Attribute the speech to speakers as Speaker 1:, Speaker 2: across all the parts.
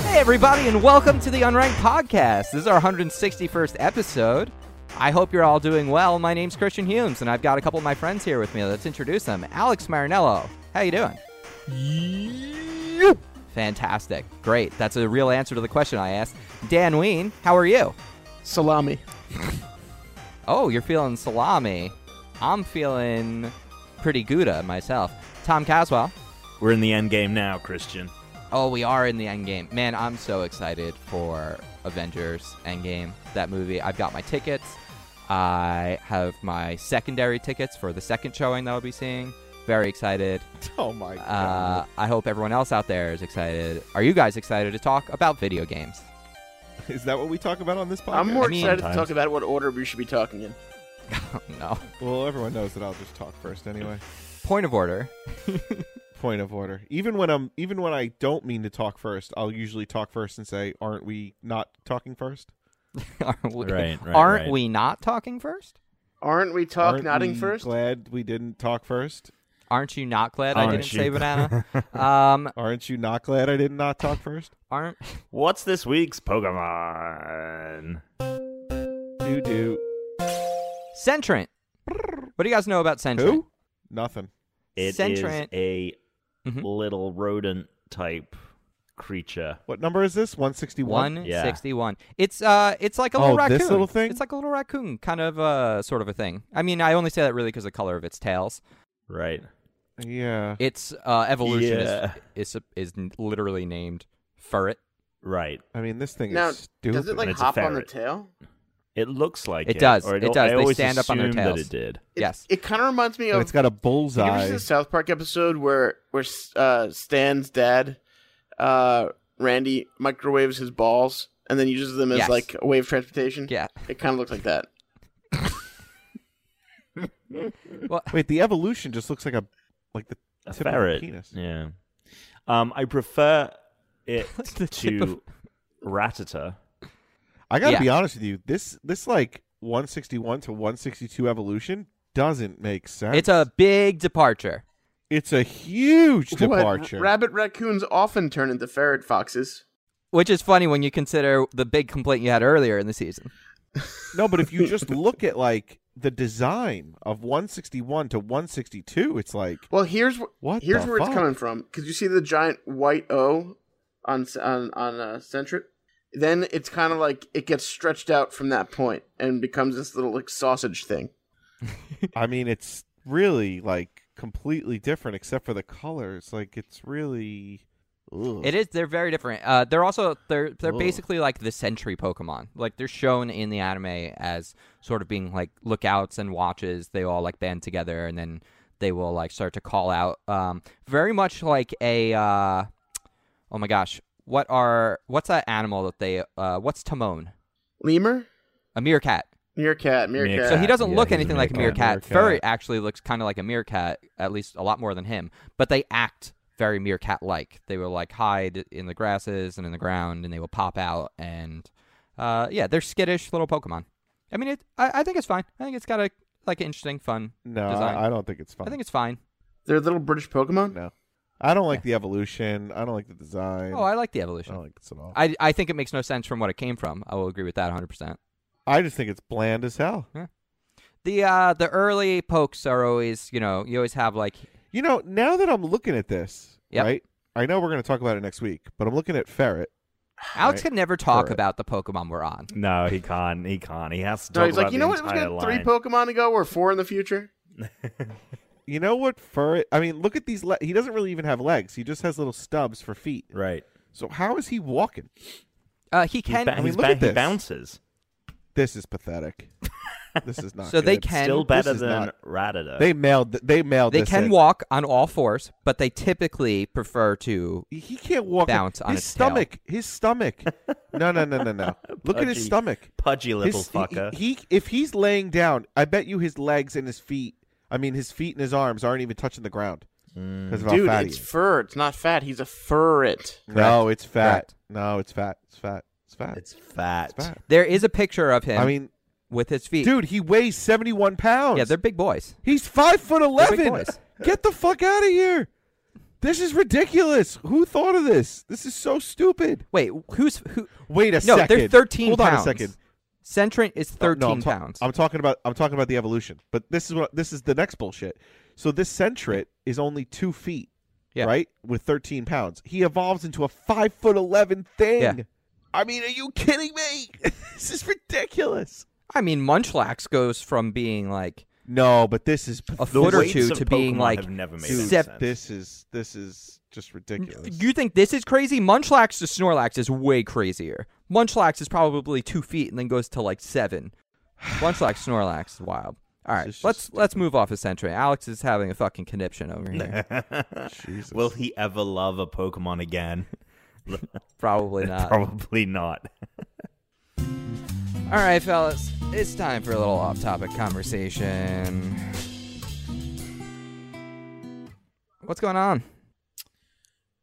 Speaker 1: Hey, everybody, and welcome to the Unranked Podcast. This is our 161st episode. I hope you're all doing well. My name's Christian Humes, and I've got a couple of my friends here with me. Let's introduce them. Alex Marinello, how you doing? Fantastic. Great. That's a real answer to the question I asked. Dan Ween, how are you?
Speaker 2: Salami.
Speaker 1: Oh, you're feeling salami. I'm feeling pretty gouda myself. Tom Caswell.
Speaker 3: We're in the end game now, Christian.
Speaker 1: Oh, we are in the end game. Man, I'm so excited for Avengers Endgame, that movie. I've got my tickets. I have my secondary tickets for the second showing that I'll be seeing. Very excited.
Speaker 2: Oh my god.
Speaker 1: Uh, I hope everyone else out there is excited. Are you guys excited to talk about video games?
Speaker 4: Is that what we talk about on this podcast?
Speaker 2: I'm more
Speaker 1: I mean-
Speaker 2: excited
Speaker 3: Sometimes.
Speaker 2: to talk about what order we should be talking in.
Speaker 1: Oh, no.
Speaker 4: well, everyone knows that I'll just talk first anyway.
Speaker 1: Point of order.
Speaker 4: Point of order. Even when I'm, even when I don't mean to talk first, I'll usually talk first and say, "Aren't we not talking first?
Speaker 1: Are we,
Speaker 3: Right, right,
Speaker 1: aren't
Speaker 3: right.
Speaker 1: we not talking first?
Speaker 2: Aren't we talk
Speaker 4: Aren't
Speaker 2: nodding
Speaker 4: we
Speaker 2: first?
Speaker 4: Glad we didn't talk first.
Speaker 1: Aren't you not glad I
Speaker 3: Aren't
Speaker 1: didn't
Speaker 3: you?
Speaker 1: say banana? um,
Speaker 4: Aren't you not glad I did not talk first?
Speaker 1: aren't
Speaker 3: What's this week's Pokemon?
Speaker 4: Do do
Speaker 1: Sentrant? What do you guys know about Sentrant?
Speaker 4: who? Nothing.
Speaker 3: It is
Speaker 1: Sentrant.
Speaker 3: a
Speaker 1: Mhm.
Speaker 3: little rodent type creature.
Speaker 4: What number is this? One sixty one.
Speaker 1: One
Speaker 3: Yeah.
Speaker 1: sixty-one. It's uh, it's like a little
Speaker 4: Oh,
Speaker 1: raccoon.
Speaker 4: this little thing?
Speaker 1: It's like a little raccoon, kind of uh, sort of a thing. I mean, I only say that really because the color of its tails.
Speaker 3: Right.
Speaker 4: Yeah.
Speaker 1: Its uh, evolution
Speaker 3: Yeah.
Speaker 1: is, is is literally named Furret.
Speaker 3: Right.
Speaker 4: I mean, this thing
Speaker 2: Now,
Speaker 4: is stupid.
Speaker 2: Does it like
Speaker 3: It's a
Speaker 2: hop on the
Speaker 3: ferret.
Speaker 2: tail?
Speaker 3: It looks like
Speaker 1: It
Speaker 3: it.
Speaker 1: does.
Speaker 3: Or
Speaker 1: It does.
Speaker 3: I
Speaker 1: They
Speaker 3: always
Speaker 1: stand up on their
Speaker 3: assumed that
Speaker 1: tails.
Speaker 3: it did.
Speaker 2: It,
Speaker 1: Yes.
Speaker 2: It kind of reminds me
Speaker 4: and
Speaker 2: of.
Speaker 4: it's got a
Speaker 2: you ever
Speaker 4: bullseye.
Speaker 2: seen the South Park episode where where uh, Stan's dad, uh, Randy, microwaves his balls and then uses them as
Speaker 1: Yes.
Speaker 2: like a way of transportation?
Speaker 1: Yeah.
Speaker 2: It kind of looks like that.
Speaker 4: Wait, the evolution just looks like a like the
Speaker 3: A
Speaker 4: tip of the
Speaker 3: ferret.
Speaker 4: penis.
Speaker 3: Yeah. Um, I prefer it
Speaker 1: The tip
Speaker 3: to
Speaker 1: of-
Speaker 3: Ratata.
Speaker 4: I gotta
Speaker 1: Yeah.
Speaker 4: be honest with you. This this like 161 to 162 evolution doesn't make sense.
Speaker 1: It's a big departure.
Speaker 4: it's a huge
Speaker 2: What?
Speaker 4: departure.
Speaker 2: Rabbit raccoons often turn into ferret foxes.
Speaker 1: Which is funny when you consider the big complaint you had earlier in the season.
Speaker 4: no, but if you just look at like the design of 161 to 162, it's like
Speaker 2: Well, here's wh-
Speaker 4: what?
Speaker 2: here's
Speaker 4: the
Speaker 2: where
Speaker 4: fuck?
Speaker 2: it's coming from because you see the giant white O on s- on on uh, Centrit. Then it's kind of like it gets stretched out from that point and becomes this little like sausage thing.
Speaker 4: I mean, it's really like completely different except for the colors. Like it's really. Ugh.
Speaker 1: It is. They're very different. Uh, they're also they're they're
Speaker 4: Ugh.
Speaker 1: basically like the sentry Pokemon. Like they're shown in the anime as sort of being like lookouts and watches. They all like band together and then they will like start to call out. Um, very much like a. Uh, oh my gosh, what are what's that animal that they? Uh, what's Timon?
Speaker 2: Lemur,
Speaker 1: A meerkat.
Speaker 2: meerkat, meerkat.
Speaker 3: Meerkat.
Speaker 1: So he doesn't
Speaker 3: Yeah,
Speaker 1: look
Speaker 3: he's a
Speaker 1: anything like a meerkat.
Speaker 4: meerkat.
Speaker 1: Furry actually looks kind of like a meerkat, at least a lot more than him. But they act very meerkat like. They will like hide in the grasses and in the ground, and they will pop out. And uh, yeah, they're skittish little Pokemon. I mean, it. I, I think it's fine. I think it's got a like an interesting, fun.
Speaker 4: No,
Speaker 1: design.
Speaker 4: I, I don't think it's fun.
Speaker 1: I think it's fine.
Speaker 2: They're little British Pokemon.
Speaker 4: no. I don't like the evolution. I don't like the design.
Speaker 1: Oh, I like the
Speaker 4: I don't
Speaker 1: evolution.
Speaker 4: like this at all.
Speaker 1: I, I think it makes no sense from what it came from. I will agree with that 100. percent
Speaker 4: I just think it's bland as hell.
Speaker 1: The uh the early pokes are always you know you always have like
Speaker 4: You know, now that I'm looking at this,
Speaker 1: Yep.
Speaker 4: right? I know we're going to talk about it next week, but I'm looking at Ferret.
Speaker 1: Alex
Speaker 4: Right.
Speaker 1: can never talk
Speaker 4: Correct.
Speaker 1: about the Pokemon we're on.
Speaker 3: No, he can't. He can't. He has to
Speaker 2: No,
Speaker 3: talk
Speaker 2: he's
Speaker 3: about
Speaker 2: like, you
Speaker 3: the
Speaker 2: know what? It was
Speaker 3: entire
Speaker 2: got three
Speaker 3: line.
Speaker 2: Pokemon ago or four in the future.
Speaker 4: You know what Ferret? I mean, look at these. Le- he doesn't really even have legs. He just has little stubs for feet.
Speaker 3: right.
Speaker 4: So how is he walking?
Speaker 1: Uh, he
Speaker 3: He's
Speaker 1: can
Speaker 3: ba-
Speaker 4: mean,
Speaker 3: he's
Speaker 4: look
Speaker 3: ba-
Speaker 4: at
Speaker 3: He
Speaker 4: this.
Speaker 3: bounces.
Speaker 4: This is pathetic. this is not.
Speaker 1: So they
Speaker 4: good.
Speaker 1: can-
Speaker 3: Still
Speaker 1: This
Speaker 3: better
Speaker 4: is
Speaker 3: than
Speaker 4: not-
Speaker 3: Ratata.
Speaker 4: They mailed. th- They mailed.
Speaker 1: They
Speaker 4: this
Speaker 1: can
Speaker 4: in.
Speaker 1: walk on all fours, but they typically prefer to.
Speaker 4: He can't walk.
Speaker 1: Bounce on
Speaker 4: his
Speaker 1: its tail.
Speaker 4: stomach. His stomach. No, no, no, no, no. Look at his
Speaker 3: Pudgy.
Speaker 4: stomach.
Speaker 3: Pudgy little
Speaker 4: His- he-
Speaker 3: fucker.
Speaker 4: He, if he's laying down, I bet you his legs and his feet. I mean, his feet and his arms aren't even touching the ground
Speaker 3: Mm.
Speaker 4: because of
Speaker 2: Dude,
Speaker 4: how fat
Speaker 2: it's
Speaker 4: he is.
Speaker 2: fur. It's not fat. He's a furret.
Speaker 4: no, it's fat.
Speaker 1: Correct.
Speaker 4: No, it's fat. It's fat. It's fat.
Speaker 3: it's fat.
Speaker 4: It's fat.
Speaker 1: There is a picture of him.
Speaker 4: I mean,
Speaker 1: with his feet.
Speaker 4: dude, he weighs seventy-one pounds.
Speaker 1: yeah, they're big boys.
Speaker 4: he's five foot
Speaker 1: They're big
Speaker 4: eleven.
Speaker 1: boys.
Speaker 4: Get the fuck out of here. This is ridiculous. Who thought of this? This is so stupid.
Speaker 1: Wait, who's who?
Speaker 4: Wait a
Speaker 1: No,
Speaker 4: second.
Speaker 1: they're 13
Speaker 4: Hold
Speaker 1: pounds.
Speaker 4: on a second. Oh,
Speaker 1: Centrant is
Speaker 4: Uh, No, no,
Speaker 1: 13
Speaker 4: I'm ta-
Speaker 1: pounds.
Speaker 4: I'm talking about I'm talking about the evolution. But this is what this is the next bullshit. So this centret is only two feet,
Speaker 1: Yeah.
Speaker 4: right? With 13 pounds, he evolves into a five foot eleven thing.
Speaker 1: Yeah.
Speaker 4: I mean, are you kidding me? this is ridiculous.
Speaker 1: I mean, Munchlax goes from being like
Speaker 4: No, but this is
Speaker 1: a
Speaker 4: the
Speaker 1: foot or
Speaker 4: weights
Speaker 1: two
Speaker 4: of-
Speaker 1: to being
Speaker 3: Pokemon
Speaker 1: like
Speaker 3: have never made
Speaker 1: dude,
Speaker 3: any
Speaker 1: sep-
Speaker 3: sense.
Speaker 4: This is this is just ridiculous.
Speaker 1: You think this is crazy? Munchlax to Snorlax is way crazier. Munchlax is probably two feet and then goes to like seven. Munchlax Snorlax is wild. All right,
Speaker 4: This is
Speaker 1: let's
Speaker 4: just
Speaker 1: let's move off of Sentry. Alex is having a fucking conniption over here.
Speaker 4: Jesus.
Speaker 3: Will he ever love a Pokemon again?
Speaker 1: Probably not.
Speaker 3: Probably not.
Speaker 1: All right, fellas, it's time for a little off-topic conversation. What's going on?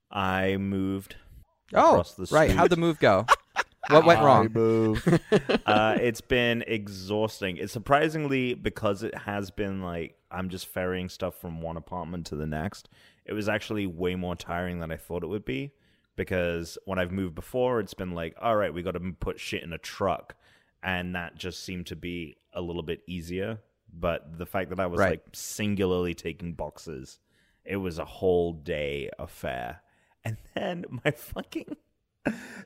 Speaker 3: I moved.
Speaker 1: Oh,
Speaker 3: Across the
Speaker 1: right.
Speaker 3: street.
Speaker 1: How'd the move go? What went wrong?
Speaker 3: Uh, it's been exhausting. It's surprisingly because it has been like I'm just ferrying stuff from one apartment to the next. It was actually way more tiring than I thought it would be because when I've moved before, it's been like, all right, we got to put shit in a truck, and that just seemed to be a little bit easier. But the fact that I was
Speaker 1: Right.
Speaker 3: like singularly taking boxes, it was a whole day affair. And then my fucking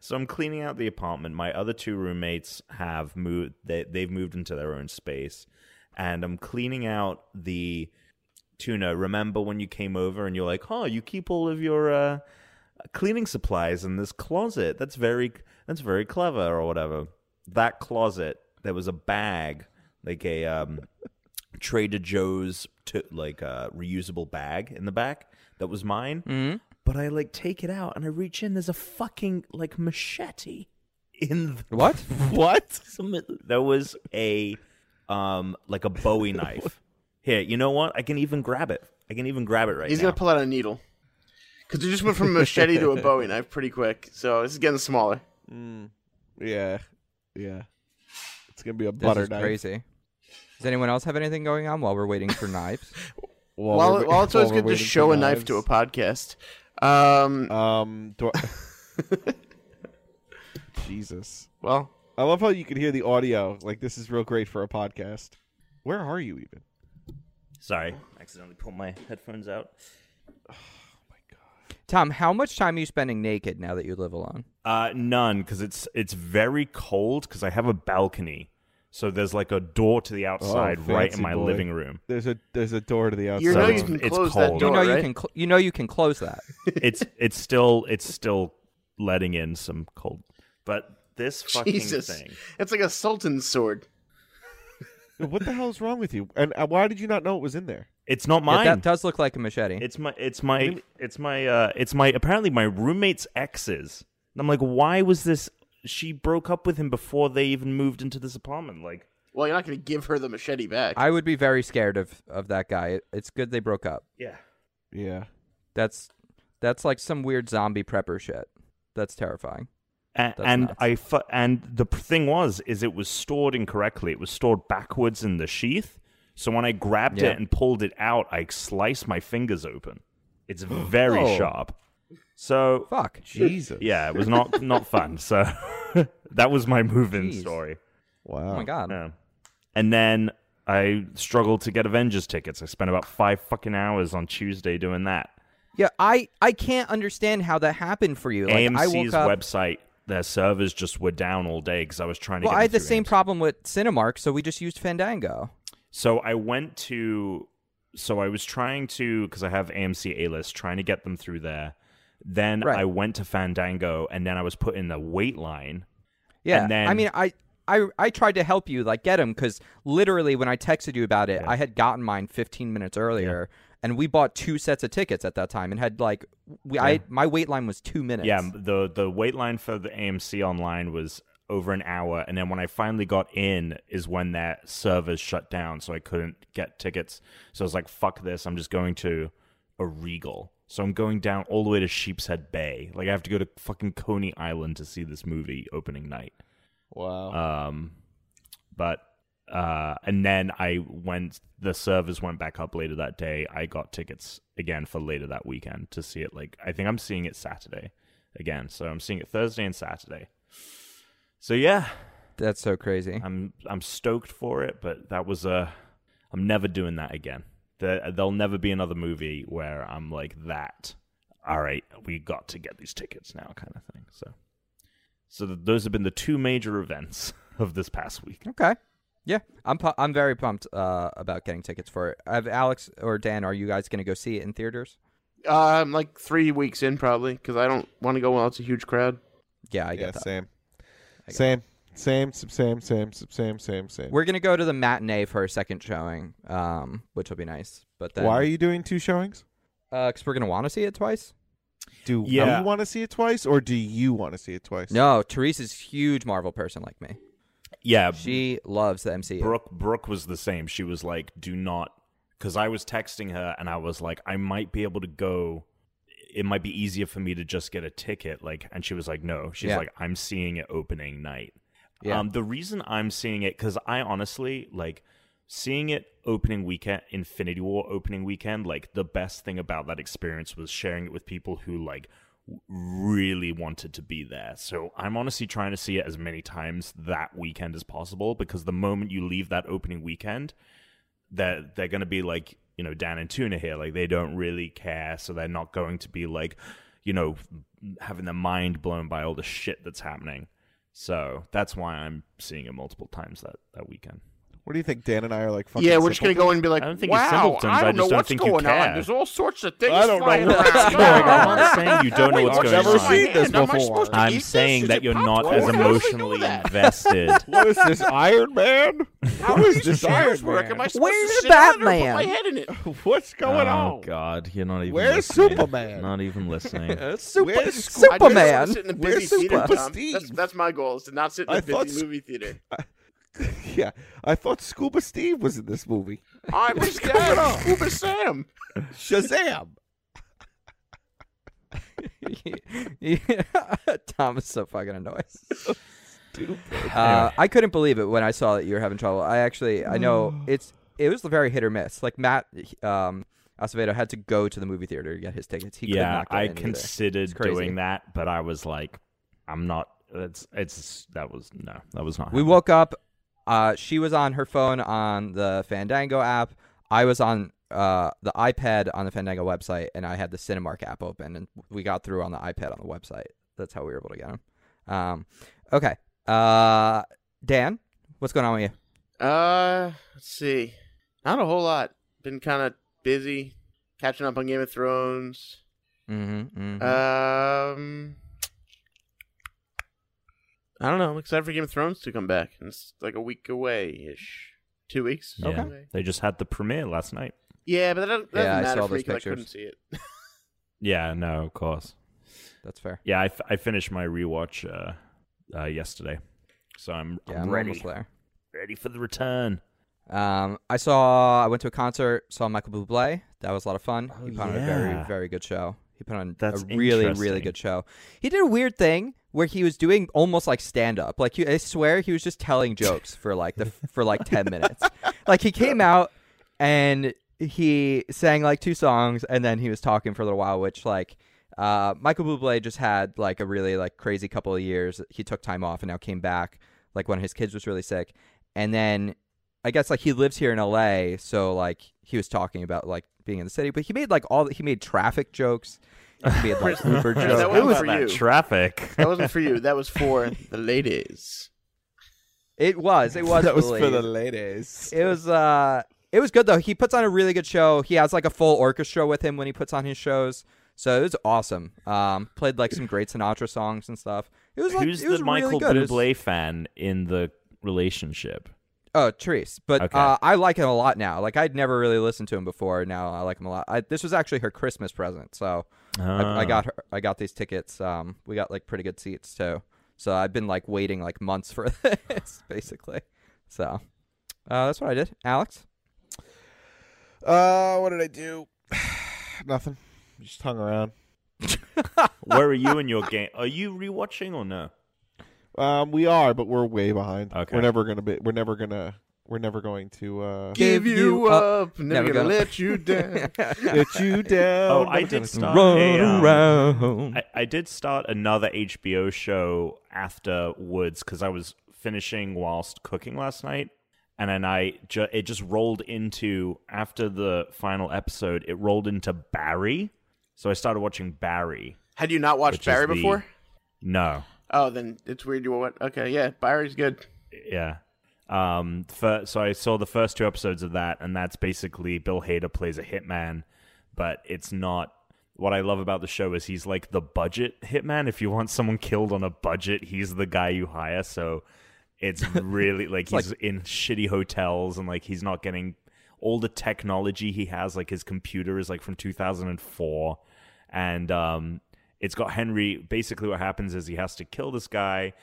Speaker 3: so I'm cleaning out the apartment. My other two roommates have moved. They, they've moved into their own space, and I'm cleaning out the tuna. Remember when you came over and you're like, "Oh, you keep all of your uh, cleaning supplies in this closet. That's very that's very clever," or whatever. That closet. There was a bag, like a um, Trader Joe's, to like a reusable bag in the back. That was mine
Speaker 1: hmm
Speaker 3: but I like take it out and I reach in. There's a fucking like machete in the
Speaker 1: What?
Speaker 4: What?
Speaker 3: some, there was a um like a Bowie knife. Here, you know what? I can even grab it. I can even grab it right
Speaker 2: He's
Speaker 3: now.
Speaker 2: gonna pull out a needle. Because it just went from a machete to a Bowie knife pretty quick, so this is getting smaller.
Speaker 4: Yeah, yeah. It's gonna be a
Speaker 1: This
Speaker 4: butter
Speaker 1: is
Speaker 4: knife.
Speaker 1: crazy. Does anyone else have anything going on while we're waiting for knives?
Speaker 4: While,
Speaker 2: While,
Speaker 4: we're-
Speaker 2: while it's always
Speaker 4: while
Speaker 2: good
Speaker 4: we're
Speaker 2: to
Speaker 4: waiting for
Speaker 2: show a knife to a podcast.
Speaker 4: knives.
Speaker 2: Um,
Speaker 4: Um. Do I... Jesus.
Speaker 2: well,
Speaker 4: I love how you can hear the audio. Like this is real great for a podcast. Where are you even?
Speaker 3: Sorry, accidentally pulled my headphones out.
Speaker 1: Tom, how much time are you spending naked now that you live alone?
Speaker 3: Uh, none, because it's it's very cold. Because I have a balcony, so there's like a door to the outside right in
Speaker 4: fancy
Speaker 3: my
Speaker 4: boy.
Speaker 3: living room.
Speaker 4: There's a there's a door to the outside.
Speaker 2: you know you
Speaker 3: it's-
Speaker 2: can
Speaker 3: it's
Speaker 2: close that
Speaker 3: cold.
Speaker 1: You
Speaker 2: door,
Speaker 1: know you
Speaker 2: right?
Speaker 1: can. Cl- you know you can close that.
Speaker 3: it's it's still it's still letting in some cold, but this fucking
Speaker 2: Jesus,
Speaker 3: thing.
Speaker 2: it's like a sultan's sword.
Speaker 4: What the hell is wrong with you? And uh, why did you not know it was in there?
Speaker 3: It's not
Speaker 1: Yeah,
Speaker 3: mine.
Speaker 1: that does look like a machete.
Speaker 3: It's my it's my it's my uh it's my apparently my roommate's exes. And I'm like, why was this she broke up with him before they even moved into this apartment? Like
Speaker 2: Well, you're not gonna give her the machete back.
Speaker 1: I would be very scared of of that guy. It, it's good they broke up.
Speaker 3: Yeah.
Speaker 4: Yeah.
Speaker 1: That's that's like some weird zombie prepper shit. That's terrifying.
Speaker 3: And,
Speaker 1: That's
Speaker 3: and
Speaker 1: nuts.
Speaker 3: I fu- and the p- thing was is it was stored incorrectly. It was stored backwards in the sheath. So when I grabbed
Speaker 1: Yeah.
Speaker 3: it and pulled it out, I sliced my fingers open. It's very
Speaker 4: Oh.
Speaker 3: sharp. So
Speaker 1: Fuck.
Speaker 4: Jesus.
Speaker 3: yeah, it was not not fun. So that was my move-in
Speaker 1: Jeez.
Speaker 3: story.
Speaker 4: Wow.
Speaker 1: Oh my god.
Speaker 3: Yeah. And then I struggled to get Avengers tickets. I spent about five fucking hours on Tuesday doing that.
Speaker 1: Yeah, I I can't understand how that happened for you. Like I
Speaker 3: AMC's
Speaker 1: woke up.
Speaker 3: website, their servers just were down all day because I was trying to
Speaker 1: well,
Speaker 3: get
Speaker 1: I had
Speaker 3: them
Speaker 1: the
Speaker 3: through
Speaker 1: same
Speaker 3: AMC.
Speaker 1: problem with Cinemark, so we just used Fandango.
Speaker 3: So I went to. So I was trying to because I have AMC A list, trying to get them through there. Then
Speaker 1: Right.
Speaker 3: I went to Fandango, and then I was put in the wait line.
Speaker 1: Yeah,
Speaker 3: And then-
Speaker 1: I mean, I, I, I tried to help you like get him because literally when I texted you about it, I had gotten mine 15 minutes earlier, and we bought two sets of tickets at that time, and had like, we, I my wait line was two minutes.
Speaker 3: Yeah, the the wait line for the AMC online was over an hour, and then when I finally got in, is when their servers shut down, so I couldn't get tickets. So I was like, "Fuck this! I'm just going to a Regal." So I'm going down all the way to Sheepshead Bay. Like I have to go to fucking
Speaker 1: Uh,
Speaker 3: Coney Island to see this movie opening night.
Speaker 4: Wow.
Speaker 3: Um, but uh, and then I went. The servers went back up later that day. I got tickets again for later that weekend to see it. Like I think I'm seeing it Saturday again, so I'm seeing it Thursday and Saturday. So yeah,
Speaker 1: That's so crazy.
Speaker 3: I'm I'm stoked for it, but that was a. I'm never doing that again. There, there'll never be another movie where I'm like that. All right, we got to get these tickets now, kind of thing. So, so th- those have been the two major events of this past week.
Speaker 1: Okay. Yeah, I'm pu- I'm very pumped uh, about getting tickets for it. Have Alex or Dan, are you guys going to go see it in theaters?
Speaker 2: Uh, I'm like three weeks in probably because I don't want to go while it's a huge crowd.
Speaker 1: Yeah, I
Speaker 4: yeah,
Speaker 1: get that.
Speaker 4: same.
Speaker 1: get
Speaker 4: Same. Same, same, same, same, same, same, same.
Speaker 1: We're going to go to the matinee for a second showing, um, which will be nice. But then,
Speaker 4: Why are you doing two showings?
Speaker 1: Because we're going to want to see it twice.
Speaker 4: Do
Speaker 3: Yeah.
Speaker 4: we want to see it twice, or do you want to see it twice?
Speaker 1: No, Teresa's huge Marvel person like me.
Speaker 3: Yeah,
Speaker 1: She loves the MCU.
Speaker 3: Brooke Brooke was the same. She was like, "Do not," because I was texting her and I was like, "I might be able to go. It might be easier for me to just get a ticket." Like, and she was like, "No." She's
Speaker 1: Yeah.
Speaker 3: like, "I'm seeing it opening night."
Speaker 1: Yeah.
Speaker 3: Um, the reason I'm seeing it because I honestly like seeing it opening weekend, Infinity War opening weekend. Like, the best thing about that experience was sharing it with people who like really wanted to be there. So I'm honestly trying to see it as many times that weekend as possible because the moment you leave that opening weekend, they're they're gonna be like, you know, Dan and Tuna here. Like they don't really care, so they're not going to be like, you know, having their mind blown by all the shit that's happening. So that's why I'm seeing it multiple times that, that weekend.
Speaker 4: What do you think? Dan and I are like fucking.
Speaker 2: yeah, we're just gonna
Speaker 4: simple
Speaker 2: go in and be like,
Speaker 3: I don't think it's
Speaker 2: wow,
Speaker 3: simpletons,
Speaker 2: I
Speaker 3: I
Speaker 2: don't
Speaker 3: just
Speaker 2: know
Speaker 3: don't
Speaker 2: what's
Speaker 3: think you
Speaker 2: going
Speaker 3: care."
Speaker 2: on. There's all sorts of things
Speaker 4: I don't know
Speaker 2: flying
Speaker 4: what's
Speaker 2: around.
Speaker 4: going on.
Speaker 3: I'm not saying you don't know
Speaker 2: Wait,
Speaker 3: what's
Speaker 2: what's
Speaker 3: going
Speaker 2: this
Speaker 4: never
Speaker 2: in my hand?
Speaker 3: on.
Speaker 4: seen this
Speaker 2: Am I
Speaker 4: before.
Speaker 2: supposed to eat
Speaker 3: I'm
Speaker 2: this?
Speaker 3: saying
Speaker 2: Is
Speaker 3: that
Speaker 2: it
Speaker 3: you're not
Speaker 2: popcorn?
Speaker 3: as
Speaker 2: How the hell do we know
Speaker 3: emotionally
Speaker 2: that?
Speaker 3: invested.
Speaker 4: What is this Iron Man?
Speaker 2: How
Speaker 4: What
Speaker 2: does
Speaker 4: is
Speaker 2: this
Speaker 4: this Iron
Speaker 2: fingers work? Am I
Speaker 4: Man?
Speaker 2: supposed
Speaker 1: Where's
Speaker 2: to sit on it or
Speaker 1: Batman?
Speaker 2: put my head in it?
Speaker 4: What's going
Speaker 3: oh
Speaker 4: on?
Speaker 3: God, you're not even.
Speaker 4: Where's
Speaker 3: listening.
Speaker 4: Superman?
Speaker 3: Not even listening.
Speaker 1: Super,
Speaker 4: Where's
Speaker 2: I just wanna
Speaker 1: Superman.
Speaker 2: sit in a
Speaker 4: Where's
Speaker 2: busy theater,
Speaker 4: Super
Speaker 2: Tom.
Speaker 4: Steve?
Speaker 2: That's, that's my goal is to not sit in a
Speaker 4: I thought
Speaker 2: busy
Speaker 4: s-
Speaker 2: movie theater.
Speaker 4: yeah, I thought Scuba Steve was in this movie.
Speaker 2: I'm just down. Uber Sam.
Speaker 4: Shazam!
Speaker 1: Tom is so fucking annoying.
Speaker 4: Stupid.
Speaker 1: Uh, I couldn't believe it when I saw that you were having trouble. I actually, I know it's it was very hit or miss. Like Matt um, Acevedo had to go to the movie theater to get his tickets. He could
Speaker 3: yeah,
Speaker 1: not get
Speaker 3: I
Speaker 1: in either. It's
Speaker 3: considered
Speaker 1: crazy.
Speaker 3: doing that, but I was like, I'm not. It's it's that was no, that was not.
Speaker 1: We woke up. Uh, she was on her phone on the Fandango app. I was on uh, the iPad on the Fandango website, and I had the Cinemark app open, and we got through on the iPad on the website. That's how we were able to get them. Um, okay, uh, Dan, what's going on with you?
Speaker 2: Uh, let's see. Not a whole lot. Been kind of busy catching up on Game of Thrones.
Speaker 1: Mm-hmm,
Speaker 3: Uh,
Speaker 2: Um, I don't know. I'm excited for Game of Thrones to come back. It's like a week away ish. Two weeks.
Speaker 3: Yeah. They just had the premiere last night.
Speaker 2: Yeah, but that doesn't, that
Speaker 1: Yeah, I
Speaker 2: doesn't matter
Speaker 1: saw
Speaker 2: for me
Speaker 1: those
Speaker 2: 'cause I
Speaker 1: pictures.
Speaker 2: couldn't see it.
Speaker 3: Yeah, no, of course.
Speaker 1: That's fair.
Speaker 3: Yeah, I, f- I finished my rewatch uh, uh, yesterday, so I'm,
Speaker 1: Yeah,
Speaker 3: I'm
Speaker 1: I'm
Speaker 3: ready,
Speaker 1: almost there.
Speaker 3: ready for the return.
Speaker 1: Um, I saw. I went to a concert. Saw Michael Bublé. That was a lot of fun.
Speaker 3: Oh,
Speaker 1: he put on a very,
Speaker 3: yeah.
Speaker 1: very good show. He put on
Speaker 3: That's
Speaker 1: a really, really
Speaker 3: interesting.
Speaker 1: good show. He did a weird thing where he was doing almost like stand up. Like he, I swear, he was just telling jokes for like the for like ten minutes. Like he came out and he sang like two songs, and then he was talking for a little while, which like. Uh, Michael Bublé just had like a really like crazy couple of years. He took time off and now came back like when his kids was really sick, and then I guess like he lives here in LA, so like he was talking about like being in the city, but he made like all he made traffic jokes. He made like Uber
Speaker 2: that
Speaker 1: jokes. It
Speaker 2: wasn't
Speaker 1: was
Speaker 2: for you.
Speaker 3: traffic.
Speaker 2: That wasn't for you. That was for the ladies.
Speaker 1: it was it was
Speaker 4: that was for
Speaker 1: delayed.
Speaker 4: the ladies.
Speaker 1: It was uh it was good though. He puts on a really good show. He has like a full orchestra with him when he puts on his shows. So it was awesome. Um played like some great Sinatra songs and stuff. It was like
Speaker 3: Who's
Speaker 1: it was
Speaker 3: the
Speaker 1: really
Speaker 3: Michael
Speaker 1: good. It was-
Speaker 3: Bublé fan in the relationship?
Speaker 1: Oh, Therese. But
Speaker 3: Okay.
Speaker 1: uh, I like him a lot now. Like I'd never really listened to him before. Now I like him a lot. I, this was actually her Christmas present, so I, I
Speaker 3: Ah.
Speaker 1: got her. I got these tickets. Um, we got like pretty good seats too. So I've been like waiting like months for this, basically. So uh, that's what I did. Alex,
Speaker 4: Uh, what did I do? Nothing. Just hung around.
Speaker 3: Where are you in your game? Are you rewatching or no?
Speaker 4: Um, we are, but we're way behind.
Speaker 3: Okay.
Speaker 4: We're never gonna be. We're never gonna We're never going to uh,
Speaker 2: Give you up, never,
Speaker 1: Never
Speaker 2: gonna,
Speaker 1: gonna-
Speaker 2: let you down.
Speaker 4: let you down.
Speaker 3: Oh,
Speaker 4: Never
Speaker 3: I
Speaker 4: gonna-
Speaker 3: did start
Speaker 1: Run
Speaker 3: a, um,
Speaker 1: around.
Speaker 3: I, I did start another HBO show afterwards because I was finishing whilst cooking last night, and then I ju- it just rolled into after the final episode. It rolled into Barry, so I started watching Barry.
Speaker 2: Had you not watched
Speaker 3: Which is
Speaker 2: Barry
Speaker 3: the-
Speaker 2: before?
Speaker 3: No,
Speaker 2: Oh, then it's weird you were what? Okay, yeah, Barry's good.
Speaker 3: yeah. Um, fir- so I saw the first two episodes of that, and that's basically Bill Hader plays a hitman, but it's not. What I love about the show is he's like the budget hitman. If you want someone killed on a budget, he's the guy you hire. So it's really like he's in shitty hotels and like he's not getting all the technology he has. Like his computer is like from 2004, and um, it's got Henry. Basically, what happens is he has to kill this guy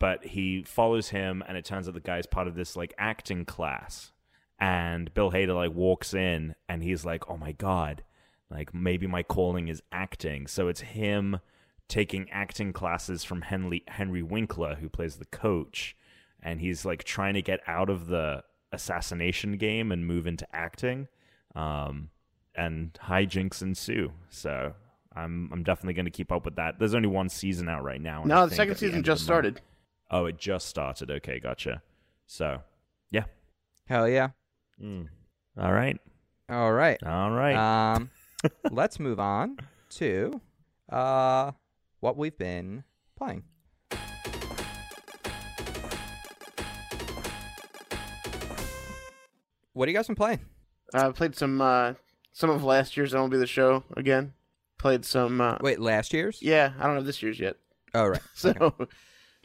Speaker 3: but he follows him and it turns out the guy's part of this like acting class and bill hader like walks in and he's like oh my god like maybe my calling is acting so it's him taking acting classes from henry henry winkler who plays the coach and he's like trying to get out of the assassination game and move into acting um and hijinks ensue so I'm I'm definitely going to keep up with that. There's only one season out right now. and I
Speaker 2: No, the
Speaker 3: think
Speaker 2: second
Speaker 3: at end
Speaker 2: season
Speaker 3: of
Speaker 2: just
Speaker 3: the month-
Speaker 2: started.
Speaker 3: Oh, it just started. Okay, gotcha. So, yeah.
Speaker 1: Hell yeah.
Speaker 3: All right.
Speaker 1: All right.
Speaker 3: All right.
Speaker 2: Uh,
Speaker 1: Um, let's move on to uh, what we've been playing. What do you guys been playing?
Speaker 2: I played some uh, some of last year's MLB the Show again. Played some. Uh,
Speaker 1: Wait, last year's?
Speaker 2: yeah, I don't have this year's yet,
Speaker 1: Oh, right.
Speaker 2: so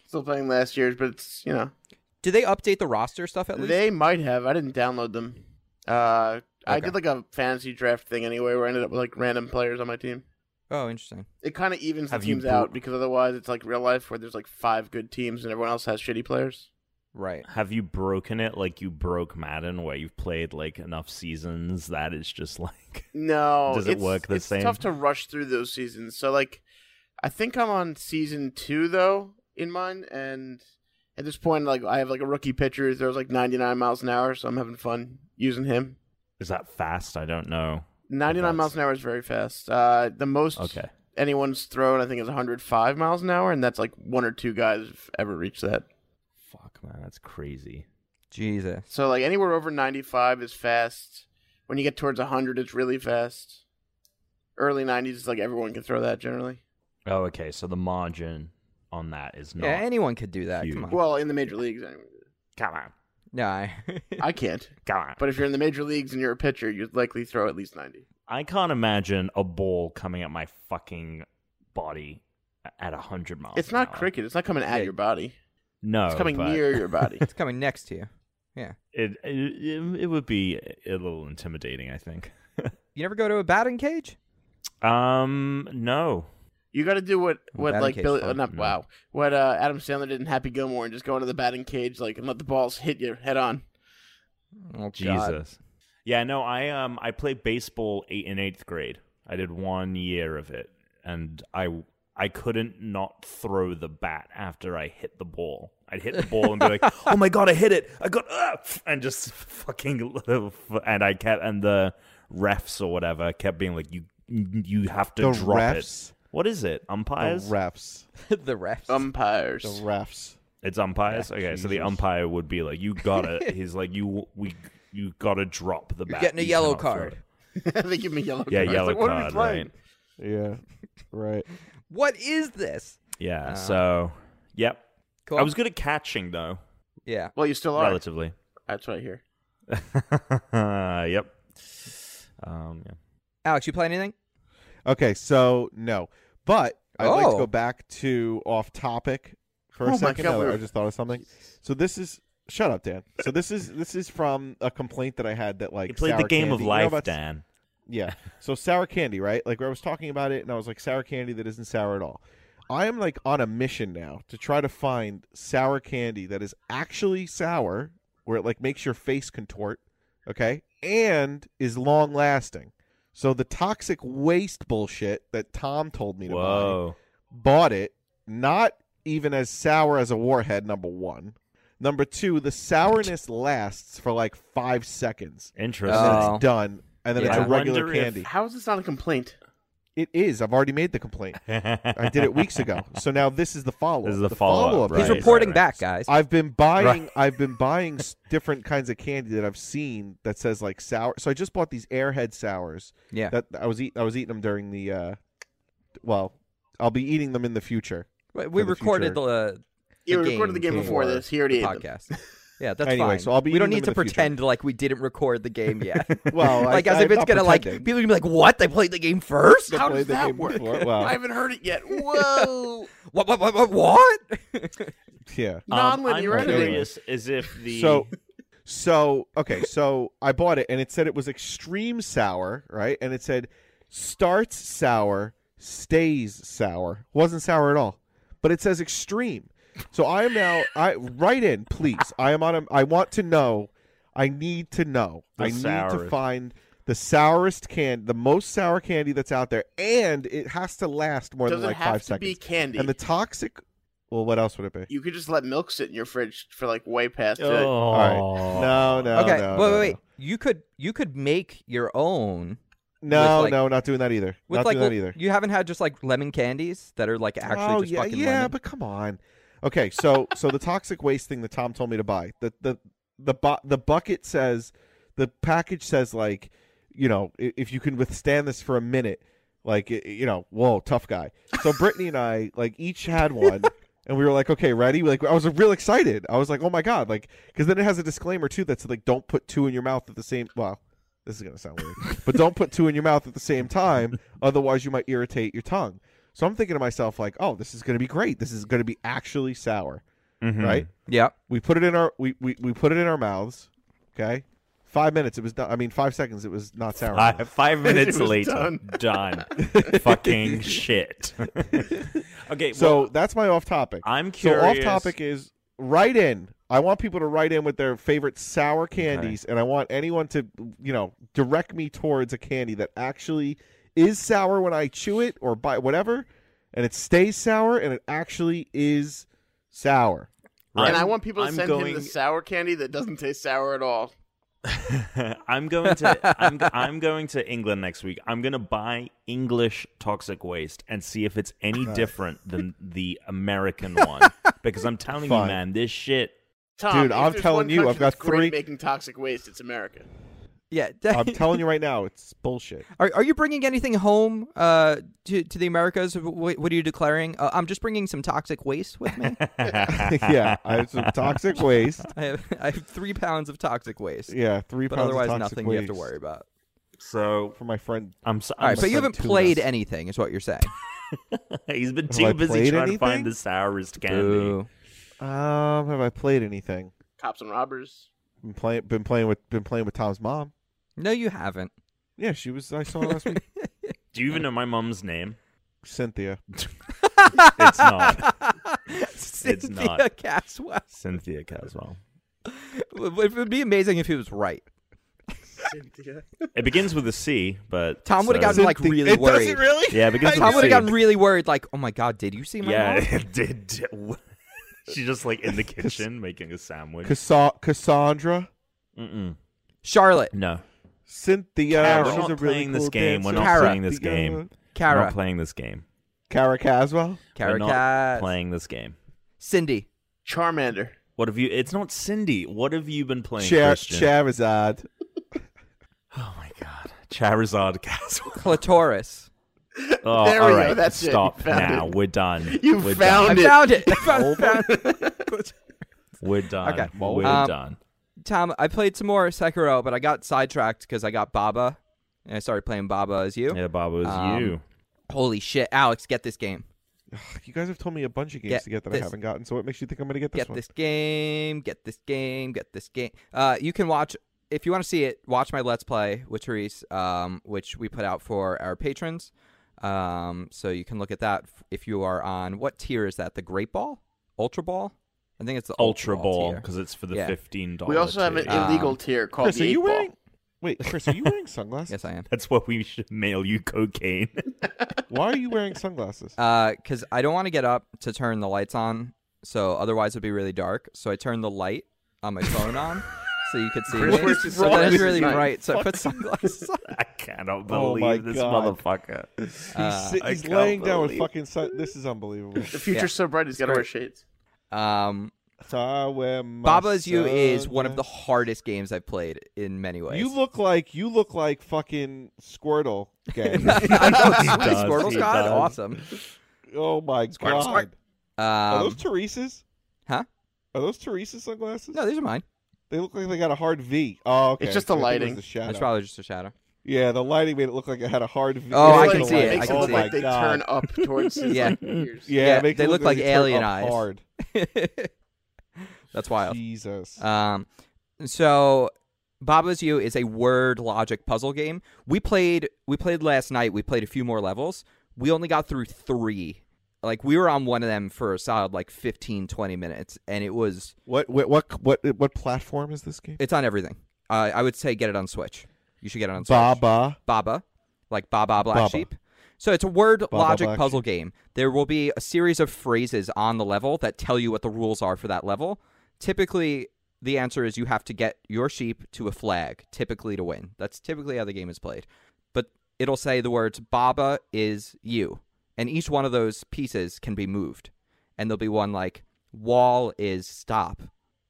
Speaker 2: still playing last year's, but it's you know
Speaker 1: Do they update the roster stuff at least?
Speaker 2: they might have. I didn't download them. Uh, I
Speaker 1: Okay.
Speaker 2: did like a fantasy draft thing anyway, where I ended up with like random players on my team.
Speaker 1: Oh, interesting.
Speaker 2: It kind of evens
Speaker 3: Have
Speaker 2: the
Speaker 3: you
Speaker 2: teams
Speaker 3: bro-
Speaker 2: out because otherwise it's like real life where there's like five good teams and everyone else has shitty players.
Speaker 1: Right.
Speaker 3: Have you broken it like you broke Madden, where you've played like enough seasons that it's just like
Speaker 2: No,
Speaker 3: Does it
Speaker 2: it's-
Speaker 3: work the
Speaker 2: it's
Speaker 3: same?
Speaker 2: tough to rush through those seasons. So like, I think I'm on season two though in mine, and at this point, like I have like a rookie pitcher who throws like 99 miles an hour, so I'm having fun using him.
Speaker 3: is that fast? I don't know.
Speaker 2: 99
Speaker 3: Nice.
Speaker 2: miles an hour is very fast. Uh, the most
Speaker 3: Okay.
Speaker 2: anyone's thrown, I think, is 105 miles an hour, and that's like one or two guys have ever reached that.
Speaker 3: Fuck, man, that's crazy.
Speaker 1: Jesus.
Speaker 2: So like anywhere over 95 is fast. When you get towards 100, it's really fast. Early 90s is like everyone can throw that generally.
Speaker 3: Oh, okay. So the margin on that is not.
Speaker 1: Yeah, anyone could do that. Come
Speaker 3: huge.
Speaker 1: on.
Speaker 2: Well, in the major leagues, anyway.
Speaker 3: come on,
Speaker 1: no, I...
Speaker 2: I can't.
Speaker 3: come on.
Speaker 2: But if you're in the major leagues and you're a pitcher, you'd likely throw at least 90.
Speaker 3: I can't imagine a ball coming at my fucking body at hundred miles.
Speaker 2: It's
Speaker 3: an
Speaker 2: not
Speaker 3: hour.
Speaker 2: cricket. It's not coming at
Speaker 1: Yeah.
Speaker 2: your body.
Speaker 3: No,
Speaker 2: It's coming
Speaker 3: Oh, but-
Speaker 2: near your body.
Speaker 1: it's coming next to you.
Speaker 3: it, it it would be a little intimidating, I think.
Speaker 1: You never go to a batting cage?
Speaker 3: Um, no,
Speaker 2: You got to do what what
Speaker 1: batting
Speaker 2: like
Speaker 1: cage
Speaker 2: Billy,
Speaker 1: fun.
Speaker 2: uh, not
Speaker 3: No.
Speaker 2: wow, what uh, Adam Sandler did in Happy Gilmore and just go into the batting cage like and let the balls hit you head on.
Speaker 1: Oh, God.
Speaker 3: Jesus. Yeah, no, I um, I played baseball eight in eighth grade. I did one year of it, and I I couldn't not throw the bat after I hit the ball. I'd hit the ball and be like, "Oh my god, I hit it! I got up!" and just fucking and I kept and the refs or whatever kept being like, "You you have to
Speaker 4: The
Speaker 3: drop
Speaker 4: refs.
Speaker 3: it." What is it?
Speaker 4: The
Speaker 3: Umpires?
Speaker 4: refs.
Speaker 1: the refs.
Speaker 2: Umpires.
Speaker 4: The refs.
Speaker 3: It's umpires.
Speaker 4: Yeah,
Speaker 3: okay, so the
Speaker 4: Jesus.
Speaker 3: umpire would be like, "You gotta." he's like, "You we you gotta drop the bat.
Speaker 1: You're getting a
Speaker 3: You
Speaker 1: yellow
Speaker 3: cannot throw
Speaker 1: card.
Speaker 3: it."
Speaker 2: they give me yellow.
Speaker 3: Yeah,
Speaker 2: cards.
Speaker 3: yellow
Speaker 2: like, what Are we
Speaker 3: card,
Speaker 2: playing?
Speaker 3: right.
Speaker 4: Yeah. Right.
Speaker 1: What is this?
Speaker 3: Yeah.
Speaker 1: Uh,
Speaker 3: so, yep.
Speaker 1: Cool.
Speaker 3: I was good at catching though,
Speaker 1: Yeah.
Speaker 2: Well, you still are.
Speaker 3: relatively.
Speaker 2: That's right here.
Speaker 3: yep. Um, yeah.
Speaker 1: Alex, you play anything?
Speaker 4: Okay, so no, but I'd like to
Speaker 1: Oh.
Speaker 4: go back to off topic for
Speaker 2: Oh
Speaker 4: a
Speaker 2: my
Speaker 4: second.
Speaker 2: God,
Speaker 4: I-
Speaker 2: we're-
Speaker 4: I just thought of something. So this is shut up, Dan. So this is this is from a complaint that I had that like
Speaker 3: You played the
Speaker 4: sour
Speaker 3: game
Speaker 4: candy,
Speaker 3: of
Speaker 4: you know
Speaker 3: life,
Speaker 4: about-
Speaker 3: Dan.
Speaker 4: Yeah. So sour candy, right? Like where I was talking about it, and I was like sour candy that isn't sour at all. I am like on a mission now to try to find sour candy that is actually sour, where it like makes your face contort, okay, and is long lasting. So the toxic waste bullshit that Tom told me to buy
Speaker 3: Whoa.
Speaker 4: bought it not even as sour as a warhead number one Number two, the sourness lasts for like five seconds, and
Speaker 3: Interesting.
Speaker 4: then
Speaker 1: Oh.
Speaker 4: it's done, and then
Speaker 1: Yeah.
Speaker 4: it's
Speaker 1: I
Speaker 4: a regular
Speaker 3: wonder if-
Speaker 4: candy.
Speaker 2: How is this not a complaint?
Speaker 4: It is. I've already made the complaint. Uh, I did it weeks ago, so now this is the follow.
Speaker 3: This is the follow-up,
Speaker 1: He's
Speaker 3: Right,
Speaker 1: reporting
Speaker 3: right,
Speaker 1: back,
Speaker 3: right.
Speaker 1: guys.
Speaker 4: I've been buying I've been buying s- different kinds of candy that I've seen that says like sour. So I just bought these Airhead sours
Speaker 1: yeah.
Speaker 4: that I was eat I was eating them during the uh well, I'll be eating them in the future.
Speaker 1: We- we
Speaker 4: for the
Speaker 1: recorded
Speaker 4: future.
Speaker 1: the,
Speaker 2: You
Speaker 1: the
Speaker 2: recorded the game before this. He already
Speaker 1: the
Speaker 2: ate them.
Speaker 1: podcast. Yeah, that's
Speaker 4: Anyway,
Speaker 1: fine.
Speaker 4: so I'll be
Speaker 1: we don't
Speaker 4: eating
Speaker 1: need
Speaker 4: them
Speaker 1: to
Speaker 4: in the future.
Speaker 1: pretend like we didn't record the game yet.
Speaker 4: Well,
Speaker 1: like
Speaker 4: I,
Speaker 1: as if
Speaker 4: I'm
Speaker 1: it's
Speaker 4: not
Speaker 1: gonna like
Speaker 4: pretending.
Speaker 1: people are gonna be like, "What? They played the game first?
Speaker 4: I
Speaker 2: How does
Speaker 4: played the
Speaker 2: that
Speaker 4: game
Speaker 2: work?
Speaker 4: before. Well,
Speaker 2: I haven't heard it yet. Whoa.
Speaker 1: What? What? What? What?" what?
Speaker 4: yeah.
Speaker 3: Um,
Speaker 2: Non-linear
Speaker 3: I'm
Speaker 2: editing.
Speaker 3: curious as if the
Speaker 4: So so okay, so I bought it and it said it was extreme sour, right? And it said starts sour, stays sour. Wasn't sour at all. But it says extreme. So I am now I write in, please. I am on a I want to know. I need to know.
Speaker 3: The
Speaker 4: I need to
Speaker 3: sourest.
Speaker 4: find the sourest candy, the most sour candy that's out there, and it has to last more
Speaker 2: Does
Speaker 4: than
Speaker 2: it
Speaker 4: like
Speaker 2: have
Speaker 4: five
Speaker 2: to be
Speaker 4: seconds.
Speaker 2: candy?
Speaker 4: And the toxic well, what else would it be?
Speaker 2: You could just let milk sit in your fridge for like way past
Speaker 3: oh,
Speaker 2: it.
Speaker 4: All right. No, no,
Speaker 1: okay,
Speaker 4: no,
Speaker 1: wait,
Speaker 4: no,
Speaker 1: wait,
Speaker 4: no.
Speaker 1: wait. You could you could make your own
Speaker 4: No,
Speaker 1: with, like-
Speaker 4: no, not doing that either.
Speaker 1: with
Speaker 4: not
Speaker 1: like
Speaker 4: doing
Speaker 1: l-
Speaker 4: that either.
Speaker 1: You haven't had just like lemon candies that are like actually
Speaker 4: oh
Speaker 1: just
Speaker 4: yeah,
Speaker 1: fucking
Speaker 4: yeah,
Speaker 1: lemon.
Speaker 4: but come on. Okay, so so the toxic waste thing that Tom told me to buy the the the bu- the bucket says the package says like you know i- if you can withstand this for a minute like i- you know whoa tough guy. So Brittany and I like each had one. And we were like, okay, ready? Like, I was real excited. I was like, oh my god, like, because then it has a disclaimer too that's like, don't put two in your mouth at the same. Well, this is gonna sound weird, but don't put two in your mouth at the same time, otherwise you might irritate your tongue. So I'm thinking to myself, like, oh, this is gonna be great. This is gonna be actually sour,
Speaker 3: Mhm.
Speaker 4: right?
Speaker 1: Yep.
Speaker 4: We put it in our we, we we put it in our mouths. Okay, five minutes. It was not. I mean, five seconds. It was not sour.
Speaker 3: Five, five minutes
Speaker 2: was
Speaker 3: later,
Speaker 2: done.
Speaker 3: done. Fucking shit. okay,
Speaker 4: So
Speaker 3: well,
Speaker 4: that's my off topic.
Speaker 3: I'm
Speaker 4: So
Speaker 3: curious.
Speaker 4: off topic is write in. I want people to write in with their favorite sour candies, and I want anyone to you know direct me towards a candy that actually is sour when I chew it or buy whatever, and it stays sour and it actually is sour.
Speaker 2: And I want people to
Speaker 3: I'm
Speaker 2: send him the
Speaker 3: going-
Speaker 2: sour candy that doesn't taste sour at all.
Speaker 3: I'm going to I'm, go- I'm going to England next week. I'm going to buy English toxic waste and see if it's any different than the American one because I'm telling you
Speaker 4: Fine.
Speaker 3: man, this shit
Speaker 2: Tom,
Speaker 4: Dude,
Speaker 2: if
Speaker 4: I'm
Speaker 2: there's
Speaker 4: telling
Speaker 2: one
Speaker 4: you, I've
Speaker 2: country
Speaker 4: got
Speaker 2: that's great
Speaker 4: three-
Speaker 2: at making toxic waste. It's America.
Speaker 1: Yeah.
Speaker 4: I'm telling you right now, it's bullshit.
Speaker 1: Are, are you bringing anything home uh, to to the Americas? What, what are you declaring? Uh, I'm just bringing some toxic waste with me.
Speaker 4: yeah, I have some toxic waste.
Speaker 1: I have I have three pounds of toxic waste,
Speaker 4: Yeah, three
Speaker 1: but
Speaker 4: pounds
Speaker 1: otherwise
Speaker 4: of toxic
Speaker 1: nothing
Speaker 4: waste
Speaker 1: you have to worry about.
Speaker 3: so
Speaker 4: for my friend.
Speaker 3: I'm, so,
Speaker 1: All
Speaker 3: I'm
Speaker 1: right, but you
Speaker 4: send
Speaker 1: haven't
Speaker 4: two
Speaker 1: played
Speaker 4: less.
Speaker 1: anything, is what you're saying.
Speaker 3: He's been
Speaker 4: Have
Speaker 3: too
Speaker 4: I
Speaker 3: busy
Speaker 4: played
Speaker 3: trying to
Speaker 4: anything?
Speaker 3: find the sourest candy.
Speaker 1: Boo.
Speaker 4: Um, have I played anything?
Speaker 2: Cops and robbers.
Speaker 4: Been playing, been playing with, been playing with Tom's mom.
Speaker 1: No, you haven't.
Speaker 4: Yeah, she was. I saw her last week.
Speaker 3: Do you even know my mom's name?
Speaker 4: Cynthia.
Speaker 3: It's not
Speaker 1: Cynthia
Speaker 3: not.
Speaker 1: Caswell.
Speaker 3: Cynthia Caswell.
Speaker 1: It would be amazing if he was right.
Speaker 2: Cynthia.
Speaker 3: It begins with a C, but
Speaker 1: Tom would've
Speaker 3: so-
Speaker 1: gotten, I'm, like,
Speaker 4: Cynthia-
Speaker 1: really
Speaker 4: it
Speaker 1: worried.
Speaker 4: doesn't really.
Speaker 3: Yeah, it begins with
Speaker 1: Tom
Speaker 3: a
Speaker 1: would
Speaker 3: C.
Speaker 1: have gotten really worried, like, "Oh my god, did you see my
Speaker 3: yeah,
Speaker 1: mom?"
Speaker 3: it did. She's just like in the kitchen making a sandwich.
Speaker 4: Cassa- Cassandra,
Speaker 3: Mm-mm.
Speaker 1: Charlotte,
Speaker 3: No,
Speaker 4: Cynthia.
Speaker 3: Cara.
Speaker 4: she's
Speaker 3: We're not
Speaker 4: a really
Speaker 3: playing
Speaker 4: cool
Speaker 3: this game. We're
Speaker 4: dancer.
Speaker 3: not
Speaker 1: Cara.
Speaker 3: playing this game. we're
Speaker 1: Cara,
Speaker 3: not playing this game.
Speaker 4: Cara Caswell.
Speaker 1: Cara,
Speaker 3: we're not
Speaker 1: Cass,
Speaker 3: playing this game.
Speaker 1: Cindy.
Speaker 2: Charmander.
Speaker 3: What have you? It's not Cindy. What have you been playing,
Speaker 4: Cher-
Speaker 3: Christian?
Speaker 4: Charizard.
Speaker 3: oh my god, Charizard Castle.
Speaker 1: Clitoris.
Speaker 3: Oh,
Speaker 2: There we
Speaker 3: all
Speaker 2: go,
Speaker 3: right,
Speaker 2: that's it. You
Speaker 3: stop
Speaker 2: found
Speaker 3: now.
Speaker 2: it.
Speaker 3: We're done.
Speaker 2: You
Speaker 3: We're
Speaker 2: found
Speaker 1: I
Speaker 3: done.
Speaker 1: found it.
Speaker 2: it.
Speaker 1: I found, found-
Speaker 3: We're done.
Speaker 1: Okay.
Speaker 3: We're
Speaker 1: Um,
Speaker 3: done.
Speaker 1: Tom, I played some more Sekiro, but I got sidetracked because I got Baba, and I started playing Baba as you.
Speaker 3: Yeah, Bob, it was
Speaker 1: um,
Speaker 3: you.
Speaker 1: Holy shit, Alex, get this game.
Speaker 4: You guys have told me a bunch of games
Speaker 1: Get
Speaker 4: to get that
Speaker 1: this.
Speaker 4: I haven't gotten. So what makes you think I'm going to get this
Speaker 1: get
Speaker 4: one?
Speaker 1: this game. Get this game. Get this game. Uh, you can watch if you want to see it. Watch my Let's Play with Therese, um, which we put out for our patrons. Um, so you can look at that f- if you are on what tier is that? The Great Ball, Ultra Ball. I think it's the
Speaker 3: Ultra Ball
Speaker 1: tier.
Speaker 3: because it's for the
Speaker 1: Yeah.
Speaker 3: fifteen dollars.
Speaker 2: We also have an
Speaker 1: Uh,
Speaker 2: illegal tier called
Speaker 4: Chris,
Speaker 2: the
Speaker 4: are
Speaker 2: Eight
Speaker 4: you
Speaker 2: Ball.
Speaker 4: wearing? Wait, Chris, are you wearing sunglasses?
Speaker 1: Yes, I am.
Speaker 3: That's what we should mail you cocaine.
Speaker 4: Why are you wearing sunglasses?
Speaker 1: Uh, Because I don't want to get up to turn the lights on so otherwise it'd be really dark. So I turned the light on my phone on, so you could see
Speaker 2: Chris,
Speaker 1: me.
Speaker 2: where's your
Speaker 1: So that's
Speaker 2: sunglasses?
Speaker 1: really
Speaker 2: Nice.
Speaker 1: bright. So I put sunglasses on.
Speaker 3: I cannot
Speaker 4: Oh
Speaker 3: believe
Speaker 4: my
Speaker 3: this
Speaker 4: God.
Speaker 3: motherfucker.
Speaker 1: Uh,
Speaker 4: he's
Speaker 3: I
Speaker 4: he's
Speaker 3: can't
Speaker 4: laying down with
Speaker 3: believe-
Speaker 4: fucking sun. This is unbelievable.
Speaker 2: The future's
Speaker 1: Yeah.
Speaker 2: so bright, he's got to
Speaker 1: great.
Speaker 2: wear shades.
Speaker 1: Um,
Speaker 4: Baba's
Speaker 1: Baba's You is one of the hardest games I've played in many ways.
Speaker 4: You look like you look like fucking Squirtle gang.
Speaker 1: I know, it's
Speaker 3: He
Speaker 1: really
Speaker 3: does,
Speaker 1: Squirtle's
Speaker 3: he
Speaker 1: God,
Speaker 3: does.
Speaker 1: awesome.
Speaker 4: oh my god!
Speaker 1: Squirt.
Speaker 4: Are
Speaker 1: Um,
Speaker 4: those Teresa's?
Speaker 1: Huh?
Speaker 4: Are those Teresa's sunglasses?
Speaker 1: no, these are mine.
Speaker 4: They look like they got a hard V. Oh, okay.
Speaker 2: It's just the
Speaker 4: I think it was
Speaker 2: lighting.
Speaker 4: The
Speaker 1: It's
Speaker 4: shadow.
Speaker 1: probably just a shadow.
Speaker 4: Yeah, the lighting made it look like it had a hard V.
Speaker 1: Oh, I
Speaker 2: It's
Speaker 1: can
Speaker 2: like-
Speaker 1: see it. I
Speaker 2: Makes
Speaker 1: can
Speaker 2: it look
Speaker 1: see
Speaker 2: like
Speaker 1: it.
Speaker 2: they
Speaker 4: God.
Speaker 2: turn up towards his
Speaker 1: Yeah.
Speaker 2: like, ears.
Speaker 4: Yeah,
Speaker 1: Yeah,
Speaker 4: it makes
Speaker 1: they
Speaker 4: it
Speaker 1: look like
Speaker 4: it turned up
Speaker 1: alien eyes. Oh.
Speaker 4: Hard.
Speaker 1: That's wild.
Speaker 4: Jesus.
Speaker 1: Um, so Baba's You is a word logic puzzle game. We played we played last night. We played a few more levels. We only got through 3. Like we were on one of them for a solid like 15 20 minutes and it was
Speaker 4: what, what what what what platform is this game?
Speaker 1: it's on everything. Uh, I would say get it on Switch. You should get it on Switch.
Speaker 4: Baba.
Speaker 1: Baba, like Baba Black
Speaker 4: Baba.
Speaker 1: Sheep. So it's a word
Speaker 4: Baba
Speaker 1: logic
Speaker 4: Black
Speaker 1: puzzle game. There will be a series of phrases on the level that tell you what the rules are for that level. Typically, the answer is you have to get your sheep to a flag, typically to win. That's typically how the game is played. But it'll say the words Baba is you. And each one of those pieces can be moved. And there'll be one like wall is stop,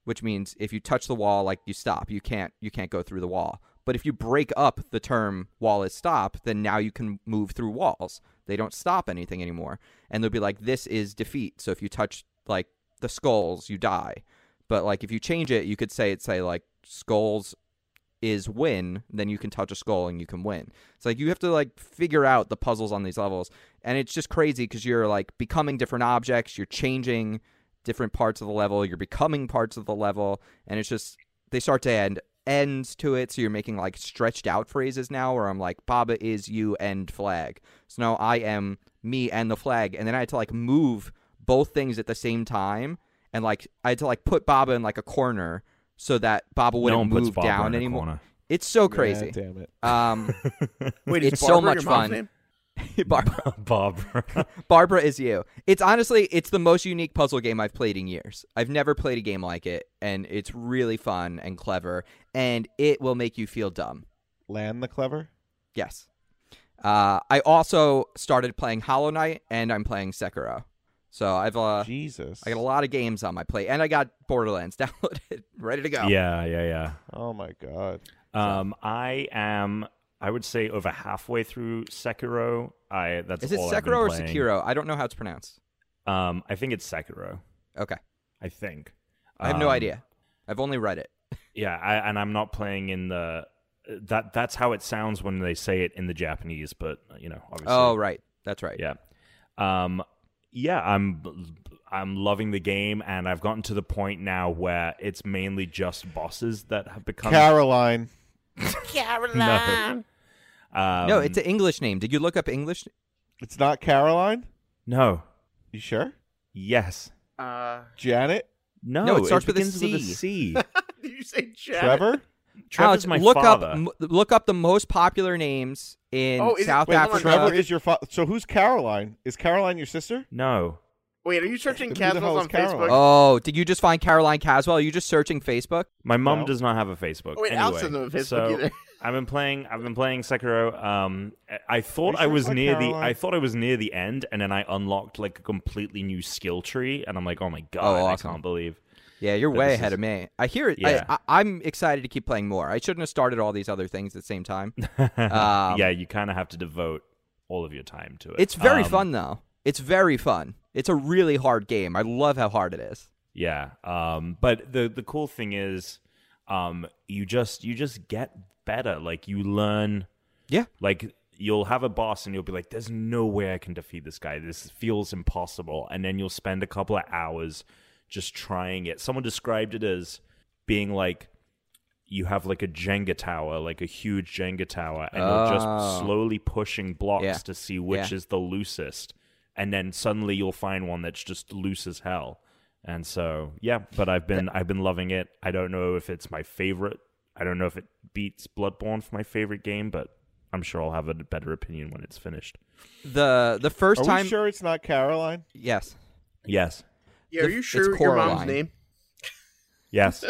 Speaker 1: which means if you touch the wall like you stop you can't you can't go through the wall but if you break up the term wall is stop then now you can move through walls they don't stop anything anymore and they'll be like this is defeat so if you touch like the skulls you die but like if you change it you could say it say like skulls is win then you can touch a skull and you can win it's like you have to like figure out the puzzles on these levels and it's just crazy because you're like becoming different objects you're changing different parts of the level you're becoming parts of the level and it's just they start to add ends to it so you're making like stretched out phrases now where i'm like baba is you and flag so now i am me and the flag and then i had to like move both things at the same time and like i had to like put baba in like a corner so that baba
Speaker 3: no
Speaker 1: wouldn't
Speaker 3: one puts
Speaker 1: move
Speaker 3: Barbara in
Speaker 1: down
Speaker 3: a
Speaker 1: anymore
Speaker 3: corner.
Speaker 1: it's so crazy
Speaker 4: Yeah, damn it.
Speaker 1: um
Speaker 2: Wait,
Speaker 1: It's
Speaker 2: is
Speaker 1: so
Speaker 2: Barbara
Speaker 1: much
Speaker 2: your mom's
Speaker 1: fun.
Speaker 2: Name?
Speaker 1: Barbara,
Speaker 3: Barbara.
Speaker 1: Barbara is you. It's honestly, it's the most unique puzzle game I've played in years. I've never played a game like it, and it's really fun and clever, and it will make you feel dumb.
Speaker 4: Land the clever.
Speaker 1: Yes. Uh, I also started playing Hollow Knight, and I'm playing Sekiro. So I've uh,
Speaker 4: Jesus.
Speaker 1: I got a lot of games on my plate, and I got Borderlands downloaded, ready to go.
Speaker 3: yeah, yeah, yeah.
Speaker 4: Oh my god.
Speaker 3: Um, I am. I would say over halfway through Sekiro. I that's
Speaker 1: Is it
Speaker 3: all I've been
Speaker 1: Sekiro or
Speaker 3: playing.
Speaker 1: Sekiro? I don't know how it's pronounced.
Speaker 3: Um, I think it's Sekiro.
Speaker 1: Okay,
Speaker 3: I think.
Speaker 1: I have no
Speaker 3: Um,
Speaker 1: idea. I've only read it.
Speaker 3: Yeah, I, and I'm not playing in the that. That's how it sounds when they say it in the Japanese, but you know, obviously.
Speaker 1: Oh, right, that's right.
Speaker 3: Yeah. Um yeah, I'm I'm loving the game and I've gotten to the point now where it's mainly just bosses that have become
Speaker 4: Caroline.
Speaker 3: Caroline. No. Um,
Speaker 1: no, it's an English name. Did you look up English?
Speaker 4: It's not Caroline.
Speaker 3: No.
Speaker 4: You sure?
Speaker 3: Yes.
Speaker 2: Uh,
Speaker 4: Janet.
Speaker 3: No,
Speaker 1: No, it starts with a
Speaker 3: begins with a
Speaker 1: C.
Speaker 3: C.
Speaker 2: did you say Janet?
Speaker 4: Trevor.
Speaker 3: Trevor's
Speaker 1: Alex,
Speaker 3: my
Speaker 1: Oh, look
Speaker 3: father.
Speaker 1: up m- look up the most popular names in
Speaker 2: Oh, is it-
Speaker 1: South
Speaker 2: wait, hold on,
Speaker 1: Africa.
Speaker 4: Trevor is your father. So who's Caroline? Is Caroline your sister?
Speaker 3: no.
Speaker 2: Wait, are you searching
Speaker 4: Who the hell
Speaker 2: Caswell's
Speaker 4: is
Speaker 2: on
Speaker 4: Caroline?
Speaker 2: Facebook?
Speaker 1: oh, did you just find Caroline Caswell? Are you just searching Facebook?
Speaker 3: My mum
Speaker 4: No.
Speaker 3: does not have a Facebook.
Speaker 2: Oh, wait,
Speaker 3: anyway,
Speaker 2: Alex doesn't have a Facebook
Speaker 3: so
Speaker 2: either.
Speaker 3: I've been playing. I've been playing Sekiro. Um, I- I thought
Speaker 4: you
Speaker 3: I
Speaker 4: sure
Speaker 3: was
Speaker 4: it's not
Speaker 3: near the.
Speaker 4: Caroline?
Speaker 3: I thought I was near the end, and then I unlocked like a completely new skill tree, and I'm like, oh my god,
Speaker 1: Oh, awesome.
Speaker 3: I can't believe.
Speaker 1: Yeah, you're
Speaker 3: But
Speaker 1: way
Speaker 3: this
Speaker 1: ahead
Speaker 3: is-
Speaker 1: of me. I hear it.
Speaker 3: Yeah.
Speaker 1: I, I, I'm excited to keep playing more. I shouldn't have started all these other things at the same time. Um,
Speaker 3: yeah, you kind of have to devote all of your time to it.
Speaker 1: It's very
Speaker 3: Um,
Speaker 1: fun though. It's very fun. It's a really hard game. I love how hard it is.
Speaker 3: Yeah. Um, but the the cool thing is, um, you just you just get better. Like you learn.
Speaker 1: Yeah.
Speaker 3: Like you'll have a boss and you'll be like, "There's no way I can defeat this guy. This feels impossible." And then you'll spend a couple of hours just trying it. Someone described it as being like you have like a Jenga tower, like a huge Jenga tower, and you're just
Speaker 1: Oh.
Speaker 3: slowly pushing blocks
Speaker 1: Yeah.
Speaker 3: to see which
Speaker 1: Yeah.
Speaker 3: is the loosest. And then suddenly you'll find one that's just loose as hell. And so, yeah, but I've been I've been loving it. I don't know if it's my favorite. I don't know if it beats Bloodborne for my favorite game, but I'm sure I'll have a better opinion when it's finished.
Speaker 1: the The first
Speaker 4: Are
Speaker 1: time,
Speaker 4: we sure it's not Caroline?
Speaker 1: yes,
Speaker 3: Yes.
Speaker 2: Yeah,
Speaker 1: The-
Speaker 2: are you
Speaker 1: it's
Speaker 2: sure your mom's
Speaker 1: Coraline.
Speaker 2: name?
Speaker 3: Yes.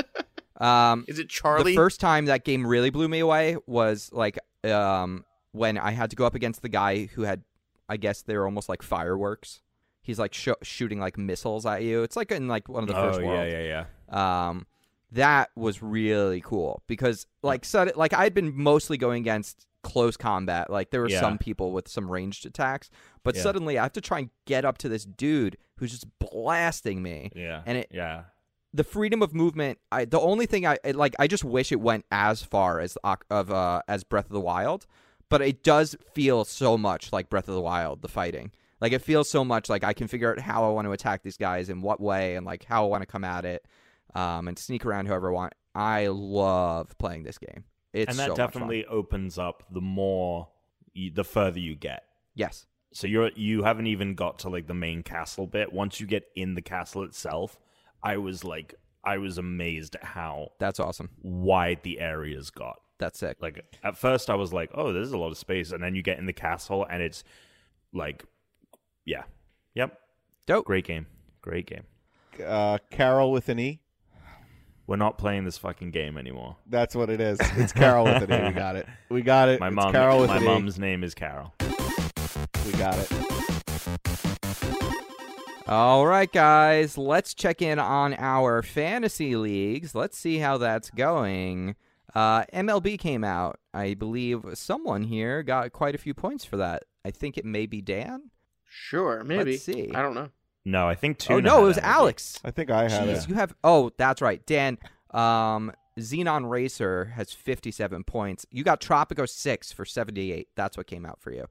Speaker 1: Um,
Speaker 2: Is it Charlie?
Speaker 1: the first time that game really blew me away was like um, when I had to go up against the guy who had, I guess they were almost like fireworks. He's like sho shooting like missiles at you. It's like in like one of the first
Speaker 3: oh
Speaker 1: worlds.
Speaker 3: yeah, yeah, yeah.
Speaker 1: um, that was really cool because like so like I'd been mostly going against close combat. Like there were
Speaker 3: Yeah.
Speaker 1: some people with some ranged attacks, but
Speaker 3: Yeah.
Speaker 1: suddenly I have to try and get up to this dude who's just blasting me.
Speaker 3: Yeah.
Speaker 1: And it-
Speaker 3: yeah.
Speaker 1: The freedom of movement. I the only thing I it, like I just wish it went as far as Oc- of uh, as Breath of the Wild, but it does feel so much like Breath of the Wild. The fighting. Like it feels so much like I can figure out how I want to attack these guys in what way and like how I want to come at it um, and sneak around whoever I want. I love playing this game. It's
Speaker 3: and that
Speaker 1: so much fun.
Speaker 3: definitely opens up the more you, the further you get.
Speaker 1: yes,
Speaker 3: So you're you haven't even got to like the main castle bit. Once you get in the castle itself, I was like I was amazed at how
Speaker 1: that's awesome.
Speaker 3: wide the areas got.
Speaker 1: That's sick.
Speaker 3: Like at first I was like, "Oh, there's a lot of space." And then you get in the castle and it's like yeah. Yep.
Speaker 1: Dope.
Speaker 3: Great game. Great game.
Speaker 4: Uh, Carol with an E.
Speaker 3: We're not playing this fucking game anymore.
Speaker 4: That's what it is. It's Carol with an E. We got it. We got it.
Speaker 3: My
Speaker 4: it's
Speaker 3: mom
Speaker 4: Carol with
Speaker 3: my
Speaker 4: an
Speaker 3: mom's name is Carol.
Speaker 4: E. We got it.
Speaker 1: All right, guys, let's check in on our fantasy leagues. Let's see how that's going. Uh, MLB came out. I believe someone here got quite a few points for that. I think it may be Dan.
Speaker 2: sure, maybe.
Speaker 1: Let's see.
Speaker 2: I don't know.
Speaker 3: No, I think two.
Speaker 1: Oh no, it was Alex.
Speaker 4: I think I have
Speaker 1: Jeez,
Speaker 4: it.
Speaker 1: you have. Oh, that's right, Dan. Um, Xenon Racer has fifty-seven points. You got Tropico Six for seventy-eight. That's what came out for you,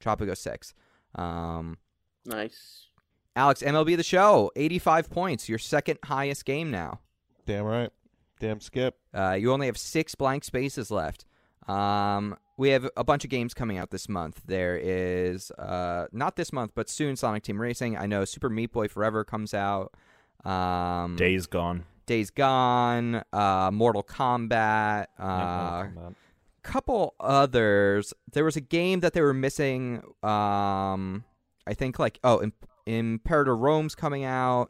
Speaker 1: Tropico Six. Um,
Speaker 2: Nice.
Speaker 1: Alex, MLB the Show, eighty-five points. Your second highest game now.
Speaker 4: Damn right. Damn skip.
Speaker 1: Uh, you only have six blank spaces left. Um, we have a bunch of games coming out this month. There is uh, not this month, but soon Sonic Team Racing. I know Super Meat Boy Forever comes out. Um,
Speaker 3: Days gone.
Speaker 1: Days Gone, uh, Mortal Kombat, a uh, couple others. There was a game that they were missing. Um, I think like oh, Im- Imperator Rome's coming out.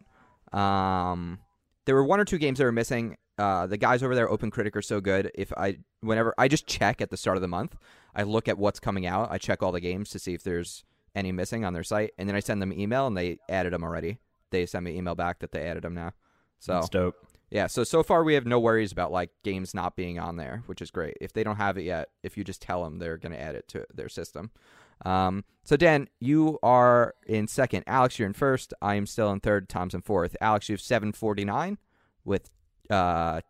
Speaker 1: Um, there were one or two games that were missing. Uh, the guys over there, Open Critic, are so good. If I whenever I just check at the start of the month, I look at what's coming out. I check all the games to see if there's any missing on their site, and then I send them email, and they added them already. They send me email back that they added them now. So
Speaker 3: That's dope.
Speaker 1: yeah, so so far we have no worries about like games not being on there, which is great. If they don't have it yet, if you just tell them, they're going to add it to their system. Um, so Dan, you are in second. Alex, you're in first. I am still in third. Tom's in fourth. Alex, you have 749 with uh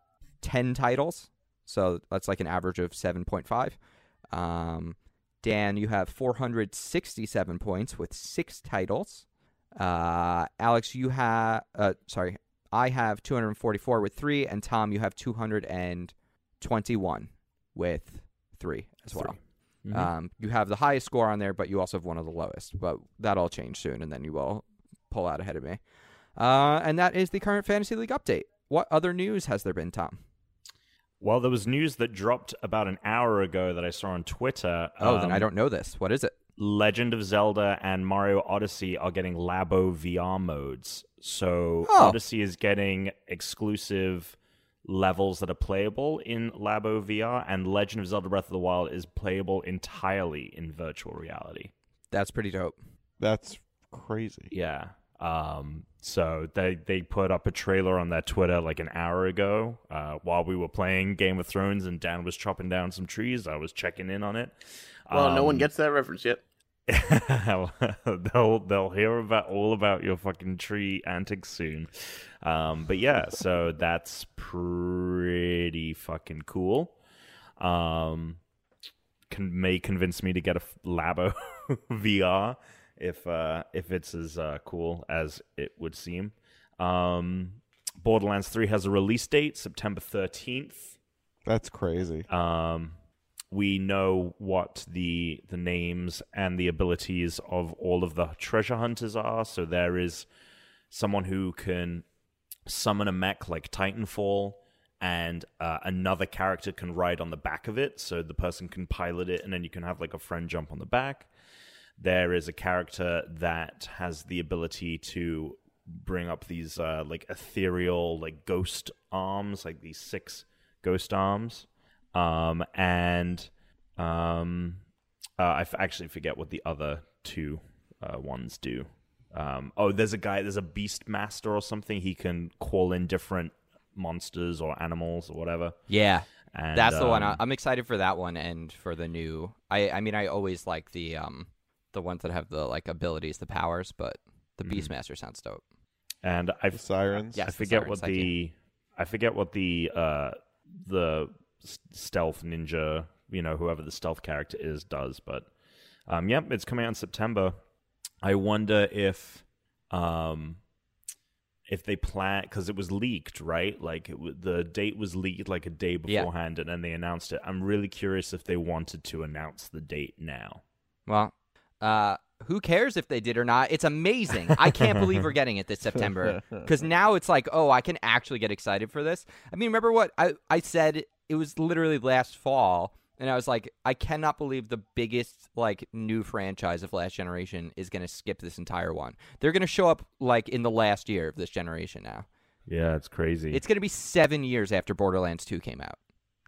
Speaker 1: 10 titles. So that's like an average of 7.5. Um, Dan, you have 467 points with six titles. Uh, Alex, you have uh, sorry, I have 244 with three, and Tom, you have 221 with three as well.
Speaker 3: Mhm.
Speaker 1: Um, you have the highest score on there, but you also have one of the lowest. But that'll change soon, and then you will pull out ahead of me. Uh, and that is the current fantasy league update. What other news has there been, Tom?
Speaker 3: Well, there was news that dropped about an hour ago that I saw on Twitter.
Speaker 1: Oh, then I
Speaker 3: Um,
Speaker 1: don't know this. What is it?
Speaker 3: Legend of Zelda and Mario Odyssey are getting Labo VR modes. So
Speaker 1: Oh.
Speaker 3: Odyssey is getting exclusive levels that are playable in Labo VR, and Legend of Zelda Breath of the Wild is playable entirely in virtual reality.
Speaker 1: That's pretty dope.
Speaker 4: That's crazy.
Speaker 3: Yeah. Um, so they they put up a trailer on their Twitter like an hour ago uh, while we were playing Game of Thrones and Dan was chopping down some trees. I was checking in on it.
Speaker 2: Well, no one
Speaker 3: Um,
Speaker 2: gets that reference yet.
Speaker 3: they'll they'll hear about all about your fucking tree antics soon. Um, but yeah, so that's pretty fucking cool. Um, can may convince me to get a f- Labo VR if uh, if it's as uh, cool as it would seem. Um, Borderlands Three has a release date, September thirteenth.
Speaker 4: That's crazy.
Speaker 3: Um, we know what the the names and the abilities of all of the treasure hunters are. So there is someone who can summon a mech like Titanfall, and uh, another character can ride on the back of it. So the person can pilot it, and then you can have like a friend jump on the back. There is a character that has the ability to bring up these uh, like ethereal like ghost arms, like these six ghost arms, um, and um, uh, I f- actually forget what the other two uh, ones do. Um, oh, there's a guy, there's a beast master or something. He can call in different monsters or animals or whatever.
Speaker 1: Yeah,
Speaker 3: And,
Speaker 1: that's the one.
Speaker 3: um,
Speaker 1: I, I'm excited for that one and for the new. I I mean, I always like the um the ones that have the like abilities, the powers, but the Beastmaster sounds dope.
Speaker 3: and I
Speaker 4: The sirens.
Speaker 1: Yeah.
Speaker 3: I
Speaker 1: Yes, the
Speaker 3: forget
Speaker 1: sirens,
Speaker 3: what
Speaker 1: I do.
Speaker 3: the I forget what the uh the s- stealth ninja, you know, whoever the stealth character is does, but um yep, it's coming out in September. I wonder if um if they plan cuz it was leaked, right? Like it w- the date was leaked like a day
Speaker 1: Yeah.
Speaker 3: beforehand and then they announced it. I'm really curious if they wanted to announce the date now.
Speaker 1: Well, uh, who cares if they did or not? It's amazing. I can't believe we're getting it this September because now it's like, oh, I can actually get excited for this. I mean, remember what I, I said? It was literally last fall, and I was like, I cannot believe the biggest like new franchise of last generation is going to skip this entire one. They're going to show up like in the last year of this generation now.
Speaker 3: Yeah, it's crazy.
Speaker 1: It's going to be seven years after Borderlands Two came out.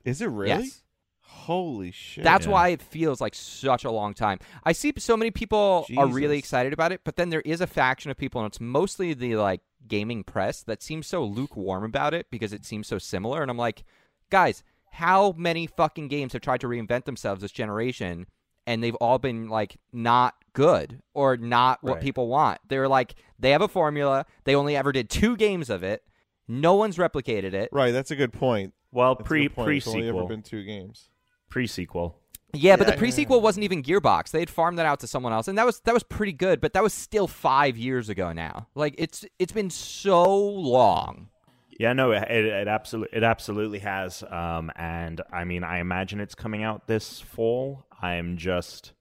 Speaker 4: Is it really?
Speaker 1: Yes.
Speaker 4: Holy shit.
Speaker 1: That's
Speaker 3: Yeah.
Speaker 1: why it feels like such a long time. I see so many people are really
Speaker 4: Jesus.
Speaker 1: excited about it, but then there is a faction of people, and it's mostly the like gaming press that seems so lukewarm about it because it seems so similar. And I'm like, guys, how many fucking games have tried to reinvent themselves this generation, and they've all been like not good or not what
Speaker 3: Right.
Speaker 1: people want? They're like they have a formula. They only ever did two games of it. No one's replicated it.
Speaker 4: right. That's a good point.
Speaker 3: well,
Speaker 4: That's a
Speaker 3: pre
Speaker 4: good point.
Speaker 3: pre
Speaker 4: It's only ever
Speaker 3: sequel.
Speaker 4: been two games.
Speaker 3: Pre sequel.
Speaker 1: Yeah, but
Speaker 2: Yeah,
Speaker 1: the prequel wasn't even Gearbox. They had farmed that out to someone else, and that was that was pretty good. But that was still five years ago now. Like it's it's been so long.
Speaker 3: Yeah, no, it it, it absolutely it absolutely has. Um, and I mean, I imagine it's coming out this fall. I'm just,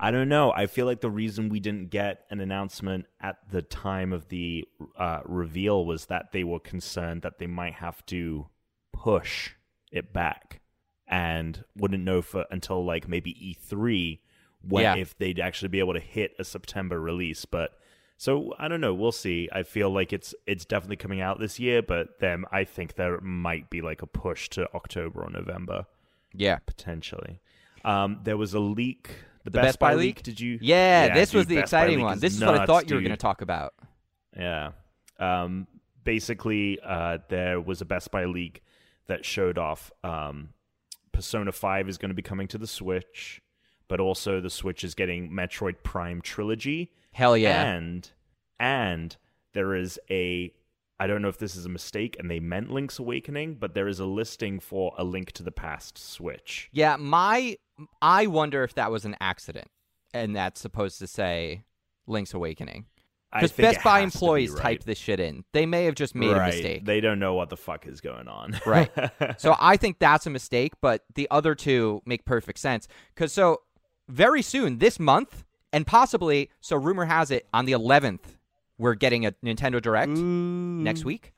Speaker 3: I don't know. I feel like the reason we didn't get an announcement at the time of the uh, reveal was that they were concerned that they might have to push it back and wouldn't know for until like maybe E3 when
Speaker 1: Yeah.
Speaker 3: if they'd actually be able to hit a September release. But so I don't know. We'll see. I feel like it's it's definitely coming out this year, but then I think there might be like a push to October or November
Speaker 1: Yeah,
Speaker 3: potentially. Um, there was a leak. The,
Speaker 1: the Best, Buy, leak.
Speaker 3: Did you?
Speaker 1: Yeah, this was
Speaker 3: dude,
Speaker 1: the
Speaker 3: Best Buy
Speaker 1: exciting
Speaker 3: leak
Speaker 1: one.
Speaker 3: is
Speaker 1: This is what I
Speaker 3: nuts,
Speaker 1: thought you were
Speaker 3: dude.
Speaker 1: going to talk about.
Speaker 3: Yeah. Um, basically, uh, there was a Best Buy leak that showed off um, Persona 5 is going to be coming to the Switch, but also the Switch is getting Metroid Prime Trilogy.
Speaker 1: Hell yeah!
Speaker 3: And and there is a I don't know if this is a mistake and they meant Link's Awakening, but there is a listing for a Link to the Past Switch.
Speaker 1: Yeah, my I wonder if that was an accident, and that's supposed to say Link's Awakening
Speaker 3: I
Speaker 1: because
Speaker 3: think
Speaker 1: Best
Speaker 3: it
Speaker 1: Buy
Speaker 3: has to be,
Speaker 1: employees
Speaker 3: right?
Speaker 1: type this shit in. They may have just made
Speaker 3: right.
Speaker 1: a mistake.
Speaker 3: They don't know what the fuck is going on.
Speaker 1: Right. so I think that's a mistake, but the other two make perfect sense. Because so very soon this month, and possibly, so rumor has it on the 11th, we're getting a Nintendo Direct next week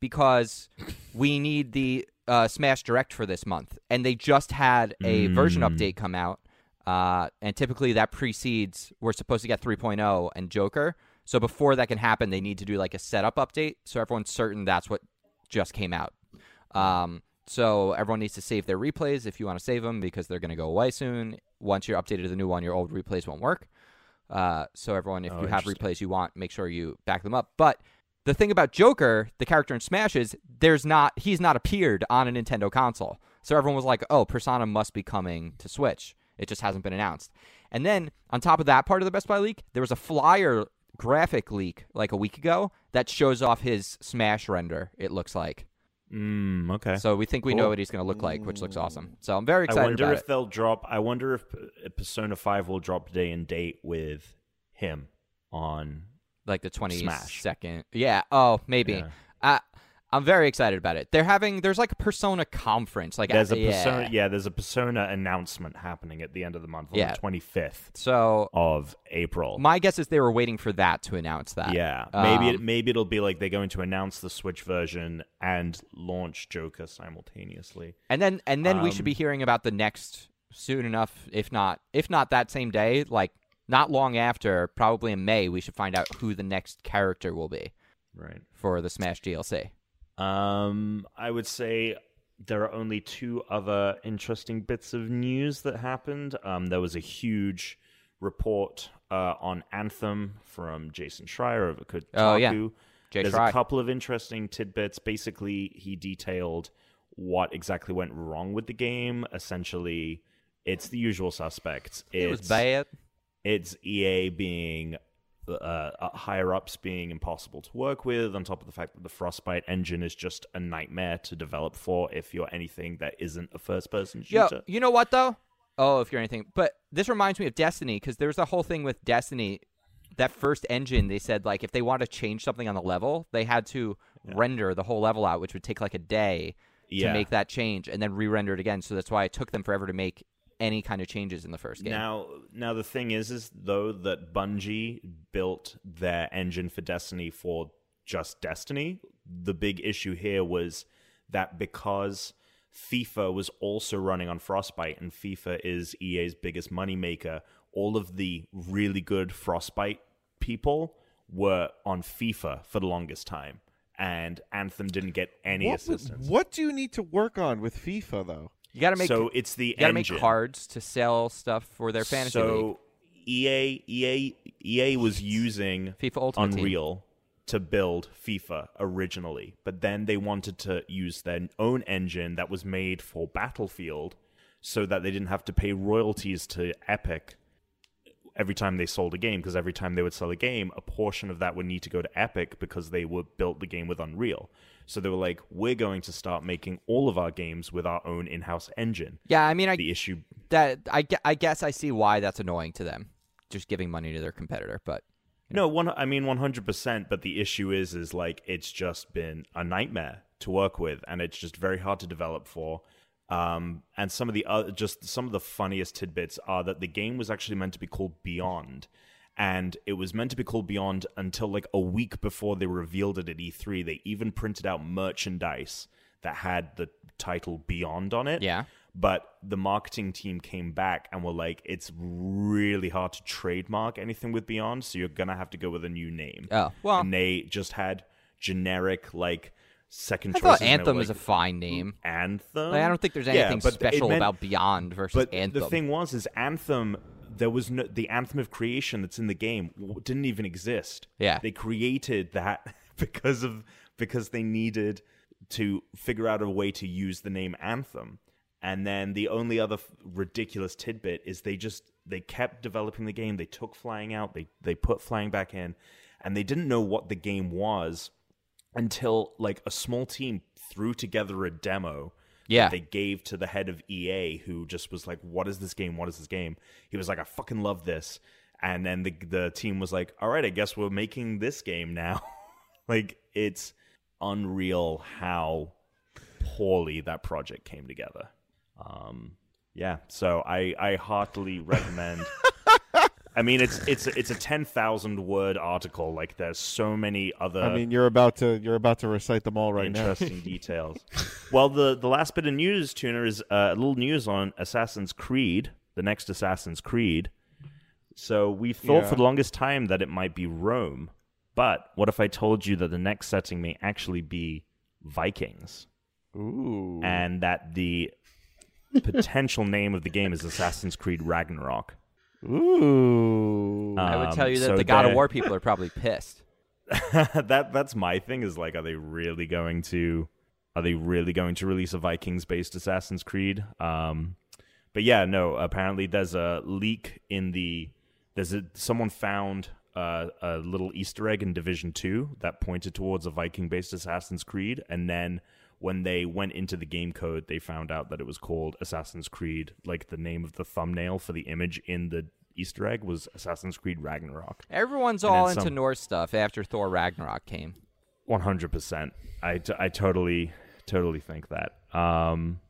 Speaker 1: because we need the uh, Smash Direct for this month, and they just had a version
Speaker 3: Mm.
Speaker 1: update come out. Uh, and typically that precedes we're supposed to get 3.0 and Joker. So before that can happen, they need to do like a setup update. So everyone's certain that's what just came out. Um, so everyone needs to save their replays if you want to save them because they're going to go away soon. Once you're updated to the new one, your old replays won't work. Uh, so everyone, if
Speaker 3: Oh,
Speaker 1: you have
Speaker 3: interesting.
Speaker 1: replays you want, make sure you back them up. But the thing about Joker, the character in Smash, is there's not he's not appeared on a Nintendo console. So everyone was like, "Oh, Persona must be coming to Switch." It just hasn't been announced. And then on top of that part of the Best Buy leak, there was a flyer graphic leak like a week ago that shows off his Smash render. It looks like.
Speaker 3: Mm, okay.
Speaker 1: So we think we know
Speaker 3: Cool.
Speaker 1: what he's going to look like, which looks awesome. So I'm very
Speaker 3: I
Speaker 1: excited
Speaker 3: wonder
Speaker 1: about
Speaker 3: if
Speaker 1: it.
Speaker 3: they'll drop. I wonder if uh, Persona Five will drop day and date with him on.
Speaker 1: Like the 22nd.
Speaker 3: Smash.
Speaker 1: Yeah. Oh, maybe.
Speaker 3: Yeah.
Speaker 1: I, I'm very excited about it. They're having there's like a Persona conference. Like
Speaker 3: There's a
Speaker 1: yeah.
Speaker 3: persona. Yeah, there's a Persona announcement happening at the end of the month on
Speaker 1: Yeah.
Speaker 3: the 25th
Speaker 1: So
Speaker 3: of April.
Speaker 1: my guess is they were waiting for that to announce that.
Speaker 3: yeah, maybe it,
Speaker 1: Um,
Speaker 3: maybe it'll be like they're going to announce the Switch version and launch Joker simultaneously.
Speaker 1: And then and then we should
Speaker 3: Um,
Speaker 1: be hearing about the next soon enough, if not if not that same day, like not long after, probably in May, we should find out who the next character will be
Speaker 3: Right.
Speaker 1: for the Smash DLC.
Speaker 3: Um, I would say there are only two other interesting bits of news that happened. Um, there was a huge report uh, on Anthem from Jason Schreier of Kotaku.
Speaker 1: Oh, yeah. Jay
Speaker 3: There's
Speaker 1: Schreier.
Speaker 3: a couple of interesting tidbits. Basically, he detailed what exactly went wrong with the game. Essentially, it's the usual suspects.
Speaker 1: It was
Speaker 3: It's-
Speaker 1: bad.
Speaker 3: it's EA being uh, uh, higher ups being impossible to work with, on top of the fact that the Frostbite engine is just a nightmare to develop for if you're anything that isn't a first person
Speaker 1: Yo,
Speaker 3: shooter.
Speaker 1: you know what though? Oh, if you're anything, but this reminds me of Destiny because there's the whole thing with Destiny. That first engine, they said like if they want to change something on the level, they had to render the whole level out, which would take like a day
Speaker 3: Yeah.
Speaker 1: to make that change and then re-render it again. So that's why it took them forever to make any kind of changes in the first game.
Speaker 3: Now, now the thing is, is though that Bungie built their engine for Destiny for just Destiny. The big issue here was that because FIFA was also running on Frostbite, and FIFA is EA's biggest moneymaker. All of the really good Frostbite people were on FIFA for the longest time, and Anthem didn't get any
Speaker 4: What, would-
Speaker 3: assistance.
Speaker 4: what do you need to work on with FIFA though?
Speaker 1: you gotta make
Speaker 3: so
Speaker 1: you
Speaker 3: it's the
Speaker 1: gotta
Speaker 3: engine.
Speaker 1: make cards to sell stuff for their fantasy league.
Speaker 3: so E EA EA EA E was using
Speaker 1: FIFA Ultimate Team.
Speaker 3: Unreal to build FIFA originally, but then they wanted to use their own engine that was made for Battlefield so that they didn't have to pay royalties to Epic every time they sold a game because every time they would sell a game a portion of that would need to go to epic because they were built the game with unreal so they were like we're going to start making all of our games with our own in-house engine
Speaker 1: Yeah, I mean, I
Speaker 3: the issue
Speaker 1: that I, gue- I guess I see why that's annoying to them, just giving money to their competitor. But
Speaker 3: No, one. I mean, one hundred percent. But the issue is, is like it's just been a nightmare to work with, and it's just very hard to develop for. Um, and some of the other, just some of the funniest tidbits are that the game was actually meant to be called Beyond, and it was meant to be called Beyond until like a week before they revealed it at E3. They even printed out merchandise that had the title Beyond on it
Speaker 1: yeah,
Speaker 3: but the marketing team came back and were like it's really hard to trademark anything with beyond so you're gonna have to go with a new name
Speaker 1: oh well,
Speaker 3: and they just had generic like second
Speaker 1: I thought
Speaker 3: choices, and they
Speaker 1: Anthem
Speaker 3: were
Speaker 1: was a
Speaker 3: like,
Speaker 1: fine name.
Speaker 3: anthem
Speaker 1: Like, I don't think there's
Speaker 3: Yeah,
Speaker 1: anything
Speaker 3: but it
Speaker 1: special
Speaker 3: meant-
Speaker 1: about Beyond versus
Speaker 3: but
Speaker 1: Anthem.
Speaker 3: the thing was is anthem there was no the anthem of creation that's in the game w- didn't even exist
Speaker 1: Yeah.
Speaker 3: they created that because of because they needed to figure out a way to use the name anthem and then the only other f- ridiculous tidbit is they just they kept developing the game they took flying out they they put flying back in and they didn't know what the game was until like a small team threw together a demo
Speaker 1: Yeah.
Speaker 3: that they gave to the head of EA who just was like what is this game what is this game he was like I fucking love this and then the the team was like all right I guess we're making this game now like it's unreal how poorly that project came together um yeah so I I heartily recommend I mean, it's it's it's a ten thousand word article. Like, there's so many other
Speaker 1: Uh,
Speaker 4: I mean, you're about to you're about to recite them all right now.
Speaker 3: interesting details. Well, the the last bit of news, tuner, is uh, a little news on Assassin's Creed, the next Assassin's Creed. So we thought
Speaker 4: Yeah.
Speaker 3: for the longest time that it might be Rome, but what if I told you that the next setting may actually be Vikings,
Speaker 4: Ooh.
Speaker 3: and that the potential name of the game is Assassin's Creed Ragnarok?
Speaker 4: Ooh.
Speaker 1: I would
Speaker 3: Um,
Speaker 1: tell you that
Speaker 3: so
Speaker 1: the God of
Speaker 3: there-
Speaker 1: War people are probably pissed.
Speaker 3: that that's my thing is like are they really going to are they really going to release a vikings based assassin's creed um but yeah no apparently there's a leak in the there's a someone found uh, a little easter egg in division 2 that pointed towards a viking based assassin's creed and then when they went into the game code they found out that it was called assassin's creed like the name of the thumbnail for the image in the easter egg was assassin's creed ragnarok
Speaker 1: Everyone's
Speaker 3: And then
Speaker 1: all into
Speaker 3: some-
Speaker 1: Norse stuff after Thor Ragnarok came.
Speaker 3: One hundred percent. I t- I totally totally think that. Um,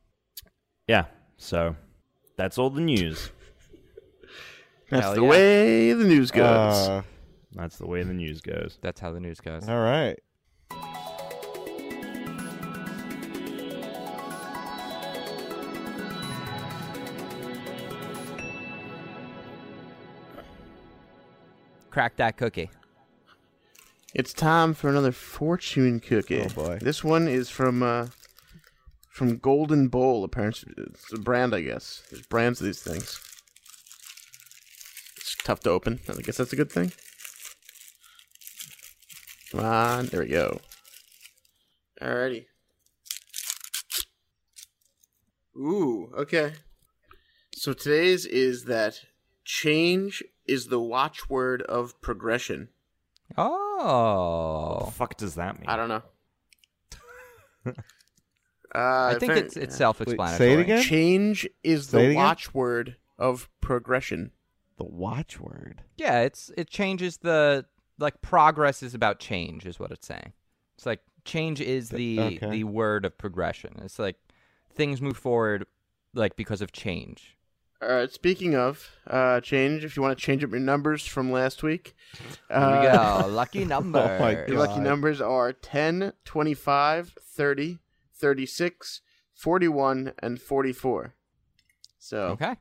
Speaker 3: yeah. So that's all the news.
Speaker 2: That's
Speaker 1: Hell
Speaker 2: the
Speaker 1: yeah.
Speaker 2: way the news goes.
Speaker 4: Uh,
Speaker 3: That's the way the news goes.
Speaker 1: That's how the news goes.
Speaker 4: all right.
Speaker 1: crack that cookie.
Speaker 2: It's time for another fortune cookie.
Speaker 4: Oh, boy.
Speaker 2: This one is from uh, from Golden Bowl. Apparently, it's a brand, I guess. There's brands of these things. It's tough to open. I guess that's a good thing. Come on, there we go. Alrighty. Ooh, okay. So today's is that change is the watchword of progression.
Speaker 3: What the
Speaker 1: Oh,
Speaker 3: fuck does that mean?
Speaker 2: I don't know. uh,
Speaker 1: I think
Speaker 2: apparent-
Speaker 1: it's it's
Speaker 2: yeah.
Speaker 4: Wait,
Speaker 1: self-explanatory.
Speaker 4: say it again.
Speaker 2: change is
Speaker 4: Say it
Speaker 2: the
Speaker 4: again?
Speaker 2: watchword of progression.
Speaker 4: The watchword.
Speaker 1: Yeah, it's it changes the like progress is about change is what it's saying. It's like change is the
Speaker 4: okay.
Speaker 1: the word of progression. It's like things move forward like because of change.
Speaker 2: All right. Speaking of uh, change, if you want to change up your numbers from last week,
Speaker 1: Here
Speaker 2: uh,
Speaker 1: we go. Lucky number.
Speaker 2: Your lucky
Speaker 4: God.
Speaker 2: numbers are 10, 25, 30, 36, 41, and 44. So
Speaker 1: Okay.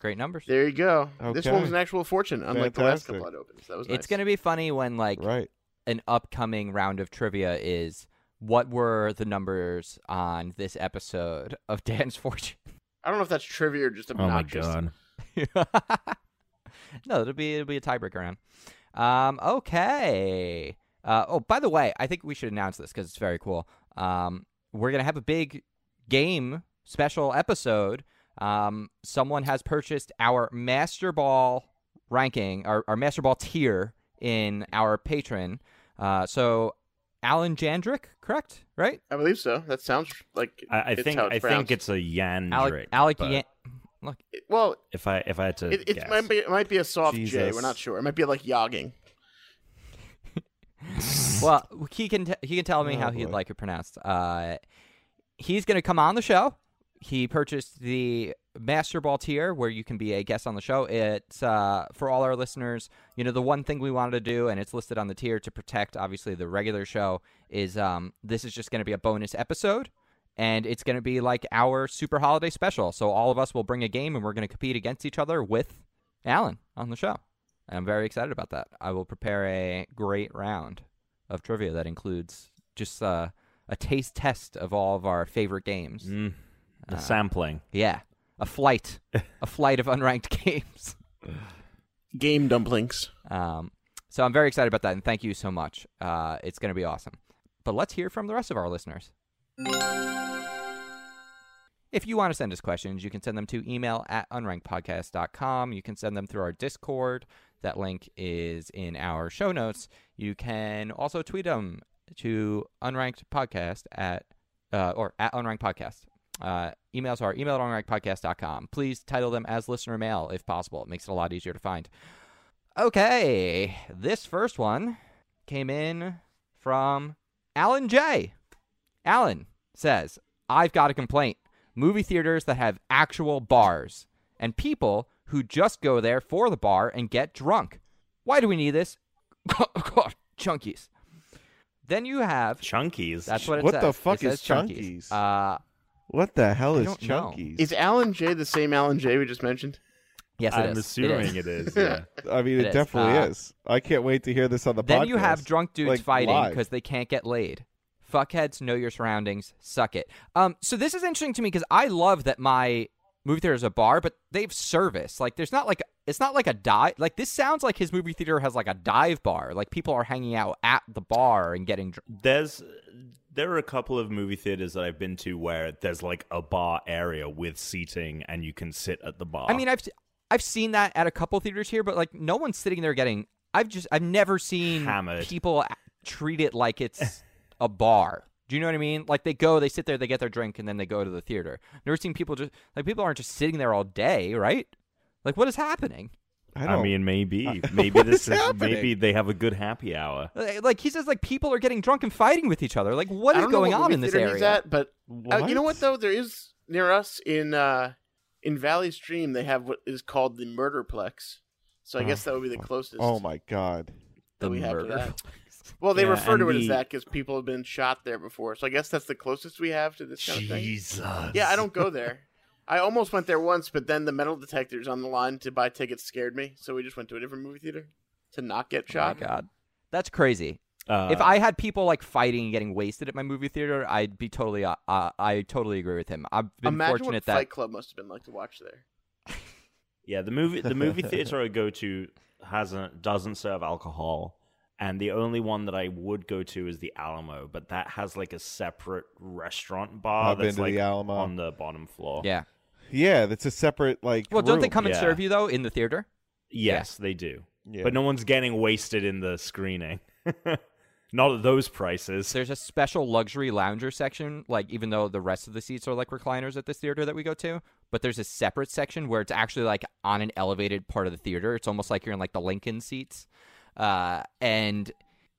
Speaker 1: Great numbers.
Speaker 2: there you go. This
Speaker 4: Okay.
Speaker 2: one was an actual fortune, unlike the last
Speaker 4: Fantastic.
Speaker 2: couple I'd opened. So that was
Speaker 1: It's
Speaker 2: nice.
Speaker 1: going to be funny when like
Speaker 4: Right.
Speaker 1: an upcoming round of trivia is what were the numbers on this episode of Dan's Fortune?
Speaker 2: I don't know if that's trivia or
Speaker 1: Oh
Speaker 2: just obnoxious.
Speaker 1: no, it'll be it'll be a tiebreaker round. Um, okay. Uh, oh, by the way, I think we should announce this because it's very cool. Um, we're gonna have a big game special episode. Um, someone has purchased our Master Ball ranking, our, our Master Ball tier in our patron. Uh, so Alan Jandrick, correct? Right?
Speaker 2: I believe so. That sounds like
Speaker 3: I, I
Speaker 2: it's
Speaker 3: think
Speaker 2: how
Speaker 3: I think
Speaker 2: pronounced.
Speaker 3: it's a Yandrick.
Speaker 1: Alec, Alec
Speaker 3: but
Speaker 1: Yan-
Speaker 2: It- well.
Speaker 3: if I if I had
Speaker 1: Uh,
Speaker 3: to
Speaker 2: It, it
Speaker 3: guess.
Speaker 2: might be it might be a soft J. We're
Speaker 4: Jesus.
Speaker 2: not sure. It might be like yogging.
Speaker 1: well, he can t- he can tell me
Speaker 4: Oh,
Speaker 1: how he'd
Speaker 4: boy.
Speaker 1: like it pronounced. Uh, he's going to come on the show. He purchased the Master Ball tier, where you can be a guest on the show. It's uh, for all our listeners. You know, the one thing we wanted to do, and it's listed on the tier to protect, obviously, the regular show. Is um, this is just going to be a bonus episode, and it's going to be like our super holiday special. So all of us will bring a game, and we're going to compete against each other with Alan on the show. And I'm very excited about that. I will prepare a great round of trivia that includes just uh, a taste test of all of our favorite games.
Speaker 3: Mm, the
Speaker 1: Uh-huh.
Speaker 3: sampling.
Speaker 1: Yeah, a flight, a flight of unranked games.
Speaker 2: Game dumplings.
Speaker 1: Um, so I'm very excited about that, and thank you so much. Uh, it's going to be awesome. But let's hear from the rest of our listeners. If you want to send us questions, you can send them to email at unrankedpodcast.com. You can send them through our Discord. That link is in our show notes. You can also tweet them to unrankedpodcast at uh, or at unrankedpodcast. Uh, emails are email at unrankedpodcast.com. Please title them as listener mail if possible. It makes it a lot easier to find. Okay, this first one came in from Alan J. Alan says, I've got a complaint. Movie theaters that have actual bars and people who just go there for the bar and get drunk. Why do we need this? God, chunkies. Then you have.
Speaker 3: Chunkies.
Speaker 1: That's what it
Speaker 4: What
Speaker 1: says.
Speaker 4: the fuck
Speaker 1: It says
Speaker 4: is
Speaker 1: chunkies.
Speaker 4: chunkies?
Speaker 1: Uh,
Speaker 4: What the hell
Speaker 1: I
Speaker 4: is
Speaker 1: don't know.
Speaker 4: chunkies?
Speaker 2: Is Alan J the same Alan J we just mentioned?
Speaker 1: yes, it
Speaker 3: I'm
Speaker 1: is.
Speaker 3: assuming
Speaker 1: is.
Speaker 3: it is. Yeah.
Speaker 4: I mean,
Speaker 1: It
Speaker 4: it,
Speaker 1: is.
Speaker 4: definitely
Speaker 1: Uh,
Speaker 4: is. I can't wait to hear this on the podcast.
Speaker 1: Then you have drunk dudes
Speaker 4: like,
Speaker 1: fighting
Speaker 4: live.
Speaker 1: because they can't get laid. Fuckheads, know your surroundings, suck it. Um, so this is interesting to me because I love that my movie theater is a bar, but they've service. Like, there's not like it's not like a dive. Like this sounds like his movie theater has like a dive bar. Like people are hanging out at the bar and getting drunk.
Speaker 3: There's there are a couple of movie theaters that I've been to where there's like a bar area with seating and you can sit at the bar.
Speaker 1: I mean, I've I've seen that at a couple theaters here, but like no one's sitting there getting. I've just I've never seen
Speaker 3: Hammered.
Speaker 1: people a- treat it like it's a bar. Do you know what I mean? Like they go, they sit there, they get their drink, and then they go to the theater. Never seen people just like people aren't just sitting there all day, right? Like what is happening?
Speaker 4: I,
Speaker 3: I,
Speaker 4: don't,
Speaker 3: mean maybe maybe
Speaker 4: What
Speaker 3: this
Speaker 4: is
Speaker 3: is,
Speaker 4: happening?
Speaker 3: maybe they have a good happy hour.
Speaker 1: Uh, Like like, he says, like people are getting drunk and fighting with each other. Like what
Speaker 2: I
Speaker 1: is
Speaker 2: don't know
Speaker 1: going
Speaker 2: what
Speaker 1: on
Speaker 2: movie
Speaker 1: in this
Speaker 2: theater he's
Speaker 1: area?
Speaker 2: at, but uh, you know what though? There is near us in uh, in Valley Stream. They have what is called the Murderplex. So I guess that would be the closest.
Speaker 4: Oh my god!
Speaker 2: that we have to
Speaker 1: murder.
Speaker 2: that. Well, they
Speaker 3: Yeah,
Speaker 2: refer to
Speaker 3: and
Speaker 2: it as
Speaker 3: the-
Speaker 2: that because people have been shot there before. So I guess that's the closest we have to this kind of thing.
Speaker 3: Jesus.
Speaker 2: Yeah, I don't go there. I almost went there once, but then the metal detectors on the line to buy tickets scared me, so we just went to a different movie theater. to not get
Speaker 1: Oh my
Speaker 2: shot.
Speaker 1: god, that's crazy.
Speaker 3: Uh,
Speaker 1: if I had people like fighting and getting wasted at my movie theater, I'd be totally. Uh, uh, I totally agree with him. I've been
Speaker 2: Imagine
Speaker 1: fortunate
Speaker 2: what
Speaker 1: that
Speaker 2: Fight Club must have been like to watch there.
Speaker 3: yeah, the movie the movie theater I go to hasn't doesn't serve alcohol, and the only one that I would go to is the Alamo, but that has like a separate restaurant
Speaker 1: Uh,
Speaker 3: bar
Speaker 4: I've been
Speaker 3: that's
Speaker 4: to
Speaker 3: like
Speaker 4: the Alamo.
Speaker 3: on the bottom floor.
Speaker 1: yeah.
Speaker 4: yeah, that's a separate like.
Speaker 1: Well, don't they
Speaker 4: room.
Speaker 1: come and
Speaker 3: yeah.
Speaker 1: serve you though in the theater?
Speaker 3: Yes, they do,
Speaker 4: Yeah.
Speaker 3: but no one's getting wasted in the screening. Not at those prices.
Speaker 1: There's a special luxury lounger section, like even though the rest of the seats are like recliners at this theater that we go to, but there's a separate section where it's actually like on an elevated part of the theater. It's almost like you're in like the Lincoln seats. Uh, and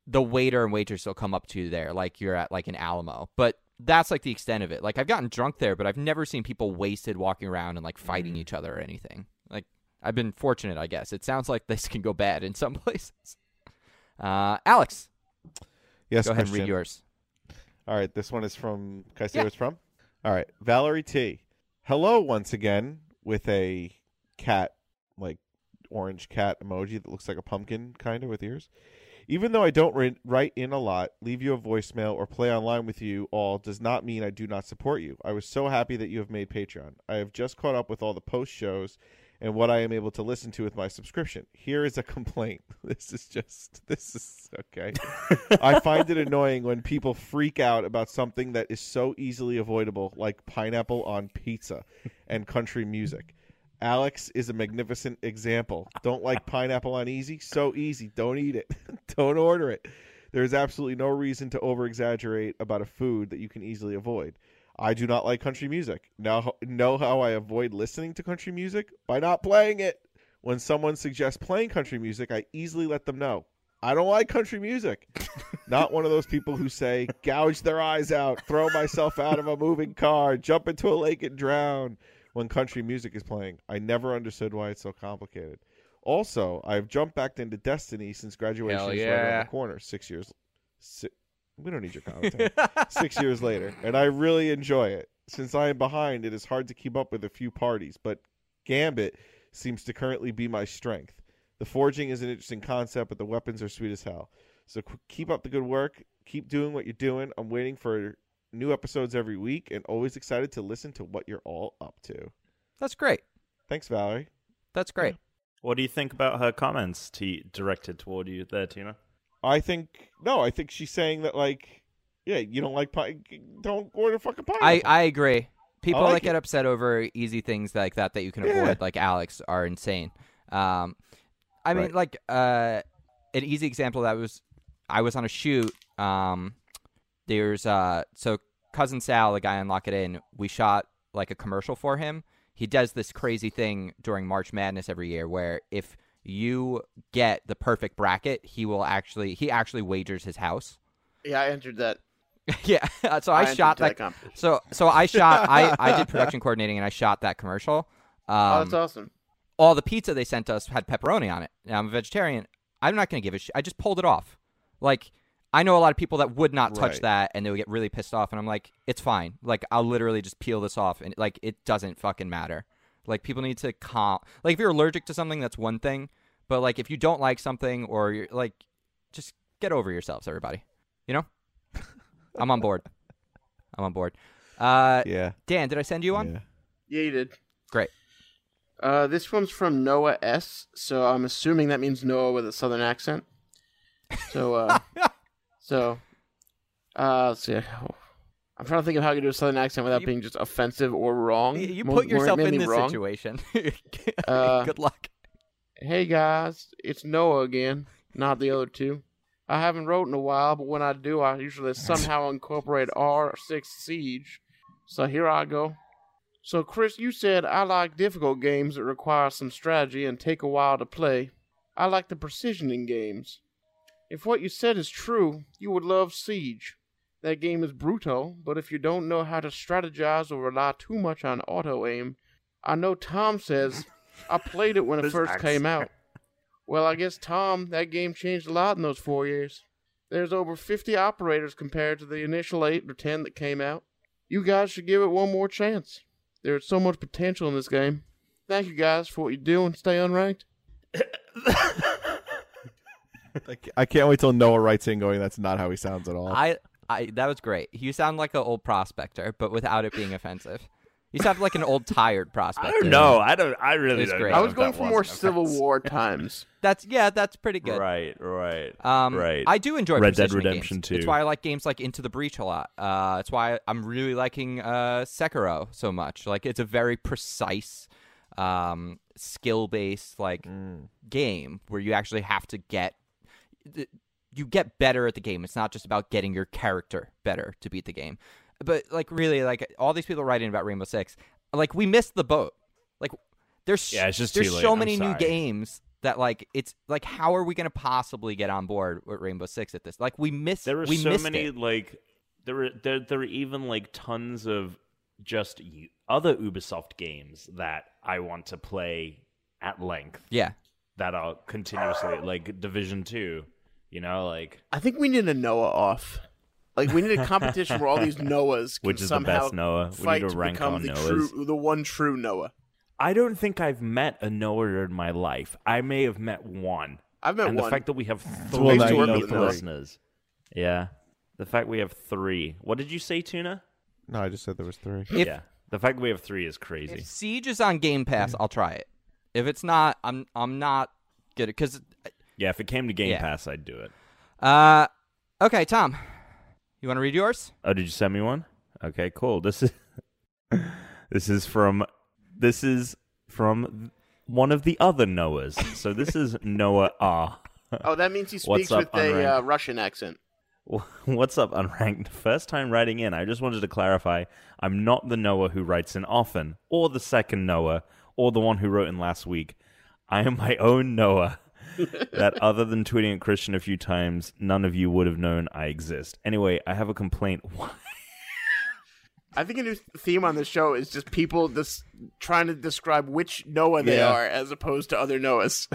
Speaker 1: the waiter and waitress will come up to you there, like you're at like an Alamo. But that's like the extent of it. Like I've gotten drunk there, but I've never seen people wasted walking around and like fighting each other or anything. Like I've been fortunate, I guess. It sounds like this can go bad in some places. Uh, Alex,
Speaker 4: yes,
Speaker 1: go ahead and
Speaker 4: Christian.
Speaker 1: read yours.
Speaker 4: All right, this one is from. Can I say
Speaker 1: Yeah.
Speaker 4: where it's from? All right, Valerie T. Hello once again with a cat, like orange cat emoji that looks like a pumpkin, kind of with ears. Even though I don't ri- write in a lot, leave you a voicemail, or play online with you all does not mean I do not support you. I was so happy that you have made Patreon. I have just caught up with all the post shows and what I am able to listen to with my subscription. Here is a complaint. This is just, this is okay. I find it annoying when people freak out about something that is so easily avoidable, like pineapple on pizza and country music. Alex is a magnificent example. Don't like pineapple on easy? So easy. Don't eat it. Don't order it. There is absolutely no reason to over exaggerate about a food that you can easily avoid. I do not like country music. Now know how I avoid listening to country music? By not playing it. When someone suggests playing country music, I easily let them know. I don't like country music. Not one of those people who say, gouge their eyes out, throw myself out of a moving car, jump into a lake and drown when country music is playing. I never understood why it's so complicated. Also, I've jumped back into Destiny since graduation
Speaker 2: Hell
Speaker 4: is right around
Speaker 2: yeah.
Speaker 4: the corner. Six years. Si- we don't need your commentary six years later, and I really enjoy it. Since I am behind, it is hard to keep up with a few parties, but Gambit seems to currently be my strength. The forging is an interesting concept, but the weapons are sweet as hell. So qu- keep up the good work. Keep doing what you're doing. I'm waiting for new episodes every week and always excited to listen to what you're all up to.
Speaker 1: That's great.
Speaker 4: Thanks, Valerie.
Speaker 1: That's great.
Speaker 3: What do you think about her comments t- directed toward you there, Tina?
Speaker 4: I think, no, I think she's saying that, like, yeah, you don't like pie. Don't order fucking pie.
Speaker 1: I, I agree. People
Speaker 4: like
Speaker 1: that
Speaker 4: it.
Speaker 1: get upset over easy things like that that you can
Speaker 4: Yeah.
Speaker 1: avoid, like Alex, are insane. Um, I mean,
Speaker 4: Right.
Speaker 1: like uh, an easy example of that was I was on a shoot. Um, there's uh, so cousin Sal, the guy on Lock It In, we shot like a commercial for him. He does this crazy thing during March Madness every year where if you get the perfect bracket, he will actually he actually wagers his house.
Speaker 2: Yeah, I entered that.
Speaker 1: yeah, so I,
Speaker 2: entered
Speaker 1: shot
Speaker 2: that
Speaker 1: that
Speaker 2: competition.
Speaker 1: so so I shot I I did production coordinating and I shot that commercial.
Speaker 2: oh,
Speaker 1: Um,
Speaker 2: that's awesome.
Speaker 1: all the pizza they sent us had pepperoni on it. Now I'm a vegetarian. I'm not going to give a shit. I just pulled it off. Like I know a lot of people that would not touch
Speaker 4: Right.
Speaker 1: that and they would get really pissed off and I'm like it's fine. Like I'll literally just peel this off and like it doesn't fucking matter. Like people need to calm. Like if you're allergic to something that's one thing, but like if you don't like something or you're like just get over yourselves everybody. You know? I'm on board. I'm on board. Uh
Speaker 4: yeah.
Speaker 1: Dan, did I send you one?
Speaker 4: yeah.
Speaker 2: Yeah, you did.
Speaker 1: Great.
Speaker 2: Uh, this one's from Noah S. So I'm assuming that means Noah with a southern accent. So, uh, so, uh, let's see. I'm trying to think of how I can do a southern accent without
Speaker 1: You-
Speaker 2: being just offensive or wrong.
Speaker 1: Y- You
Speaker 2: Mm, Mo-
Speaker 1: put yourself in
Speaker 2: mainly
Speaker 1: this
Speaker 2: wrong.
Speaker 1: situation.
Speaker 2: Uh,
Speaker 1: Good luck.
Speaker 2: Hey guys, it's Noah again, not the other two. I haven't wrote in a while, but when I do, I usually somehow incorporate R6 Siege. So here I go. So, Chris, you said I like difficult games that require some strategy and take a while to play. I like the precision in games. If what you said is true, you would love Siege. That game is brutal, but if you don't know how to strategize or rely too much on auto aim, I know Tom says I played it when it
Speaker 3: This
Speaker 2: first came out.
Speaker 3: accent.
Speaker 2: Well, I guess Tom, that game changed a lot in those four years. There's over 50 operators compared to the initial eight or ten that came out. You guys should give it one more chance. There's so much potential in this game. Thank you guys for what you do and stay unranked.
Speaker 4: Like, I can't wait till Noah writes in going, that's not how he sounds at all.
Speaker 1: I, I that was great. You sound like an old prospector, but without it being offensive. You sound like an old tired prospector.
Speaker 3: I don't know. I don't. I
Speaker 1: uh,
Speaker 3: really
Speaker 1: It's
Speaker 3: don't.
Speaker 1: great.
Speaker 3: know
Speaker 1: I
Speaker 2: I was
Speaker 3: if
Speaker 2: going
Speaker 3: that
Speaker 2: for more
Speaker 3: was-
Speaker 2: Civil War times.
Speaker 1: That's yeah, that's pretty good.
Speaker 3: Right. Right.
Speaker 1: Um,
Speaker 3: right.
Speaker 1: I do enjoy
Speaker 3: Red Dead
Speaker 1: positioning games.
Speaker 3: Redemption 2.
Speaker 1: It's why I like games like Into the Breach a lot. Uh, it's why I'm really liking uh, Sekiro so much. Like it's a very precise, um, skill based like
Speaker 3: Mm.
Speaker 1: game where you actually have to get th- you get better at the game. It's not just about getting your character better to beat the game. But like really, like all these people writing about Rainbow Six, like we missed the boat. Like there's
Speaker 3: Yeah, it's just
Speaker 1: there's
Speaker 3: too late.
Speaker 1: so
Speaker 3: I'm
Speaker 1: many new
Speaker 3: sorry.
Speaker 1: games that like it's like how are we going to possibly get on board with Rainbow Six at this? Like we missed
Speaker 3: There were
Speaker 1: we
Speaker 3: so
Speaker 1: missed
Speaker 3: many
Speaker 1: it.
Speaker 3: like there were there there were even like tons of just u- other Ubisoft games that I want to play at length
Speaker 1: Yeah.
Speaker 3: that are continuously like Division Two. You know, like
Speaker 2: I think we need a Noah off. Like we need a competition where all these Noahs can
Speaker 3: Which is the
Speaker 2: somehow
Speaker 3: best Noah? We need
Speaker 2: fight
Speaker 3: to
Speaker 2: to
Speaker 3: rank
Speaker 2: become
Speaker 3: our
Speaker 2: the
Speaker 3: Noahs.
Speaker 2: true, the one true Noah.
Speaker 3: I don't think I've met a Noah in my life. I may have met one,
Speaker 2: I've met
Speaker 3: and
Speaker 2: one.
Speaker 3: the fact that we have
Speaker 4: Well,
Speaker 3: three
Speaker 4: now you
Speaker 2: know
Speaker 3: people
Speaker 2: three.
Speaker 3: listeners, yeah, the fact we have three. What did you say, Tuna?
Speaker 4: no, I just said there was three.
Speaker 1: If
Speaker 3: yeah, the fact that we have three is crazy.
Speaker 1: if Siege is on Game Pass, I'll try it. If it's not, I'm I'm not good because
Speaker 3: yeah, if it came to Game
Speaker 1: Yeah.
Speaker 3: Pass, I'd do it.
Speaker 1: uh okay, Tom. You want to read yours?
Speaker 3: Oh, did you send me one? Okay, cool. This is this is from this is from one of the other Noahs. So this is Noah R.
Speaker 2: oh, that means he
Speaker 3: What's
Speaker 2: speaks
Speaker 3: up,
Speaker 2: with a
Speaker 3: Unranked?
Speaker 2: uh, Russian accent.
Speaker 3: What's up, unranked? First time writing in. I just wanted to clarify. I'm not the Noah who writes in often, or the second Noah, or the one who wrote in last week. I am my own Noah. that other than tweeting at Christian a few times, none of you would have known I exist. Anyway, I have a complaint. Why
Speaker 2: I think a new theme on this show is just people just trying to describe which Noah they
Speaker 4: Yeah.
Speaker 2: are as opposed to other Noahs.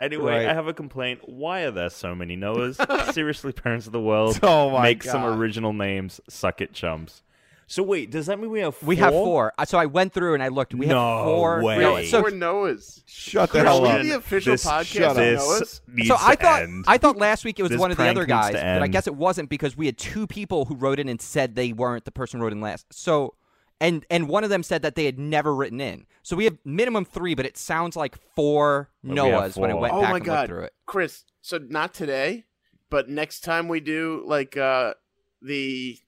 Speaker 3: anyway,
Speaker 4: Right.
Speaker 3: I have a complaint. Why are there so many Noahs? Seriously, parents of the world,
Speaker 4: Oh my
Speaker 3: make some
Speaker 4: God.
Speaker 3: original names. Suck it, chumps. So wait, does that mean we have four?
Speaker 1: We have four. Uh, So I went through and I looked. We
Speaker 3: No
Speaker 1: have four.
Speaker 3: way.
Speaker 1: real- So
Speaker 2: We're Noahs.
Speaker 4: Shut the
Speaker 2: Are
Speaker 4: hell
Speaker 2: we
Speaker 4: up.
Speaker 2: the official
Speaker 3: this,
Speaker 2: podcast
Speaker 4: of
Speaker 3: this
Speaker 2: Noahs?
Speaker 3: needs
Speaker 1: So I
Speaker 3: to
Speaker 1: thought
Speaker 3: end.
Speaker 1: I thought last week it was
Speaker 3: This
Speaker 1: one of the
Speaker 3: prank
Speaker 1: other
Speaker 3: needs
Speaker 1: guys,
Speaker 3: to
Speaker 1: but I
Speaker 3: end.
Speaker 1: guess it wasn't because we had two people who wrote in and said they weren't the person who wrote in last. So and and one of them said that they had never written in. So we have minimum three, but it sounds like four
Speaker 3: Well, we have
Speaker 1: Noahs when I
Speaker 3: four.
Speaker 1: went
Speaker 2: Oh
Speaker 1: back
Speaker 2: my
Speaker 1: and
Speaker 2: God.
Speaker 1: looked through it.
Speaker 2: Chris, so not today, but next time we do like uh the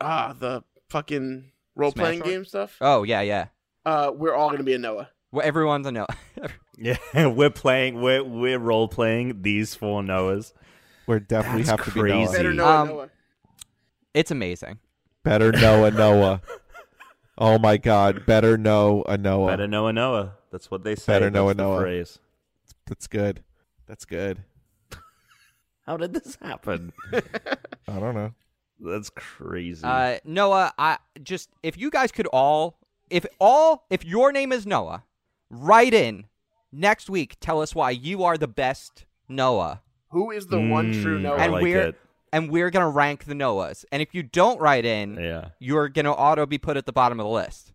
Speaker 2: ah the fucking role playing
Speaker 1: Smash
Speaker 2: game stuff,
Speaker 1: Oh yeah, yeah.
Speaker 2: uh we're all gonna be a Noah.
Speaker 1: Well, everyone's a Noah.
Speaker 3: Yeah, we're playing. We're we're role playing these four Noahs.
Speaker 4: We're definitely
Speaker 3: That's
Speaker 4: have to be
Speaker 3: crazy.
Speaker 4: Noah.
Speaker 2: Better
Speaker 3: Um,
Speaker 2: Noah Noah.
Speaker 1: it's amazing.
Speaker 4: Better Noah Noah. Oh my God. Better know a Noah.
Speaker 3: Better Noah Noah. That's what they say.
Speaker 4: Better
Speaker 3: That's
Speaker 4: Noah
Speaker 3: the
Speaker 4: Noah.
Speaker 3: Phrase.
Speaker 4: That's good. That's good.
Speaker 3: How did this happen?
Speaker 4: I don't know.
Speaker 3: That's crazy.
Speaker 1: Uh, Noah, I just if you guys could all, if all, if your name is Noah, write in next week. Tell us why you are the best Noah.
Speaker 2: Who is the one true
Speaker 3: Mm,
Speaker 2: Noah?
Speaker 3: I
Speaker 1: and
Speaker 3: like
Speaker 1: we're
Speaker 3: it.
Speaker 1: and we're gonna rank the Noahs. And if you don't write in,
Speaker 3: yeah.
Speaker 1: you're gonna auto be put at the bottom of the list.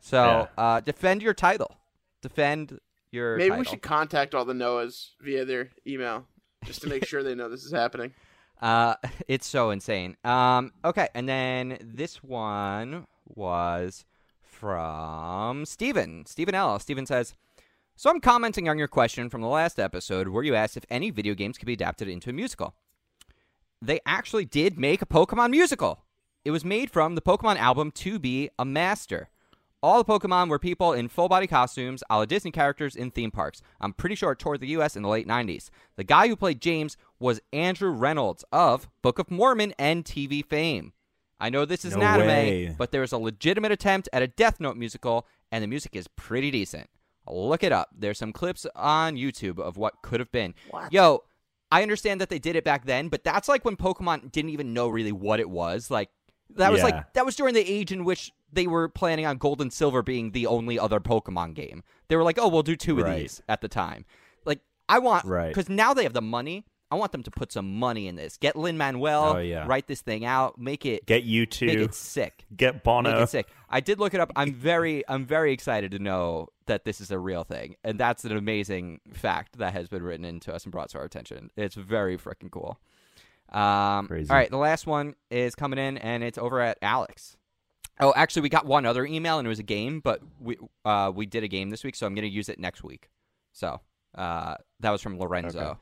Speaker 1: So uh, defend your title. Defend your.
Speaker 2: Maybe
Speaker 1: title.
Speaker 2: we should contact all the Noahs via their email just to make sure they know this is happening.
Speaker 1: Uh, it's so insane. Um, okay, and then this one was from Steven. Steven L. Steven says, So I'm commenting on your question from the last episode where you asked if any video games could be adapted into a musical. They actually did make a Pokemon musical. It was made from the Pokemon album To Be a Master. All the Pokemon were people in full body costumes, a la Disney characters in theme parks. I'm pretty sure it toured the US in the late 90s. The guy who played James was Andrew Reynolds of Book of Mormon and TV fame. I know this is
Speaker 3: No
Speaker 1: an anime,
Speaker 3: way.
Speaker 1: but there was a legitimate attempt at a Death Note musical, and the music is pretty decent. Look it up. There's some clips on YouTube of what could have been. Yo, I understand that they did it back then, but that's like when Pokemon didn't even know really what it was. Like that was
Speaker 3: Yeah.
Speaker 1: like that was during the age in which they were planning on Gold and Silver being the only other Pokemon game. They were like, "Oh, we'll do two of
Speaker 3: Right.
Speaker 1: these at the time." Like I want
Speaker 3: Right.
Speaker 1: cuz now they have the money. I want them to put some money in this. Get Lin Manuel,
Speaker 3: Oh, yeah.
Speaker 1: write this thing out, make it
Speaker 3: Get you
Speaker 1: make
Speaker 3: two.
Speaker 1: it sick.
Speaker 3: Get
Speaker 1: Make
Speaker 3: Bono.
Speaker 1: it sick. I did look it up. I'm very I'm very excited to know that this is a real thing, and that's an amazing fact that has been written into us and brought to our attention. It's very freaking cool. Um,
Speaker 3: Crazy.
Speaker 1: All right, the last one is coming in, and it's over at Alex. Oh, actually, we got one other email, and it was a game, but we uh, we did a game this week, so I'm going to use it next week. So uh, that was from Lorenzo.
Speaker 4: Okay.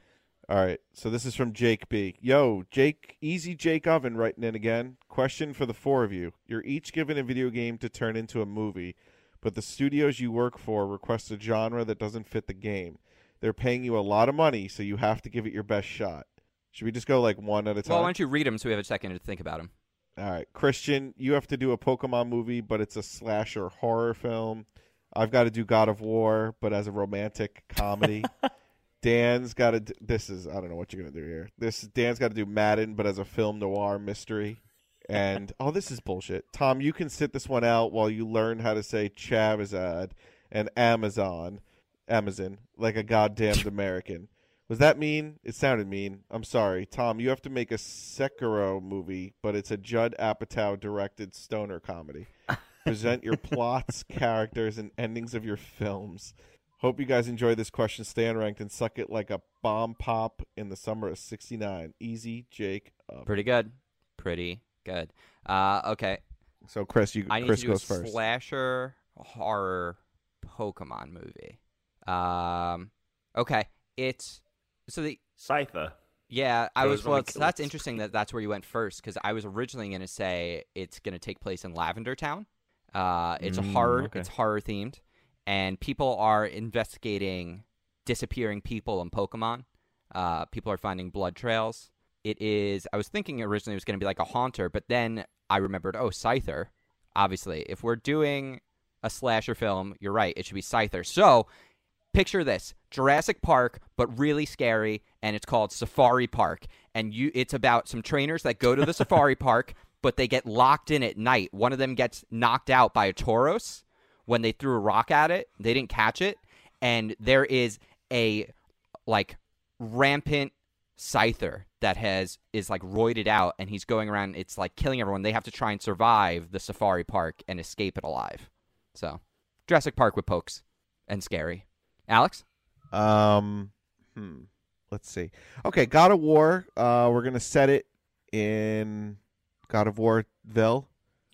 Speaker 4: All right. So this is from Jake B. Yo, Jake, easy Jake Oven writing in again. Question for the four of you. You're each given a video game to turn into a movie, but the studios you work for request a genre that doesn't fit the game. They're paying you a lot of money, so you have to give it your best shot. Should we just go like one at a time?
Speaker 1: Well, why don't you read them so we have a second to think about them?
Speaker 4: All right, Christian, you have to do a Pokemon movie, but it's a slasher horror film. I've got to do God of War, but as a romantic comedy. Dan's got to. This is I don't know what you're gonna do here. This Dan's got to do Madden, but as a film noir mystery. And oh, this is bullshit. Tom, you can sit this one out while you learn how to say Chavazad and Amazon, Amazon, like a goddamn American. Was that mean? It sounded mean. I'm sorry, Tom. You have to make a Sekiro movie, but it's a Judd Apatow directed stoner comedy. Present your plots, characters, and endings of your films. Hope you guys enjoy this question. Stay unranked and suck it like a bomb pop in the summer of '69. Easy, Jake. Um, Up.
Speaker 1: Pretty good. Pretty good. Uh, okay.
Speaker 4: So, Chris, you
Speaker 1: I need
Speaker 4: Chris
Speaker 1: to do a
Speaker 4: goes first.
Speaker 1: slasher horror Pokemon movie. Um, okay. It's so the
Speaker 3: Scyther.
Speaker 1: yeah. I
Speaker 3: Goes
Speaker 1: was
Speaker 3: on
Speaker 1: well.
Speaker 3: the
Speaker 1: so that's
Speaker 3: kilts.
Speaker 1: interesting that that's where you went first because I was originally going to say it's going to take place in Lavender Town. Uh, it's a
Speaker 3: Mm,
Speaker 1: horror.
Speaker 3: okay.
Speaker 1: It's horror themed, and people are investigating disappearing people in Pokemon. Uh, people are finding blood trails. It is. I was thinking originally it was going to be like a haunter, but then I remembered. Oh, Scyther. Obviously, if we're doing a slasher film, you're right. It should be Scyther. So, picture this: Jurassic Park, but really scary, and it's called Safari Park. And you, it's about some trainers that go to the safari park, but they get locked in at night. One of them gets knocked out by a Tauros when they threw a rock at it. They didn't catch it, and there is a like rampant Scyther that has is like roided out and he's going around it's like killing everyone. They have to try and survive the safari park and escape it alive. So Jurassic Park with pokes and scary. Alex?
Speaker 4: Um, hmm. Let's see. Okay, God of War. Uh, we're gonna set it in God of Warville.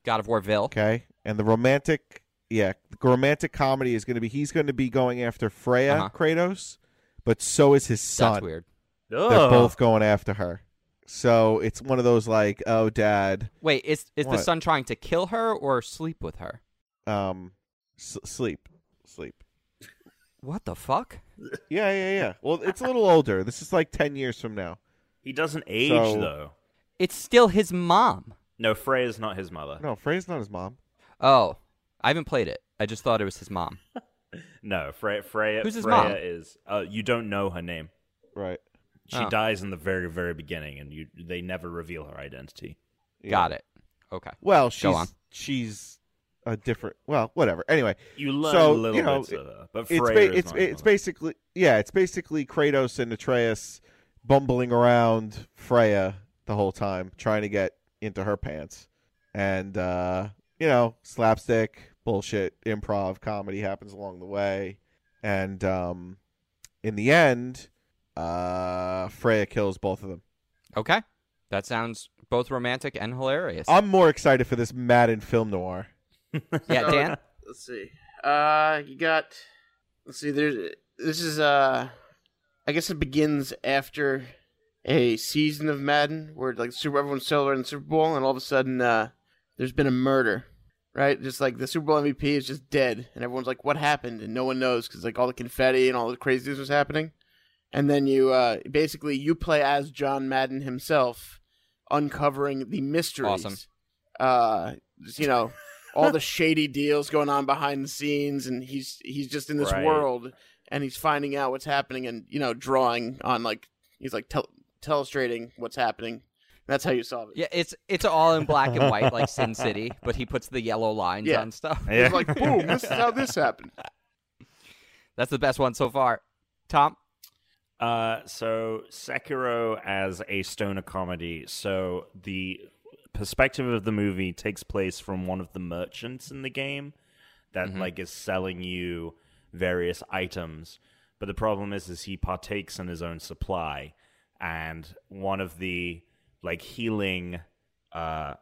Speaker 1: God of Warville.
Speaker 4: Okay, and the romantic, yeah, the romantic comedy is gonna be he's gonna be going after Freya
Speaker 1: Uh-huh.
Speaker 4: Kratos, but so is his son.
Speaker 1: That's weird.
Speaker 4: They're both going after her. So it's one of those like, oh, dad,
Speaker 1: Wait, is is the
Speaker 4: What?
Speaker 1: son trying to kill her or sleep with her?
Speaker 4: um, s- sleep, sleep.
Speaker 1: What the fuck?
Speaker 4: Yeah, yeah, yeah. Well, it's a little older. This is like ten years from now.
Speaker 3: He doesn't age
Speaker 4: So-
Speaker 3: though.
Speaker 1: It's still his mom.
Speaker 3: No, Freya's not his mother.
Speaker 4: No, Freya's not his mom.
Speaker 1: Oh, I haven't played it. I just thought it was his mom.
Speaker 3: No, Freya. Freya.
Speaker 1: Who's his
Speaker 3: Freya
Speaker 1: mom?
Speaker 3: is. Uh, you don't know her name.
Speaker 4: Right.
Speaker 3: She
Speaker 1: Oh.
Speaker 3: dies in the very, very beginning, and you they never reveal her identity.
Speaker 4: Yeah.
Speaker 1: Got it. Okay.
Speaker 4: Well, she's
Speaker 1: on.
Speaker 4: she's a different. Well, whatever. Anyway,
Speaker 3: You learn
Speaker 4: So,
Speaker 3: little
Speaker 4: you know,
Speaker 3: bits of her, but
Speaker 4: it's
Speaker 3: Freya
Speaker 4: ba-
Speaker 3: is
Speaker 4: it's
Speaker 3: not his
Speaker 4: it's
Speaker 3: mother.
Speaker 4: basically yeah, it's basically Kratos and Atreus bumbling around Freya the whole time, trying to get into her pants, and uh, you know, slapstick bullshit, improv comedy happens along the way, and um, in the end, uh, Freya kills both of them.
Speaker 1: Okay. That sounds both romantic and hilarious.
Speaker 4: I'm more excited for this Madden film noir.
Speaker 1: yeah, Dan.
Speaker 2: Let's see. Uh, you got. Let's see. There's. This is. Uh, I guess it begins after a season of Madden, where like Super everyone's celebrating the Super Bowl, and all of a sudden, uh, there's been a murder, right? Just like the Super Bowl MVP is just dead, and everyone's like, "What happened?" And no one knows because like all the confetti and all the craziness was happening. And then you, uh, basically, you play as John Madden himself, uncovering the mysteries.
Speaker 1: Awesome.
Speaker 2: Uh, just, you know, all the shady deals going on behind the scenes, and he's he's just in this
Speaker 3: Right.
Speaker 2: world, and he's finding out what's happening, and you know, drawing on like he's like tel- telestrating what's happening. That's how you solve it.
Speaker 1: Yeah, it's it's all in black and white like Sin City, but he puts the yellow lines
Speaker 2: Yeah.
Speaker 1: on stuff.
Speaker 3: Yeah.
Speaker 2: It's like, boom, this is how this happened.
Speaker 1: That's the best one so far. Tom,
Speaker 3: Uh, so Sekiro as a stoner comedy. So the perspective of the movie takes place from one of the merchants in the game that like is selling you various items. But the problem is, is he partakes in his own supply, and one of the like healing uh,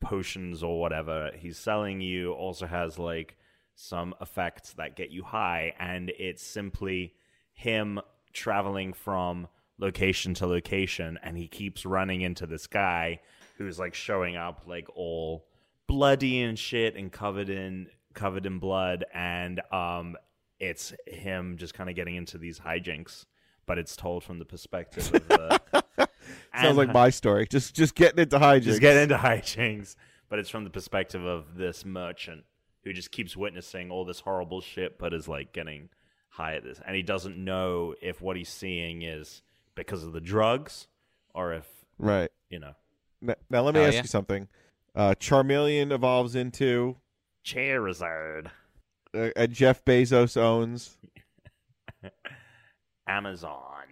Speaker 3: potions or whatever he's selling you also has like some effects that get you high, and it's simply him traveling from location to location, and he keeps running into this guy who's like showing up like all bloody and shit and covered in covered in blood and um it's him just kind of getting into these hijinks but it's told from the perspective of the
Speaker 4: Sounds like my story. Just just getting into hijinks.
Speaker 3: just get into hijinks but it's from the perspective of this merchant who just keeps witnessing all this horrible shit but is like getting high at this and he doesn't know if what he's seeing is because of the drugs or if
Speaker 4: right.
Speaker 3: you know
Speaker 4: Now, now let me
Speaker 1: Oh,
Speaker 4: ask
Speaker 1: yeah.
Speaker 4: you something. Uh, Charmeleon evolves into
Speaker 3: Charizard
Speaker 4: uh, uh, Jeff Bezos owns.
Speaker 3: Amazon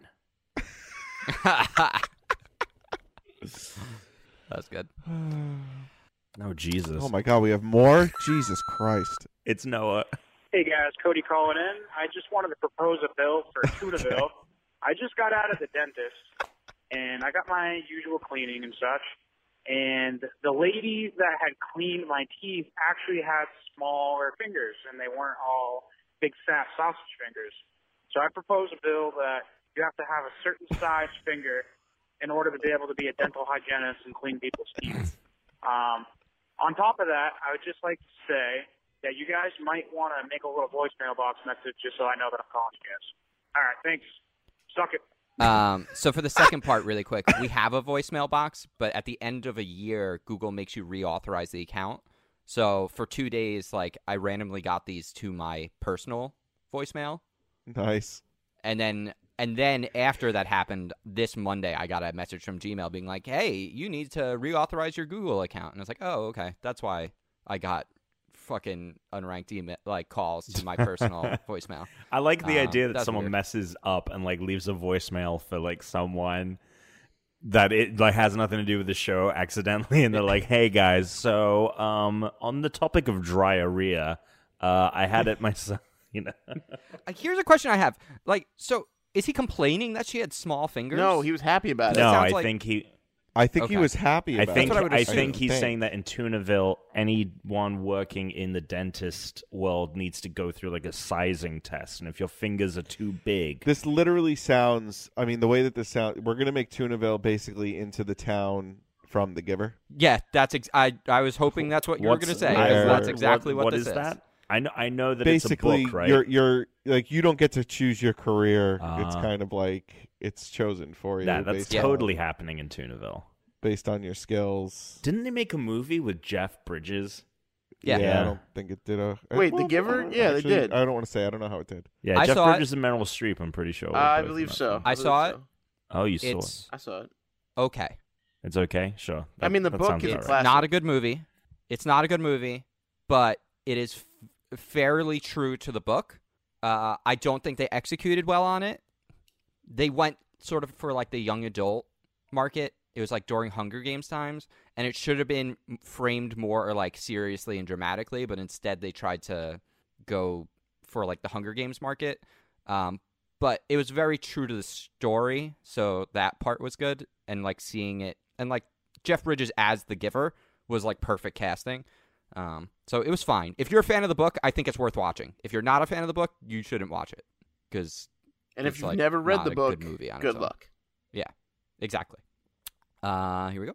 Speaker 1: That's good.
Speaker 3: no Jesus
Speaker 4: Oh my God, we have more. Jesus Christ.
Speaker 3: it's Noah
Speaker 5: Hey guys, Cody calling in. I just wanted to propose a bill for tuna bill. I just got out of the dentist and I got my usual cleaning and such. And the lady that had cleaned my teeth actually had smaller fingers and they weren't all big fat sausage fingers. So I propose a bill that you have to have a certain size finger in order to be able to be a dental hygienist and clean people's teeth. Um, on top of that, I would just like to say that you guys might want to make a little voicemail box message just so I know that I'm calling you guys. All right, thanks. Suck it.
Speaker 1: Um, so for the second part, really quick, we have a voicemail box, but at the end of a year, Google makes you reauthorize the account. So for two days, like I randomly got these to my personal voicemail,
Speaker 4: Nice.
Speaker 1: and then and then after that happened, this Monday, I got a message from Gmail being like, "Hey, you need to reauthorize your Google account," and I was like, "Oh, okay, that's why I got." Fucking unranked email like calls to my personal voicemail.
Speaker 3: I like the
Speaker 1: Uh,
Speaker 3: idea that
Speaker 1: that's
Speaker 3: someone
Speaker 1: weird.
Speaker 3: messes up and like leaves a voicemail for like someone that it like has nothing to do with the show accidentally, and they're like, "Hey guys, so um, on the topic of diarrhea, uh, I had it myself." You know,
Speaker 1: Uh, Here's a question I have: like, so is he complaining that she had small fingers?
Speaker 2: No, he was happy about it.
Speaker 3: no, I
Speaker 1: sounds like-
Speaker 3: think he.
Speaker 4: I think he
Speaker 1: Okay.
Speaker 4: was happy.
Speaker 3: I
Speaker 4: About
Speaker 3: think
Speaker 4: it.
Speaker 1: That's what I
Speaker 3: I,
Speaker 1: would assume.
Speaker 3: think he's
Speaker 4: Thank-
Speaker 3: saying that in Tunaville, anyone working in the dentist world needs to go through like a sizing test, and if your fingers are too big,
Speaker 4: This literally sounds. I mean, the way that this sound. We're gonna make Tunaville basically into the town from The Giver.
Speaker 1: Yeah, that's ex- I. I was hoping that's what you were
Speaker 3: What's-
Speaker 1: going to say.
Speaker 4: I-
Speaker 1: 'cause
Speaker 4: what-
Speaker 1: that's exactly what,
Speaker 3: what
Speaker 1: this
Speaker 3: is that? I know, I know that
Speaker 4: basically,
Speaker 3: it's a book, right?
Speaker 4: you're you're like you don't get to choose your career. it's
Speaker 3: Ah.
Speaker 4: kind of like it's chosen for you.
Speaker 3: That, that's
Speaker 4: based
Speaker 3: totally
Speaker 4: on,
Speaker 3: happening in Tunaville.
Speaker 4: based on your skills.
Speaker 3: Didn't they make a movie with Jeff Bridges?
Speaker 1: Yeah.
Speaker 4: I
Speaker 3: Yeah.
Speaker 4: don't think it did. A,
Speaker 2: Wait, The
Speaker 4: well,
Speaker 2: Giver?
Speaker 4: I don't-
Speaker 2: Yeah, they
Speaker 4: actually,
Speaker 2: did.
Speaker 4: I don't want to say. I don't know how it did.
Speaker 3: Yeah,
Speaker 1: I
Speaker 3: Jeff
Speaker 1: saw
Speaker 3: Bridges and Meryl Streep. I'm pretty sure. were
Speaker 2: I
Speaker 3: both in
Speaker 2: believe
Speaker 3: that
Speaker 2: so.
Speaker 3: film.
Speaker 1: I
Speaker 2: believe
Speaker 1: saw it.
Speaker 2: so.
Speaker 3: Oh, you saw it.
Speaker 1: It's
Speaker 2: I saw it.
Speaker 1: okay.
Speaker 3: It's okay. Sure.
Speaker 2: I mean, the
Speaker 3: that
Speaker 2: book
Speaker 3: sounds
Speaker 2: is
Speaker 3: all
Speaker 2: a
Speaker 3: right.
Speaker 2: classic.
Speaker 1: Not a good movie. It's not a good movie, but it is f- fairly true to the book. Uh, I don't think they executed well on it. They went sort of for like the young adult market. It was like during Hunger Games times, and it should have been m- framed more like seriously and dramatically, but instead they tried to go for like the Hunger Games market. Um, but it was very true to the story, so that part was good. And like seeing it, and like Jeff Bridges as the giver was like perfect casting. Um, so it was fine. If you're a fan of the book, I think it's worth watching. If you're not a fan of the book, you shouldn't watch it because
Speaker 2: And if
Speaker 1: It's,
Speaker 2: you've
Speaker 1: like,
Speaker 2: never read
Speaker 1: not
Speaker 2: the
Speaker 1: a good
Speaker 2: book,
Speaker 1: movie on its
Speaker 2: good
Speaker 1: own.
Speaker 2: luck.
Speaker 1: exactly. Uh, here we go.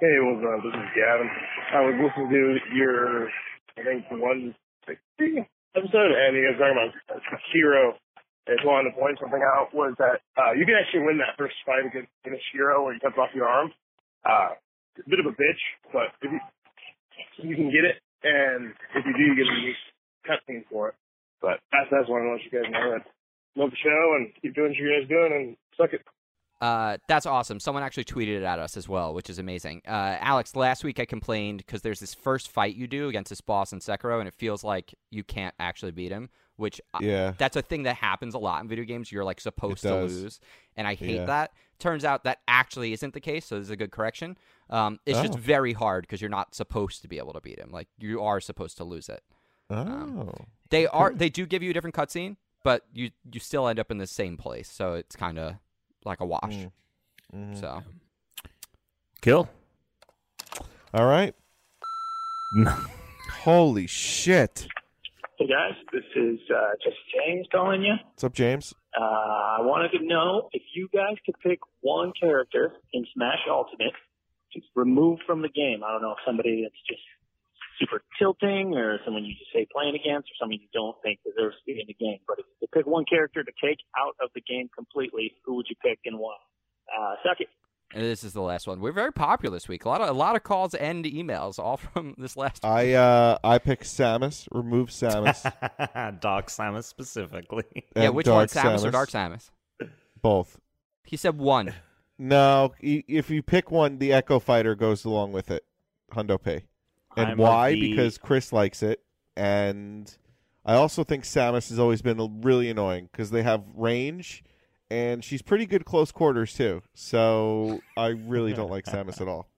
Speaker 6: Hey, what's up? This is Gavin. I was listening to your, I think, 160 episode, and you guys are talking about uh, Shiro. And one of the points something out was that uh, you can actually win that first fight against against Shiro when he cuts off your arm. Uh, it's a bit of a bitch, but if you, you can get it, and if you do, you get a unique cutscene for it. But that's, that's one I want you guys to know. that Love the show, and keep doing what you guys doing, and suck it.
Speaker 1: Uh, that's awesome. Someone actually tweeted it at us as well, which is amazing. Uh, Alex, last week I complained because there's this first fight you do against this boss in Sekiro, and it feels like you can't actually beat him, which I-
Speaker 4: Yeah.
Speaker 1: that's a thing that happens a lot in video games. You're like supposed
Speaker 4: It
Speaker 1: to
Speaker 4: does.
Speaker 1: lose, and I hate
Speaker 4: Yeah.
Speaker 1: that. turns out that actually isn't the case. So this is a good correction. Um, it's just
Speaker 4: Oh.
Speaker 1: very hard because you're not supposed to be able to beat him. Like you are supposed to lose it.
Speaker 4: Oh.
Speaker 1: They are they do give you a different cutscene, but you you still end up in the same place. So it's kind of like a wash.
Speaker 4: Mm. Mhm.
Speaker 1: So
Speaker 3: Kill.
Speaker 4: All right.
Speaker 3: No.
Speaker 4: Holy shit.
Speaker 7: Hey guys, this is uh, just James calling you.
Speaker 4: What's up, James?
Speaker 7: Uh, I wanted to know if you guys could pick one character in Smash Ultimate to remove from the game. I don't know if somebody that's just super tilting or someone you just hate playing against or someone you don't think deserves to be in the game. But if you could pick one character to take out of the game completely, who would you pick and why? Uh, suck it.
Speaker 1: and this is the last one. We're very popular this week. A lot of a lot of calls and emails, all from this last.
Speaker 4: I uh I pick Samus. Remove Samus.
Speaker 3: Dark Samus specifically.
Speaker 1: yeah,
Speaker 4: and
Speaker 1: which one,
Speaker 4: Dark
Speaker 1: Samus, or Dark Samus?
Speaker 4: Both.
Speaker 1: He said one.
Speaker 4: No, i- if you pick one, the Echo Fighter goes along with it. Hundo Pay. And
Speaker 3: I'm of
Speaker 4: why?
Speaker 3: the-
Speaker 4: Because Chris likes it. And I also think Samus has always been l- really annoying because they have range and she's pretty good close quarters too. So I really don't like Samus at all.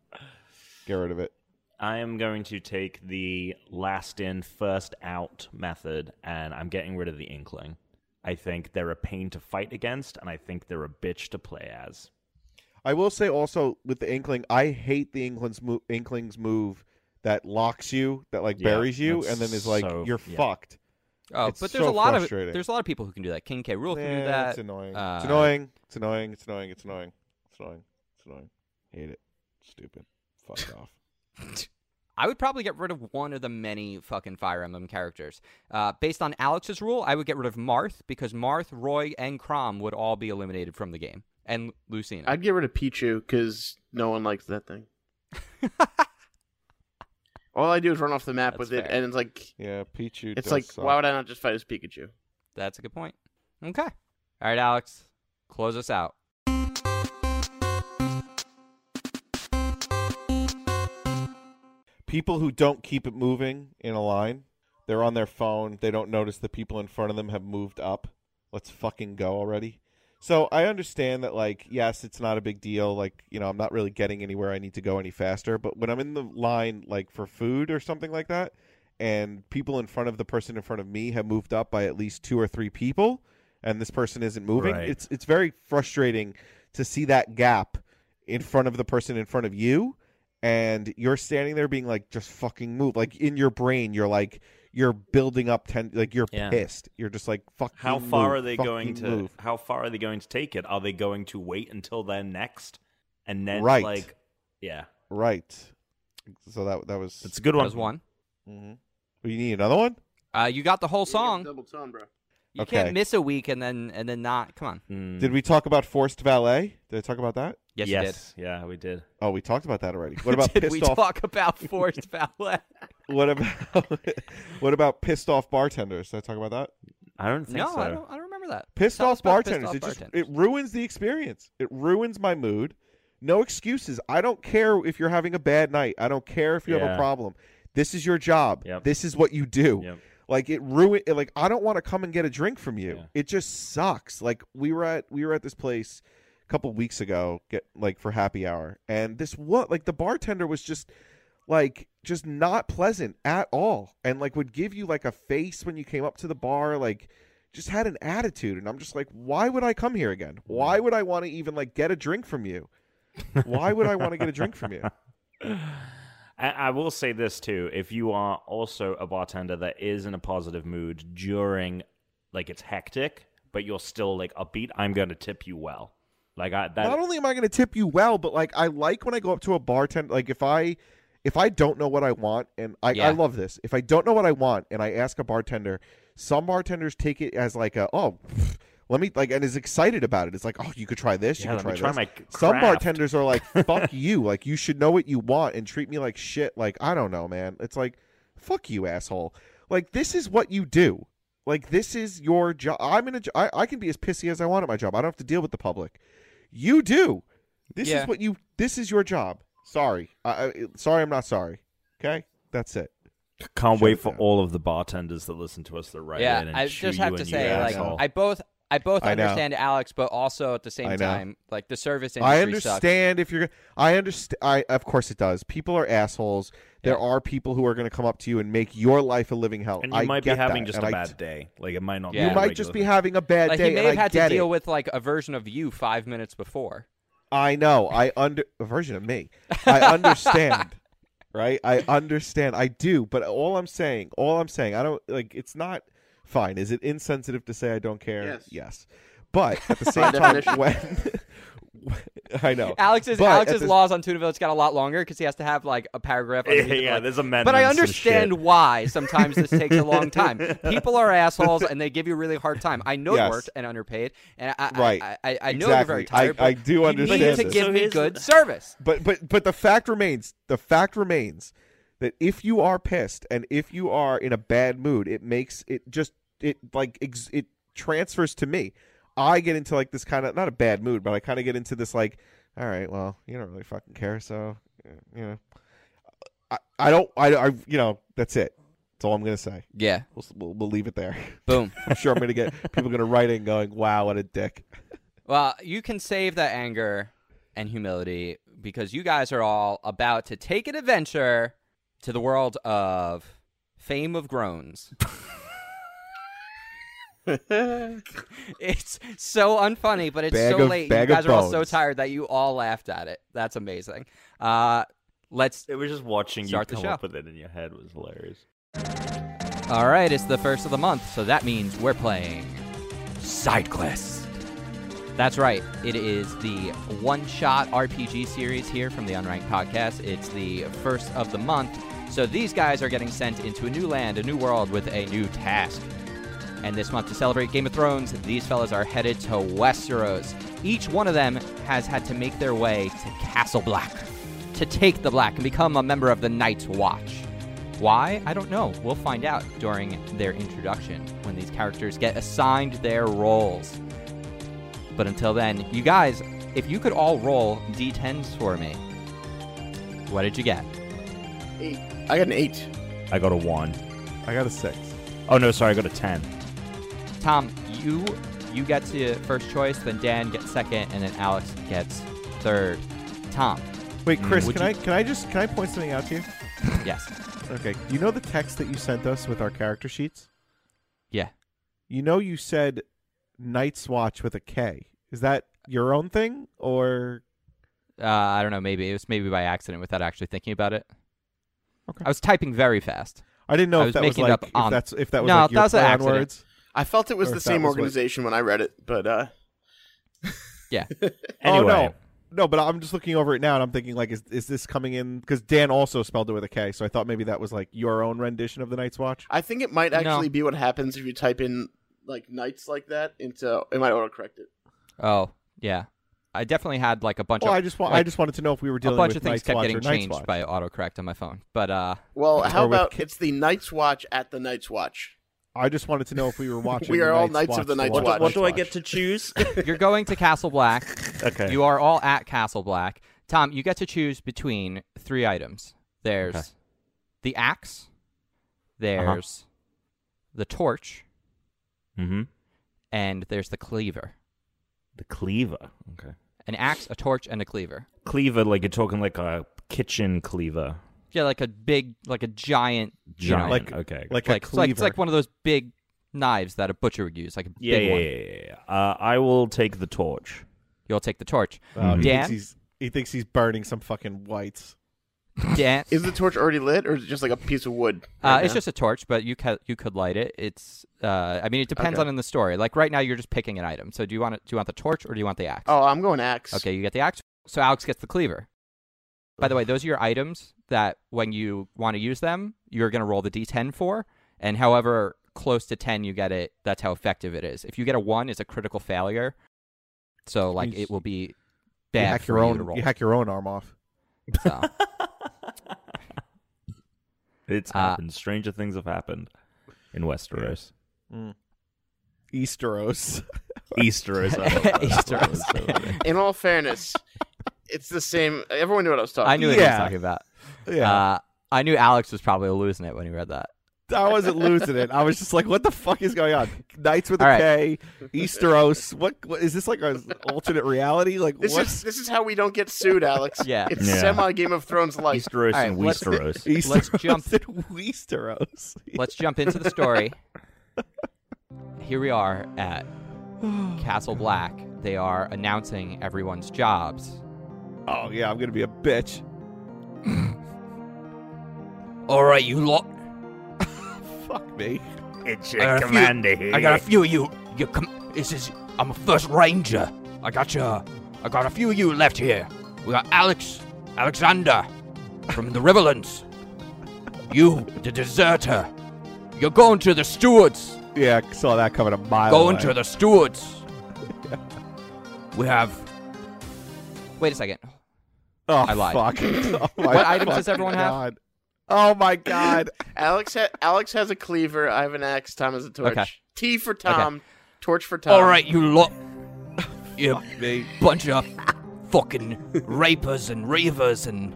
Speaker 4: Get rid of it.
Speaker 3: I am going to take the last in, first out method, and I'm getting rid of the Inkling. I think they're a pain to fight against, and I think they're a bitch to play as.
Speaker 4: I will say also with the Inkling, I hate the Inkling's, mo- Inkling's move that locks you, that like
Speaker 3: Yeah,
Speaker 4: buries you,
Speaker 3: that's
Speaker 4: and then is like,
Speaker 3: so-
Speaker 4: you're
Speaker 3: yeah.
Speaker 4: fucked.
Speaker 1: Oh,
Speaker 4: It's
Speaker 1: but there's a
Speaker 4: so
Speaker 1: lot of
Speaker 4: frustrating.
Speaker 1: there's a lot of people who can do that. King K. Rule can do
Speaker 4: Nah,
Speaker 1: that.
Speaker 4: It's annoying.
Speaker 1: Uh,
Speaker 4: it's annoying. It's annoying. It's annoying. It's annoying. It's annoying. It's annoying. Hate it. Stupid. Fuck off.
Speaker 1: I would probably get rid of one of the many fucking Fire Emblem characters. Uh, based on Alex's rule, I would get rid of Marth because Marth, Roy, and Crom would all be eliminated from the game, and Lucina.
Speaker 2: I'd get rid of Pichu because no one likes that thing. All I do is run off the map
Speaker 1: That's
Speaker 2: with it,
Speaker 1: fair.
Speaker 2: and it's like
Speaker 4: Yeah, Pichu.
Speaker 2: it's
Speaker 4: does
Speaker 2: like
Speaker 4: suck.
Speaker 2: why would I not just fight as Pikachu?
Speaker 1: That's a good point. Okay. All right, Alex, close us out.
Speaker 4: people who don't keep it moving in a line? They're on their phone. They don't notice the people in front of them have moved up. Let's fucking go already. So I understand that, like, yes, it's not a big deal. Like, you know, I'm not really getting anywhere I need to go any faster. But when I'm in the line, like, for food or something like that, and people in front of the person in front of me have moved up by at least two or three people, and this person isn't moving,
Speaker 3: Right.
Speaker 4: it's it's very frustrating to see that gap in front of the person in front of you, and you're standing there being like, just fucking move. Like in your brain, you're like, you're building up ten, like you're
Speaker 3: Yeah.
Speaker 4: pissed. You're just like, fuck.
Speaker 3: How
Speaker 4: Fucking
Speaker 3: far
Speaker 4: move,
Speaker 3: are they
Speaker 4: fucking
Speaker 3: going to?
Speaker 4: move.
Speaker 3: How far are they going to take it? Are they going to wait until they're next, and then
Speaker 4: Right.
Speaker 3: like, yeah,
Speaker 4: Right. So that that was.
Speaker 3: it's a good
Speaker 1: That
Speaker 3: one.
Speaker 1: was one.
Speaker 4: Mhm. Well, you need another one.
Speaker 1: Uh, you got the whole song.
Speaker 2: Double tone, bro.
Speaker 1: You
Speaker 4: Okay.
Speaker 1: can't miss a week and then and then not. Come on.
Speaker 3: Mm,
Speaker 4: Did we talk about forced valet? Did I talk about that?
Speaker 1: Yes, you did.
Speaker 3: yes, yeah, we did.
Speaker 4: Oh, we talked about that already. What about
Speaker 1: did
Speaker 4: pissed
Speaker 1: we
Speaker 4: off?
Speaker 1: talk about forced ballet?
Speaker 4: What about what about pissed off bartenders? Did I talk about that?
Speaker 3: I don't think
Speaker 1: no,
Speaker 3: so.
Speaker 1: I don't. I don't remember that.
Speaker 4: Pissed
Speaker 1: Tell us
Speaker 4: off
Speaker 1: about
Speaker 4: bartenders.
Speaker 1: Pissed
Speaker 4: it
Speaker 1: off
Speaker 4: just
Speaker 1: bartenders.
Speaker 4: it ruins the experience. It ruins my mood. No excuses. I don't care if you're having a bad night. I don't care if you have a
Speaker 3: Yeah.
Speaker 4: problem. This is your job.
Speaker 3: Yep.
Speaker 4: This is what you do.
Speaker 3: Yep.
Speaker 4: Like it ruined. Like I don't want to come and get a drink from you.
Speaker 3: Yeah.
Speaker 4: It just sucks. Like we were at we were at this place a couple weeks ago, get like for happy hour, and this what like the bartender was just like just not pleasant at all, and like would give you like a face when you came up to the bar, like just had an attitude, and I'm just like, why would I come here again? Why would I want to even like get a drink from you? Why would I want to get a drink from you?
Speaker 3: I, I will say this too: if you are also a bartender that is in a positive mood during, like it's hectic, but you're still like upbeat, I'm going to tip you well. Like I that
Speaker 4: not only am I going to tip you well, but like I like when I go up to a bartender. Like if I if I don't know what I want, and I, I
Speaker 1: Yeah.
Speaker 4: love this. If I don't know what I want, and I ask a bartender, some bartenders take it as like a oh. pff, Let me like and is excited about it. It's like, oh, you could try this,
Speaker 3: yeah,
Speaker 4: you
Speaker 3: let
Speaker 4: could try
Speaker 3: me try
Speaker 4: this.
Speaker 3: my craft.
Speaker 4: Some bartenders are like, fuck you. Like you should know what you want and treat me like shit. Like, I don't know, man. It's like, fuck you, asshole. Like this is what you do. Like this is your job. I'm in a. jo- I, I can be as pissy as I want at my job. I don't have to deal with the public. You do. This
Speaker 1: Yeah.
Speaker 4: is what you. This is your job. Sorry. I, I, sorry, I'm not sorry. Okay, that's it.
Speaker 3: Can't
Speaker 4: Shut
Speaker 3: wait
Speaker 4: it
Speaker 3: for
Speaker 4: down.
Speaker 3: all of the bartenders that listen to us that write in and
Speaker 1: I
Speaker 3: chew
Speaker 1: just
Speaker 3: you
Speaker 1: have to
Speaker 3: and you
Speaker 1: say, like,
Speaker 3: asshole.
Speaker 1: I both I both
Speaker 4: I know.
Speaker 1: understand Alex, but also at the
Speaker 4: I
Speaker 1: same
Speaker 4: know.
Speaker 1: time, like the service industry
Speaker 4: I
Speaker 1: sucks.
Speaker 4: understand if you're. I understand. I of course it does. People are assholes. There are people who are going to come up to you and make your life a living hell.
Speaker 3: And you
Speaker 4: I
Speaker 3: might be
Speaker 4: get
Speaker 3: having
Speaker 4: that,
Speaker 3: just
Speaker 4: and
Speaker 3: a
Speaker 4: I-
Speaker 3: bad day. Like it might not.
Speaker 1: Yeah.
Speaker 4: You
Speaker 3: a
Speaker 4: might just be
Speaker 3: regular
Speaker 4: having a bad
Speaker 1: Like
Speaker 4: day.
Speaker 1: he may
Speaker 4: and
Speaker 1: have
Speaker 4: I
Speaker 1: had to
Speaker 4: get it.
Speaker 1: deal with like a version of you five minutes before.
Speaker 4: I know. I under a version of me. I understand. right? I understand. I do, but all I'm saying, all I'm saying, I don't like it's not fine. Is it insensitive to say I don't care?
Speaker 2: Yes.
Speaker 4: But at the same
Speaker 2: By
Speaker 4: time
Speaker 2: definition.
Speaker 4: when I know.
Speaker 1: Alex's
Speaker 4: But at
Speaker 1: Alex's
Speaker 4: this-
Speaker 1: laws on Tunaville's got a lot longer because he has to have like a paragraph.
Speaker 3: thing.
Speaker 1: underneath it,
Speaker 3: yeah,
Speaker 1: like,
Speaker 3: there's amendments.
Speaker 1: but I
Speaker 3: and
Speaker 1: understand
Speaker 3: shit.
Speaker 1: why sometimes this takes a long time. People are assholes and they give you a really hard time. I know
Speaker 4: Yes.
Speaker 1: you're worked and underpaid, and I I,
Speaker 4: Right.
Speaker 1: I, I, I know you're
Speaker 4: exactly.
Speaker 1: very tired.
Speaker 4: I, I
Speaker 1: but
Speaker 4: do
Speaker 1: you
Speaker 4: understand
Speaker 1: need to
Speaker 4: this.
Speaker 1: give
Speaker 3: So
Speaker 1: me
Speaker 3: here's
Speaker 1: good
Speaker 3: the-
Speaker 1: service.
Speaker 4: But but but the fact remains. The fact remains that if you are pissed and if you are in a bad mood, it makes it just it like ex- it transfers to me. I get into like this kind of not a bad mood, but I kind of get into this like, all right, well, you don't really fucking care, so you know, I, I don't I, I you know that's it. That's all I'm gonna say.
Speaker 1: Yeah,
Speaker 4: We'll, we'll, we'll leave it there.
Speaker 1: boom.
Speaker 4: I'm sure I'm gonna get people gonna write in going, wow, what a dick.
Speaker 1: Well, you can save that anger and humility because you guys are all about to take an adventure to the world of fame of groans. it's so unfunny, but it's
Speaker 4: Bag
Speaker 1: so
Speaker 4: of-
Speaker 1: late. You
Speaker 4: bag of
Speaker 1: guys are all so
Speaker 4: bones.
Speaker 1: tired that you all laughed at it. That's amazing. Uh, let's.
Speaker 3: It was just watching
Speaker 1: Start the
Speaker 3: you come up
Speaker 1: show.
Speaker 3: with it in your head was hilarious.
Speaker 1: All right, it's the first of the month, so that means we're playing Side Quest. That's right. It is the one shot RPG series here from the Unranked Podcast. It's the first of the month. So these guys are getting sent into a new land, a new world with a new task. And this month to celebrate Game of Thrones, these fellas are headed to Westeros. Each one of them has had to make their way to Castle Black to take the Black and become a member of the Night's Watch. Why? I don't know. We'll find out during their introduction when these characters get assigned their roles. But until then, you guys, if you could all roll d10s for me, what did you get?
Speaker 2: Eight. I got an eight.
Speaker 3: I got a one.
Speaker 4: I got a six.
Speaker 3: Oh no, sorry, I got a ten.
Speaker 1: Tom, you you get to first choice, then Dan gets second, and then Alex gets third. Tom,
Speaker 4: Wait, Chris,
Speaker 1: would
Speaker 4: can
Speaker 1: you-
Speaker 4: I can I just can I point something out to you?
Speaker 1: yes,
Speaker 4: Okay. You know the text that you sent us with our character sheets?
Speaker 1: yeah,
Speaker 4: You know you said Night's Watch with a K. Is that your own thing or
Speaker 1: uh, I don't know, maybe it was maybe by accident without actually thinking about it.
Speaker 4: Okay.
Speaker 1: I was typing very fast.
Speaker 4: I didn't know
Speaker 1: I
Speaker 4: if
Speaker 1: was
Speaker 4: that was
Speaker 1: making it
Speaker 4: like
Speaker 1: up
Speaker 4: if
Speaker 1: on-
Speaker 4: that's if that was
Speaker 1: No,
Speaker 4: like your
Speaker 1: that was an
Speaker 4: play on
Speaker 1: accident.
Speaker 4: words.
Speaker 2: I felt it was
Speaker 4: Or
Speaker 2: the
Speaker 4: if that
Speaker 2: same
Speaker 4: was what-
Speaker 2: organization when I read it, but uh,
Speaker 3: Anyway,
Speaker 4: Oh no. No, but I'm just looking over it now and I'm thinking like is is this coming in cuz Dan also spelled it with a K, so I thought maybe that was like your own rendition of the Night's Watch.
Speaker 2: I think it might
Speaker 1: No.
Speaker 2: actually be what happens if you type in like nights like that into it might autocorrect it.
Speaker 1: Oh, yeah, I definitely had like a bunch
Speaker 4: Well,
Speaker 1: of
Speaker 4: I just wa- I
Speaker 1: like,
Speaker 4: just wanted to know if we were
Speaker 1: a
Speaker 4: dealing
Speaker 1: bunch
Speaker 4: with
Speaker 1: of things
Speaker 4: Night's
Speaker 1: kept
Speaker 4: Watch
Speaker 1: getting
Speaker 4: or Night's
Speaker 1: changed
Speaker 4: Watch.
Speaker 1: by autocorrect on my phone, but uh,
Speaker 2: Well,
Speaker 4: Or
Speaker 2: how
Speaker 4: with
Speaker 2: about
Speaker 4: ki-
Speaker 2: it's the Night's Watch at the Night's Watch?
Speaker 4: I just wanted to know if we were watching
Speaker 2: We
Speaker 4: the
Speaker 2: are all
Speaker 4: Night's
Speaker 2: Knights of the
Speaker 4: Watch,
Speaker 2: Night's
Speaker 4: Watch,
Speaker 2: Watch.
Speaker 4: Watch,
Speaker 3: what do I
Speaker 4: Watch.
Speaker 3: get to choose?
Speaker 1: You're going to Castle Black.
Speaker 3: okay.
Speaker 1: You are all at Castle Black. Tom, you get to choose between three items. There's
Speaker 3: Okay. Uh-huh.
Speaker 1: the axe, there's the torch,
Speaker 3: mm-hmm.
Speaker 1: and there's the cleaver.
Speaker 3: The cleaver. Okay.
Speaker 1: An axe, a torch, and a cleaver.
Speaker 3: Cleaver, like you're talking like a kitchen cleaver.
Speaker 1: Yeah, like a big, like a giant, you know,
Speaker 3: Giant.
Speaker 1: like,
Speaker 4: like-
Speaker 3: okay.
Speaker 1: like,
Speaker 4: Like, a
Speaker 1: it's like it's
Speaker 4: cleaver.
Speaker 1: like one of those big knives that a butcher would use, like a
Speaker 3: yeah,
Speaker 1: big
Speaker 3: yeah,
Speaker 1: one.
Speaker 3: yeah, yeah, yeah. Uh, I will take the torch.
Speaker 1: You'll take the torch.
Speaker 4: Oh, he
Speaker 1: Dan?
Speaker 4: thinks he's he thinks he's burning some fucking whites.
Speaker 1: Dan,
Speaker 2: Is the torch already lit, or is it just like a piece of wood?
Speaker 1: Uh,
Speaker 2: right
Speaker 1: it's
Speaker 2: now?
Speaker 1: just a torch, but you ca- you could light it. It's uh, I mean, it depends
Speaker 2: Okay.
Speaker 1: on in the story. Like right now, you're just picking an item. So do you want it, do you want the torch or do you want the axe?
Speaker 2: oh, I'm going axe.
Speaker 1: okay, you get the axe. So Alex gets the cleaver. By the way, those are your items that when you want to use them, you're gonna roll the d10 for, and however close to 10 you get it, that's how effective it is. If you get a one, it's a critical failure. So like
Speaker 4: Means
Speaker 1: it will be
Speaker 4: you
Speaker 1: bad
Speaker 4: hack
Speaker 1: for
Speaker 4: your
Speaker 1: you to
Speaker 4: own.
Speaker 1: roll.
Speaker 4: You hack your own arm off.
Speaker 1: so.
Speaker 3: It's
Speaker 1: Uh,
Speaker 3: happened. Stranger things have happened in Westeros.
Speaker 4: Easteros.
Speaker 3: Easteros. I love that.
Speaker 1: Easteros.
Speaker 2: In all fairness, it's the same. Everyone knew what I was talking.
Speaker 1: I knew what he was Uh,
Speaker 4: Yeah.
Speaker 1: talking about.
Speaker 4: yeah.
Speaker 1: Uh, I knew Alex was probably losing it when he read that.
Speaker 4: I wasn't losing it. I was just like, what the fuck is going on? Knights with a
Speaker 8: All right.
Speaker 4: K, Easteros. What, what is this like? An alternate reality? Like
Speaker 2: This
Speaker 4: what?
Speaker 2: is this is how we don't get sued, Alex.
Speaker 8: Yeah.
Speaker 2: it's
Speaker 3: Yeah.
Speaker 2: semi Game of Thrones like.
Speaker 3: Easteros
Speaker 8: All
Speaker 3: and
Speaker 8: right, let's-
Speaker 3: Weasteros.
Speaker 4: Easteros
Speaker 8: let's
Speaker 4: and
Speaker 8: jump-
Speaker 4: Easteros.
Speaker 8: Let's jump into the story. Here we are at Castle Black. They are announcing everyone's jobs.
Speaker 4: Oh yeah, I'm gonna be a bitch.
Speaker 8: All right, you lot.
Speaker 4: Fuck me.
Speaker 3: it's
Speaker 8: I
Speaker 3: your
Speaker 8: got a few-
Speaker 3: commander here.
Speaker 8: I got a few of you. You come. This is. I'm a first ranger. I got you. I got a few of you left here. We got Alex, Alexander, from the Riverlands. You, the deserter. You're going to the stewards.
Speaker 4: Yeah, I saw that coming a mile.
Speaker 8: Going
Speaker 4: away.
Speaker 8: to the stewards. We have. Wait a second.
Speaker 4: Oh,
Speaker 8: I lied.
Speaker 4: Fuck. Oh, my
Speaker 8: What items does
Speaker 4: fucking
Speaker 8: everyone have?
Speaker 4: God. Oh my god.
Speaker 2: Alex ha- Alex has a cleaver. I have an axe. Tom has a torch.
Speaker 8: Okay.
Speaker 2: T for Tom. Torch for Tom.
Speaker 8: All right, you lot. You
Speaker 4: Um, me.
Speaker 8: bunch of fucking rapers and ravers and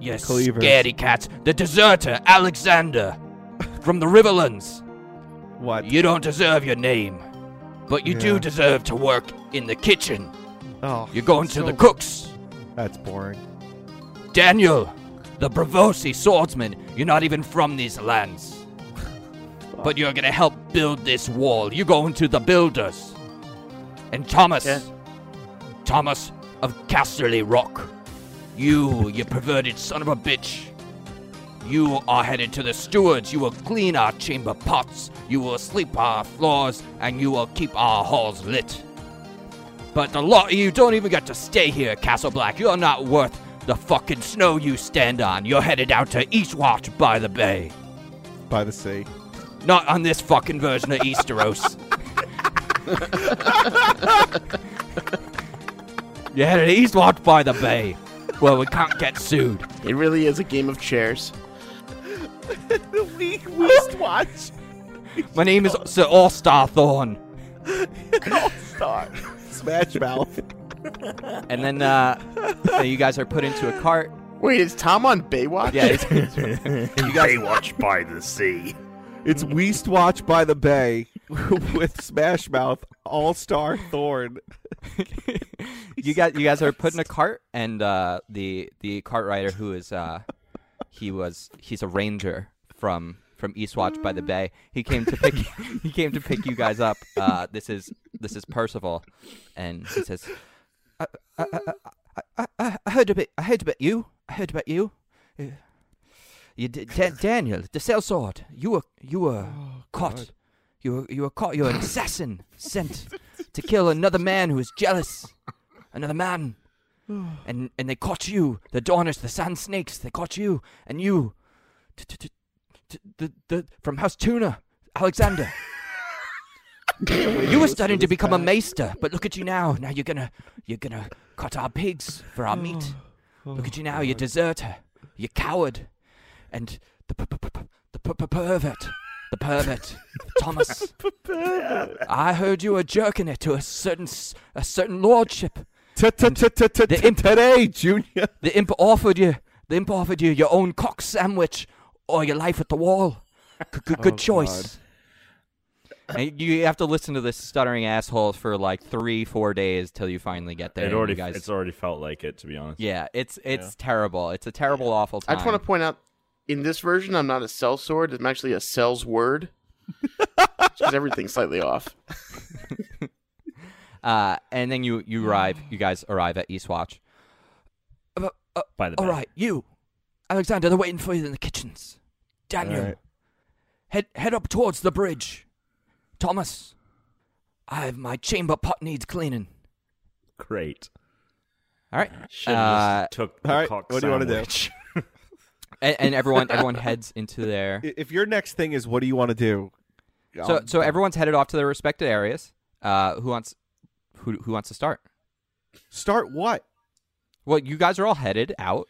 Speaker 8: you
Speaker 4: Cleavers.
Speaker 8: scaredy cats. The deserter, Alexander, from the Riverlands.
Speaker 4: What?
Speaker 8: You don't deserve your name, but you
Speaker 4: Yeah.
Speaker 8: do deserve to work in the kitchen.
Speaker 4: Oh,
Speaker 8: You're going to
Speaker 4: so-
Speaker 8: the cooks.
Speaker 4: That's boring.
Speaker 8: Daniel, the Bravosi swordsman. You're not even from these lands. But you're gonna help build this wall. You're going to the builders. And Thomas,
Speaker 2: Yeah.
Speaker 8: Thomas of Casterly Rock, you, you perverted son of a bitch. You are headed to the stewards. You will clean our chamber pots. You will sweep our floors, and you will keep our halls lit. But the lot of you don't even get to stay here, Castle Black. You're not worth the fucking snow you stand on. You're headed out to Eastwatch by the bay.
Speaker 4: By the sea.
Speaker 8: Not on this fucking version of Easteros. You're headed to Eastwatch by the bay. Well, we can't get sued.
Speaker 2: It really is a game of chairs.
Speaker 4: the weak least watch.
Speaker 8: My name is Sir Allstar Thorn.
Speaker 4: Star. Smash mouth.
Speaker 8: And then uh, so you guys are put into a cart.
Speaker 2: Wait, is Tom on Baywatch?
Speaker 8: Yeah, it's,
Speaker 3: watch by the sea.
Speaker 4: It's Weast Watch by the Bay with Smash Mouth All Star Thorn.
Speaker 8: you guys you guys are put in a cart and uh the the cart rider who is uh he was he's a ranger from from Eastwatch by the Bay. He came to pick he came to pick you guys up. Uh this is this is Percival and he says I, I, I, I, I, I heard about I heard about you. I heard about you. Uh, You d- Dan- Daniel, the cell sword. You were you were caught. You were you were caught. You're an assassin sent to kill another man who was jealous another man. and and they caught you, the Dornish, the Sand Snakes. They caught you, and you, t- t- t- t- the the from House Tuna, Alexander. you were starting to become a maester, but look at you now. Now you're gonna you're gonna cut our pigs for our meat. Look at you now. You deserter. You coward. And the p- p- p- p- the p- p- pervert. The pervert, Thomas. I heard you were jerking it to a certain s- a certain lordship. The imp-
Speaker 4: Today, Junior.
Speaker 8: The imp offered you. The imp offered you your own cock sandwich or your life at the wall. Good, good, good choice. And you have to listen to this stuttering asshole for like three, four days till you finally get there.
Speaker 3: It
Speaker 8: and
Speaker 3: already,
Speaker 8: you guys.
Speaker 3: it's already felt like it, to be honest.
Speaker 8: yeah, it's it's terrible. It's a terrible, awful
Speaker 2: I
Speaker 8: time.
Speaker 2: just want to point out, in this version, I'm not a cell sword. I'm actually a cell's word. Because everything's slightly off.
Speaker 8: Uh, and then you you arrive. You guys arrive at Eastwatch. Uh, uh,
Speaker 3: By the
Speaker 8: all
Speaker 3: bay.
Speaker 8: right, you, Alexander. They're waiting for you in the kitchens. Daniel,
Speaker 4: right.
Speaker 8: head head up towards the bridge. Thomas, I have my chamber pot needs cleaning.
Speaker 3: Great.
Speaker 8: All right,
Speaker 3: Should
Speaker 8: Uh,
Speaker 3: just took the
Speaker 4: All right,
Speaker 3: cock
Speaker 4: what do you want to
Speaker 3: sandwich.
Speaker 4: do?
Speaker 8: and, Uh, and everyone everyone heads into their.
Speaker 4: I- If your next thing is what do you want to do?
Speaker 8: So
Speaker 4: Um,
Speaker 8: so everyone's headed off to their respected areas. Uh, who wants who who wants to start?
Speaker 4: start what?
Speaker 8: Well, you guys are all headed out.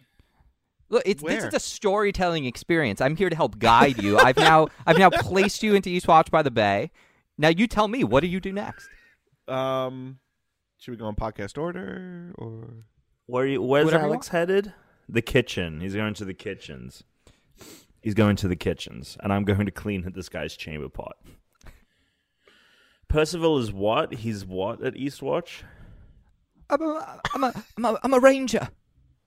Speaker 8: Look, it's this
Speaker 4: Where?
Speaker 8: is a storytelling experience. I'm here to help guide you. I've now I've now placed you into Eastwatch by the Bay. Now you tell me, what do you do next?
Speaker 4: Um, should we go in podcast order or?
Speaker 3: Where you, where's
Speaker 8: Whatever you
Speaker 3: Alex headed? The kitchen. He's going to the kitchens. He's going to the kitchens, and I'm going to clean this guy's chamber pot. Percival is what? He's what at Eastwatch?
Speaker 1: I'm a, I'm a, I'm a, I'm a ranger.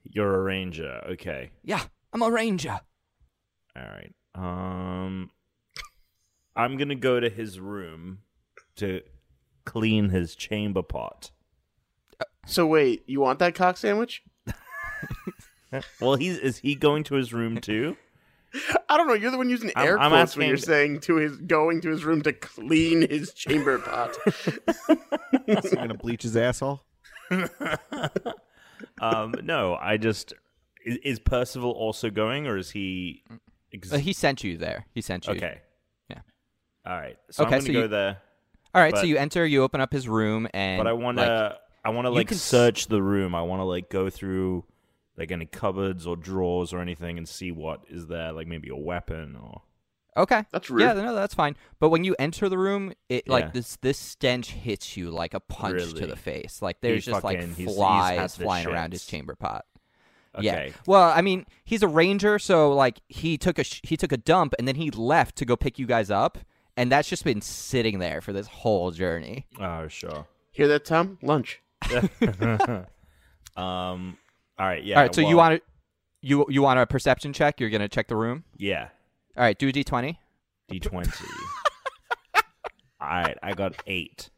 Speaker 3: You're a ranger. Okay.
Speaker 1: Yeah, I'm a ranger.
Speaker 3: All right. Um, I'm gonna go to his room to clean his chamber pot.
Speaker 2: So wait, you want that cock sandwich?
Speaker 3: Well, he's is he going to his room too?
Speaker 2: I don't know. You're the one using
Speaker 3: I'm-
Speaker 2: air
Speaker 3: I'm
Speaker 2: quotes when
Speaker 3: asking-
Speaker 2: you're saying to his going to his room to clean his chamber pot.
Speaker 4: Is he gonna bleach his asshole?
Speaker 3: um, no, I just is, is Percival also going, or is he? Ex-
Speaker 1: Uh, he sent you there. He sent you.
Speaker 3: okay.
Speaker 1: Yeah.
Speaker 3: All right. So
Speaker 1: Okay,
Speaker 3: I'm gonna
Speaker 1: so
Speaker 3: go
Speaker 1: you-
Speaker 3: there,
Speaker 1: All right. so
Speaker 3: But-
Speaker 1: you enter. You open up his room, and
Speaker 3: but I want
Speaker 1: like,
Speaker 3: to. I want to
Speaker 1: you
Speaker 3: like
Speaker 1: can s-
Speaker 3: search the room. I want to like go through like any cupboards or drawers or anything and see what is there. Like maybe a weapon or.
Speaker 1: Okay.
Speaker 2: That's
Speaker 1: Yeah,
Speaker 2: rude.
Speaker 1: no, that's fine. But when you enter the room, it
Speaker 3: Yeah.
Speaker 1: like this this stench hits you like a punch to
Speaker 3: Really?
Speaker 1: the face. Like there's just like
Speaker 3: fucking- he's- he's
Speaker 1: flies
Speaker 3: had the
Speaker 1: flying around his
Speaker 3: shits.
Speaker 1: chamber pot.
Speaker 3: Okay.
Speaker 1: Yeah. Well, I mean, he's a ranger, so like he took a sh- he took a dump and then he left to go pick you guys up, and that's just been sitting there for this whole journey.
Speaker 3: Oh sure.
Speaker 2: Hear that, Tom? Lunch.
Speaker 3: Um. All right. Yeah.
Speaker 1: All right. So you
Speaker 3: well,
Speaker 1: want to you you want a perception check? You're gonna check the room.
Speaker 3: Yeah.
Speaker 1: All right. Do a d20.
Speaker 3: D twenty. All right. I got eight.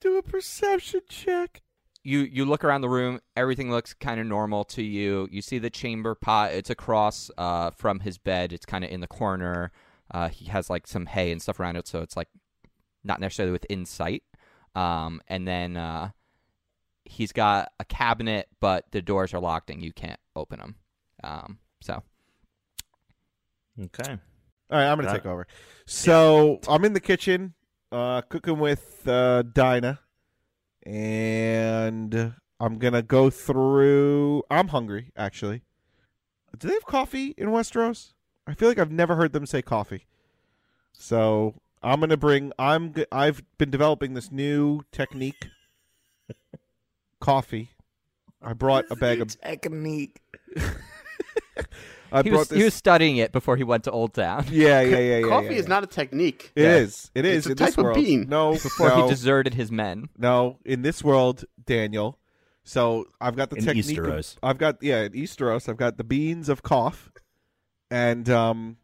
Speaker 4: Do a perception check.
Speaker 1: you you look around the room everything looks kind of normal to you you see the chamber pot it's across uh, from his bed it's kind of in the corner uh, he has like some hay and stuff around it so it's like not necessarily within sight um, and then uh, he's got a cabinet but the doors are locked and you can't open them um, so
Speaker 3: Okay.
Speaker 4: All right, I'm gonna
Speaker 3: That-
Speaker 4: take over. So I'm in the kitchen, uh, cooking with uh, Dinah, and I'm gonna go through. I'm hungry, actually. Do they have coffee in Westeros? I feel like I've never heard them say coffee. So I'm gonna bring. I'm. g- I've been developing this new technique. coffee. I brought a bag of.
Speaker 3: technique.
Speaker 4: I
Speaker 1: he
Speaker 4: brought
Speaker 1: was,
Speaker 4: this.
Speaker 1: he was studying it before he went to old town
Speaker 4: yeah, yeah, yeah, yeah.
Speaker 2: Coffee
Speaker 4: yeah,
Speaker 2: is
Speaker 4: yeah.
Speaker 2: not a technique.
Speaker 4: It
Speaker 3: Yeah.
Speaker 4: is. It is
Speaker 2: It's a
Speaker 4: in this
Speaker 2: type of
Speaker 4: world.
Speaker 2: bean.
Speaker 4: No,
Speaker 1: before
Speaker 4: no,
Speaker 1: he deserted his men
Speaker 4: no, in this world, Daniel. So I've got the
Speaker 3: In
Speaker 4: technique. of-
Speaker 3: Easteros.
Speaker 4: I've got yeah, in Easteros, I've got the beans of cough, and um,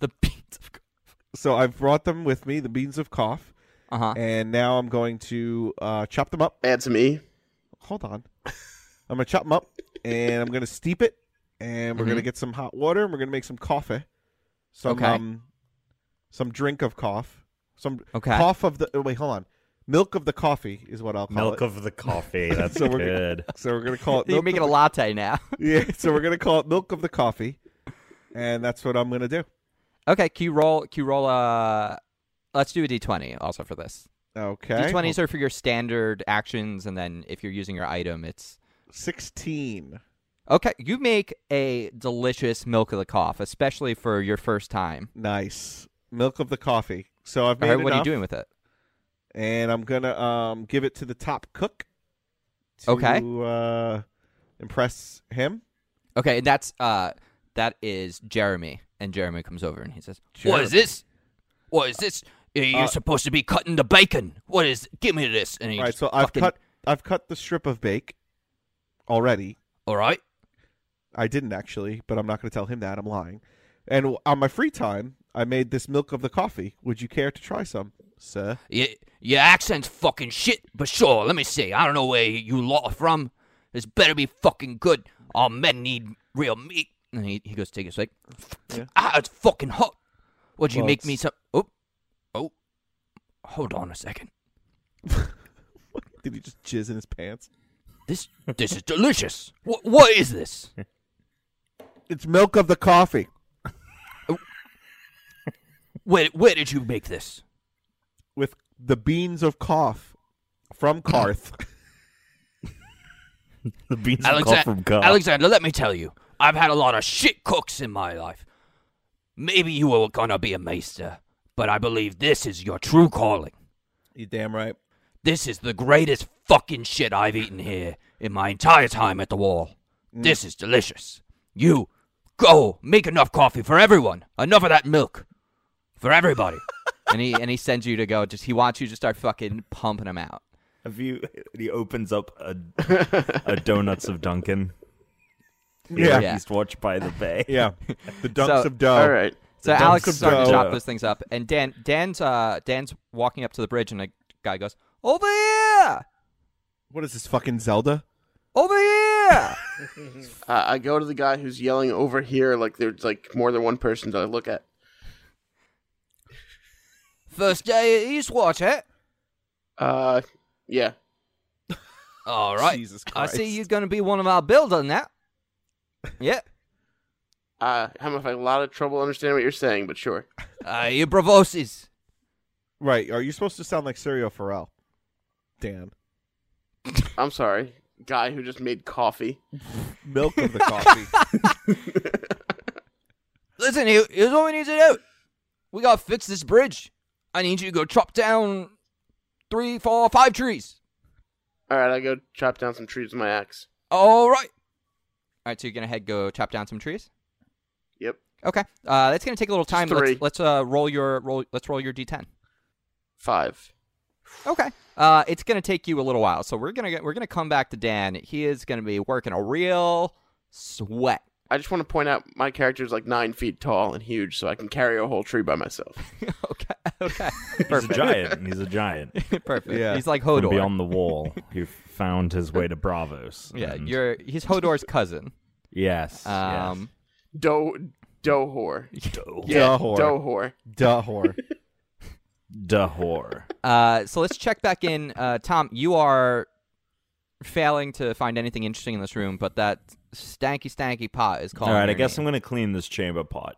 Speaker 1: the beans of
Speaker 4: so I've brought them with me, the beans of cough,
Speaker 1: uh-huh
Speaker 4: and now I'm going to uh, chop them up.
Speaker 2: Add some E.
Speaker 4: Hold on, I'm gonna chop them up, and I'm gonna steep it, and we're gonna get some hot water, and we're gonna make some coffee, some
Speaker 1: Mm-hmm. Okay.
Speaker 4: um, some drink of cough, some
Speaker 1: Okay.
Speaker 4: cough of the. oh, wait, hold on, milk of the coffee is what I'll call
Speaker 3: Milk
Speaker 4: it.
Speaker 3: of the coffee. That's
Speaker 4: So we're gonna-
Speaker 3: good.
Speaker 4: so we're gonna call it.
Speaker 1: you're
Speaker 4: milk
Speaker 1: making
Speaker 4: of
Speaker 1: a
Speaker 4: the-
Speaker 1: latte now
Speaker 4: Yeah, so we're gonna call it milk of the coffee, and that's what I'm gonna do.
Speaker 1: Okay, can you roll? Can you roll? Uh, let's do a d20 also for this.
Speaker 4: Okay,
Speaker 1: D20s are for your standard actions, and then if you're using your item, it's
Speaker 4: sixteen.
Speaker 1: okay. You make a delicious milk of the cough, especially for your first time.
Speaker 4: Nice milk of the coffee. So I've made
Speaker 1: All right, what are you
Speaker 4: enough,
Speaker 1: doing with it?
Speaker 4: and I'm gonna um give it to the top cook. To,
Speaker 1: Okay.
Speaker 4: Uh, impress him.
Speaker 1: Okay, and that's uh, that is Jeremy, and Jeremy comes over and he says, "What
Speaker 4: Jeremy.
Speaker 1: is this? What is this? You're
Speaker 4: Uh,
Speaker 1: supposed to be cutting the bacon. What is? Give me this." And he
Speaker 4: All right.
Speaker 1: just
Speaker 4: So I've
Speaker 1: fucking-
Speaker 4: cut I've cut the strip of bake already.
Speaker 1: All right.
Speaker 4: I didn't actually, but I'm not going to tell him that. I'm lying. And w- on my free time, I made this milk of the coffee. Would you care to try some, sir?
Speaker 1: Your, your accent's fucking shit, but sure, let me see. I don't know where you lot are from. This better be fucking good. Our men need real meat. And he, he goes to take a swig.
Speaker 4: Yeah.
Speaker 1: Ah, it's fucking hot. What'd you
Speaker 4: Well,
Speaker 1: make me
Speaker 4: it's-
Speaker 1: some? Oh, oh, hold on a second.
Speaker 4: Did he just jizz in his pants?
Speaker 1: This this is delicious. What what is this?
Speaker 4: It's milk of the coffee.
Speaker 1: Where where did you make this?
Speaker 4: with the beans of cough from Carth.
Speaker 3: The beans
Speaker 1: Alexa-
Speaker 3: come from God.
Speaker 1: Alexander, let me tell you, I've had a lot of shit cooks in my life. Maybe you were gonna be a maester, but I believe this is your true calling.
Speaker 4: you damn right.
Speaker 1: This is the greatest fucking shit Mm. I've eaten here in my entire time at the wall. This is delicious. You Go make enough coffee for everyone. Enough of that milk for everybody. and he and he sends you to go. Just he wants you to start fucking pumping him out.
Speaker 3: Have you? He opens up a, a donuts of Duncan.
Speaker 4: Yeah.
Speaker 1: Yeah.
Speaker 3: Eastwatch by the Bay.
Speaker 4: Yeah, the dunks
Speaker 1: So-
Speaker 4: of dough.
Speaker 2: All right.
Speaker 1: So
Speaker 3: dunks
Speaker 1: Alex
Speaker 3: of
Speaker 1: is starting to
Speaker 3: dough.
Speaker 1: chop those things up, and Dan Dan's uh Dan's walking up to the bridge, and a guy goes over here,
Speaker 4: What is this fucking Zelda?
Speaker 1: over here.
Speaker 2: Uh, I go to the guy who's yelling over here, like there's like more than one person that I look at.
Speaker 1: First day at Eastwatch, eh?
Speaker 2: Uh, yeah.
Speaker 1: All right.
Speaker 4: Jesus
Speaker 1: I
Speaker 4: Christ.
Speaker 1: see you're going to be one of our builders now. Yeah.
Speaker 2: Uh, I'm having a lot of trouble understanding what you're saying, but sure.
Speaker 1: Uh, you bravoses.
Speaker 4: Right? Are you supposed to sound like Serial Pharrell? Dan,
Speaker 2: I'm sorry, guy who just made coffee.
Speaker 4: milk of the coffee.
Speaker 1: Listen, here- here's what we need to do. We got to fix this bridge. I need you to go chop down three, four, five trees.
Speaker 2: All right, I go chop down some trees with my axe.
Speaker 1: All right. All right, so you're going to head go chop down some trees?
Speaker 2: Yep.
Speaker 1: Okay. Uh, that's going to take a little time.
Speaker 2: three.
Speaker 1: Let's, let's uh, roll your roll let's roll your d10.
Speaker 2: Five.
Speaker 1: Okay. Uh, it's gonna take you a little while, so we're gonna get, we're gonna come back to Dan. He is gonna be working a real sweat.
Speaker 2: I just want to point out my character is like nine feet tall and huge, so I can carry a whole tree by myself.
Speaker 1: okay. Okay.
Speaker 3: He's a
Speaker 1: Perfect.
Speaker 3: giant. He's a giant.
Speaker 1: Perfect.
Speaker 4: Yeah.
Speaker 1: He's like
Speaker 3: From
Speaker 1: Hodor.
Speaker 3: beyond the wall, who found his way to Bravos.
Speaker 1: yeah.
Speaker 3: and-
Speaker 1: You're he's Hodor's cousin.
Speaker 3: Yes.
Speaker 1: Um.
Speaker 2: Do do whore.
Speaker 3: yes. Duh.
Speaker 2: Yeah,
Speaker 4: whore.
Speaker 2: do whore.
Speaker 4: Duh whore.
Speaker 3: Duh whore.
Speaker 1: Uh. So let's check back in. Uh. Tom, you are failing to find anything interesting in this room, but that stanky stanky pot is
Speaker 3: All
Speaker 1: called.
Speaker 3: right. I guess I'm gonna clean this chamber pot.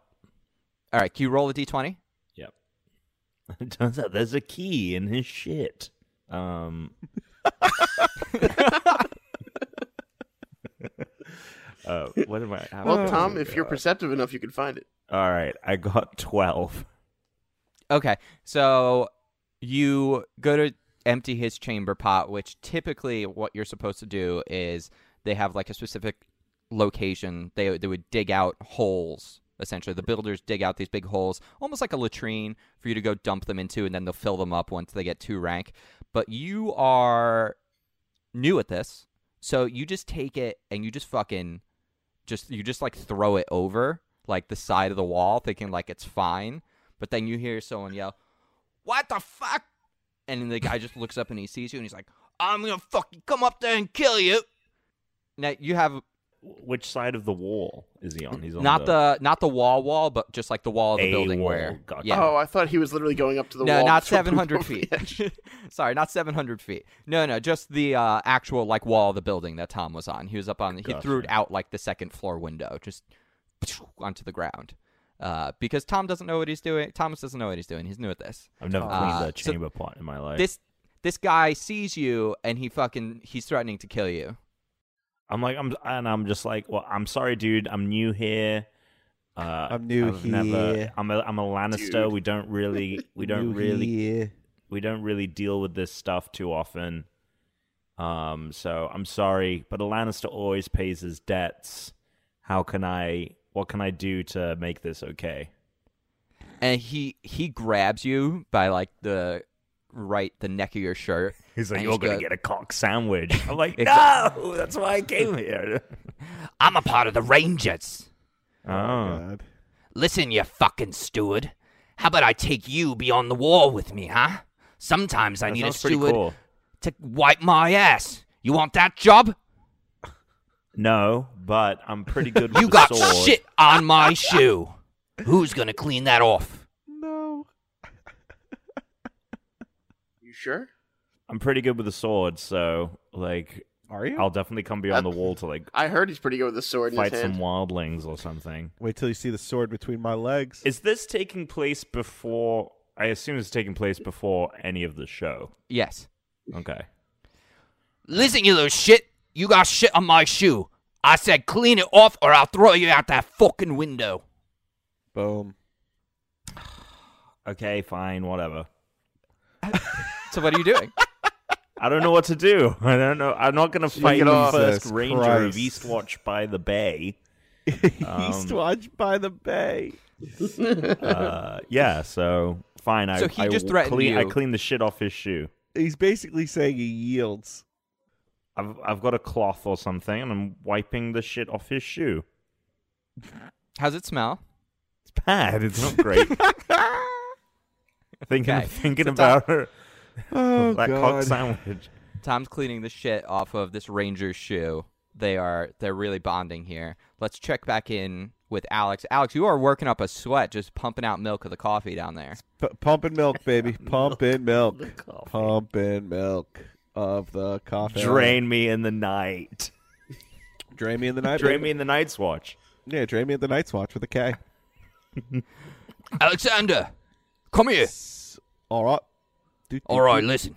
Speaker 1: All right. Can you roll a d20?
Speaker 3: Yep. It turns out there's a key in his shit. Um. uh, what am I? how-
Speaker 2: Well, Tom,
Speaker 3: oh,
Speaker 2: if you're
Speaker 3: God.
Speaker 2: perceptive enough, you can find it.
Speaker 3: all right, I got twelve.
Speaker 1: Okay. So you go to empty his chamber pot, which typically what you're supposed to do is they have like a specific location. They they would dig out holes. Essentially, the builders dig out these big holes, almost like a latrine, for you to go dump them into, and then they'll fill them up once they get two rank. But you are new at this, so you just take it and you just fucking just you just like throw it over like the side of the wall, thinking like it's fine. But then you hear someone yell, "What the fuck?" And then the guy just looks up and he sees you and he's like, "I'm gonna fucking come up there and kill you." Now you have
Speaker 3: Which side of the wall is he on? He's on
Speaker 1: not the, not the wall wall, but just like the wall of the
Speaker 3: A
Speaker 1: building
Speaker 3: wall,
Speaker 1: where
Speaker 3: gotcha.
Speaker 1: yeah.
Speaker 2: Oh, I thought he was literally going up to the
Speaker 1: no,
Speaker 2: wall.
Speaker 1: not
Speaker 2: to jump
Speaker 1: 700
Speaker 2: over the
Speaker 1: feet.
Speaker 2: edge.
Speaker 1: Sorry, not 700 feet. No, no, just the uh, actual like wall of the building that Tom was on. He was up on. He threw it
Speaker 3: Gotcha.
Speaker 1: out like the second floor window, just onto the ground, uh, because Tom doesn't know what he's doing. Thomas doesn't know what he's doing. He's new at this.
Speaker 3: I've never
Speaker 1: Uh,
Speaker 3: cleaned that
Speaker 1: so
Speaker 3: chamber pot in my life.
Speaker 1: this this guy sees you and he fucking he's threatening to kill you.
Speaker 3: I'm like, I'm, and I'm just like, well, I'm sorry, dude. I'm new here. Uh,
Speaker 4: I'm new
Speaker 3: I've Never,
Speaker 4: here.
Speaker 3: I'm a, I'm a Lannister. We don't really, we don't really, we don't really deal with this stuff too often. Um, so I'm sorry, but a Lannister always pays his debts. How can I? What can I do to make this okay?
Speaker 1: And he he grabs you by like the right the neck of your shirt.
Speaker 3: He's like,
Speaker 1: And
Speaker 3: you're
Speaker 1: he's
Speaker 3: gonna
Speaker 1: got-
Speaker 3: get a cock sandwich. I'm like,
Speaker 1: Exa-
Speaker 3: no, that's why I came here.
Speaker 1: I'm a part of the Rangers.
Speaker 3: oh,
Speaker 4: God.
Speaker 1: Listen, you fucking steward. How about I take you beyond the wall with me, huh? Sometimes I
Speaker 3: that
Speaker 1: need a
Speaker 3: sounds pretty
Speaker 1: steward
Speaker 3: cool.
Speaker 1: to wipe my ass. You want that job?
Speaker 3: No, but I'm pretty good. With
Speaker 1: You
Speaker 3: the
Speaker 1: got
Speaker 3: sword.
Speaker 1: shit on my shoe. Who's gonna clean that off?
Speaker 4: No.
Speaker 2: You sure?
Speaker 3: I'm pretty good with a sword, so like
Speaker 4: Are you?
Speaker 3: I'll definitely come beyond the wall to like
Speaker 2: I heard he's pretty good with a sword in
Speaker 3: fight
Speaker 2: his hand.
Speaker 3: some wildlings or something.
Speaker 4: Wait till you see the sword between my legs.
Speaker 3: Is this taking place before? I assume it's taking place before any of the show.
Speaker 1: Yes.
Speaker 3: Okay.
Speaker 1: Listen, you little shit. You got shit on my shoe. I said clean it off or I'll throw you out that fucking window.
Speaker 4: Boom.
Speaker 3: Okay, fine, whatever.
Speaker 1: So what are you doing?
Speaker 3: I don't know what to do. I don't know. I'm not going to fight
Speaker 2: it
Speaker 3: the
Speaker 2: off.
Speaker 3: first
Speaker 4: Jesus
Speaker 3: ranger of
Speaker 4: Christ.
Speaker 3: Eastwatch by the bay.
Speaker 4: East Watch by the Bay.
Speaker 3: Uh, yeah, so fine. I,
Speaker 1: So he
Speaker 3: I
Speaker 1: just
Speaker 3: will
Speaker 1: threatened
Speaker 3: clean, I
Speaker 1: you.
Speaker 3: cleaned the shit off his shoe.
Speaker 4: He's basically saying he yields.
Speaker 3: I've I've got a cloth or something, and I'm wiping the shit off his shoe.
Speaker 1: How's it smell?
Speaker 3: It's bad. It's not great. thinking
Speaker 1: Okay,
Speaker 3: thinking
Speaker 1: so
Speaker 3: about
Speaker 4: Oh
Speaker 3: that cock
Speaker 4: God!
Speaker 3: sandwich.
Speaker 1: Tom's cleaning the shit off of this Ranger's shoe. They are they're really bonding here. Let's check back in with Alex. Alex, you are working up a sweat just pumping out milk of the coffee down there.
Speaker 4: P- pumping milk, baby. Pumping milk. Pumping milk of the coffee.
Speaker 3: Drain me in the night.
Speaker 4: Drain me in the night.
Speaker 3: Drain
Speaker 4: baby.
Speaker 3: me in the night's watch.
Speaker 4: Yeah, drain me at the Night's Watch with a K.
Speaker 1: Alexander, come here.
Speaker 4: All right. Do, do,
Speaker 1: All right,
Speaker 4: do,
Speaker 1: listen.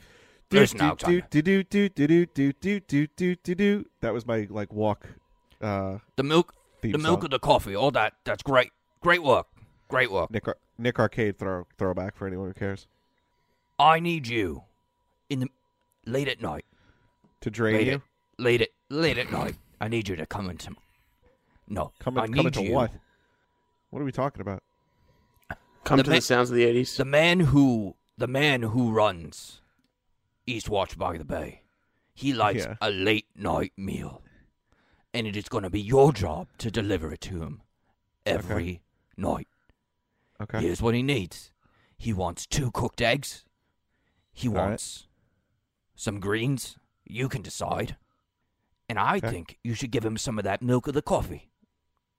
Speaker 4: do,
Speaker 1: listen,
Speaker 4: do,
Speaker 1: Alexander.
Speaker 4: do, do, do, do, do, do, do, do, do, do, do. That was my like walk. Uh,
Speaker 1: The milk,
Speaker 4: Theme
Speaker 1: the milk
Speaker 4: song.
Speaker 1: of the coffee, all that. That's great. Great work. Great work.
Speaker 4: Nick Ar- Nick Arcade throw throwback for anyone who cares
Speaker 1: I need you in the late at night.
Speaker 4: to drain
Speaker 1: Late
Speaker 4: you.
Speaker 1: at, late at late at night. I need you to come into No,
Speaker 4: Come
Speaker 1: I
Speaker 4: in,
Speaker 1: need
Speaker 4: come into
Speaker 1: you.
Speaker 4: what? What are we talking about?
Speaker 2: Come
Speaker 1: The
Speaker 2: to
Speaker 1: ma-
Speaker 2: the sounds of the eighties.
Speaker 1: The man who the man who runs Eastwatch by the Bay. He likes
Speaker 4: Yeah.
Speaker 1: a late night meal. And it is gonna be your job to deliver it to him every night.
Speaker 4: Okay.
Speaker 1: Here's what he needs. He wants two cooked eggs. He
Speaker 4: All right.
Speaker 1: wants some greens. You can decide. And I
Speaker 4: Okay.
Speaker 1: think you should give him some of that milk of the coffee.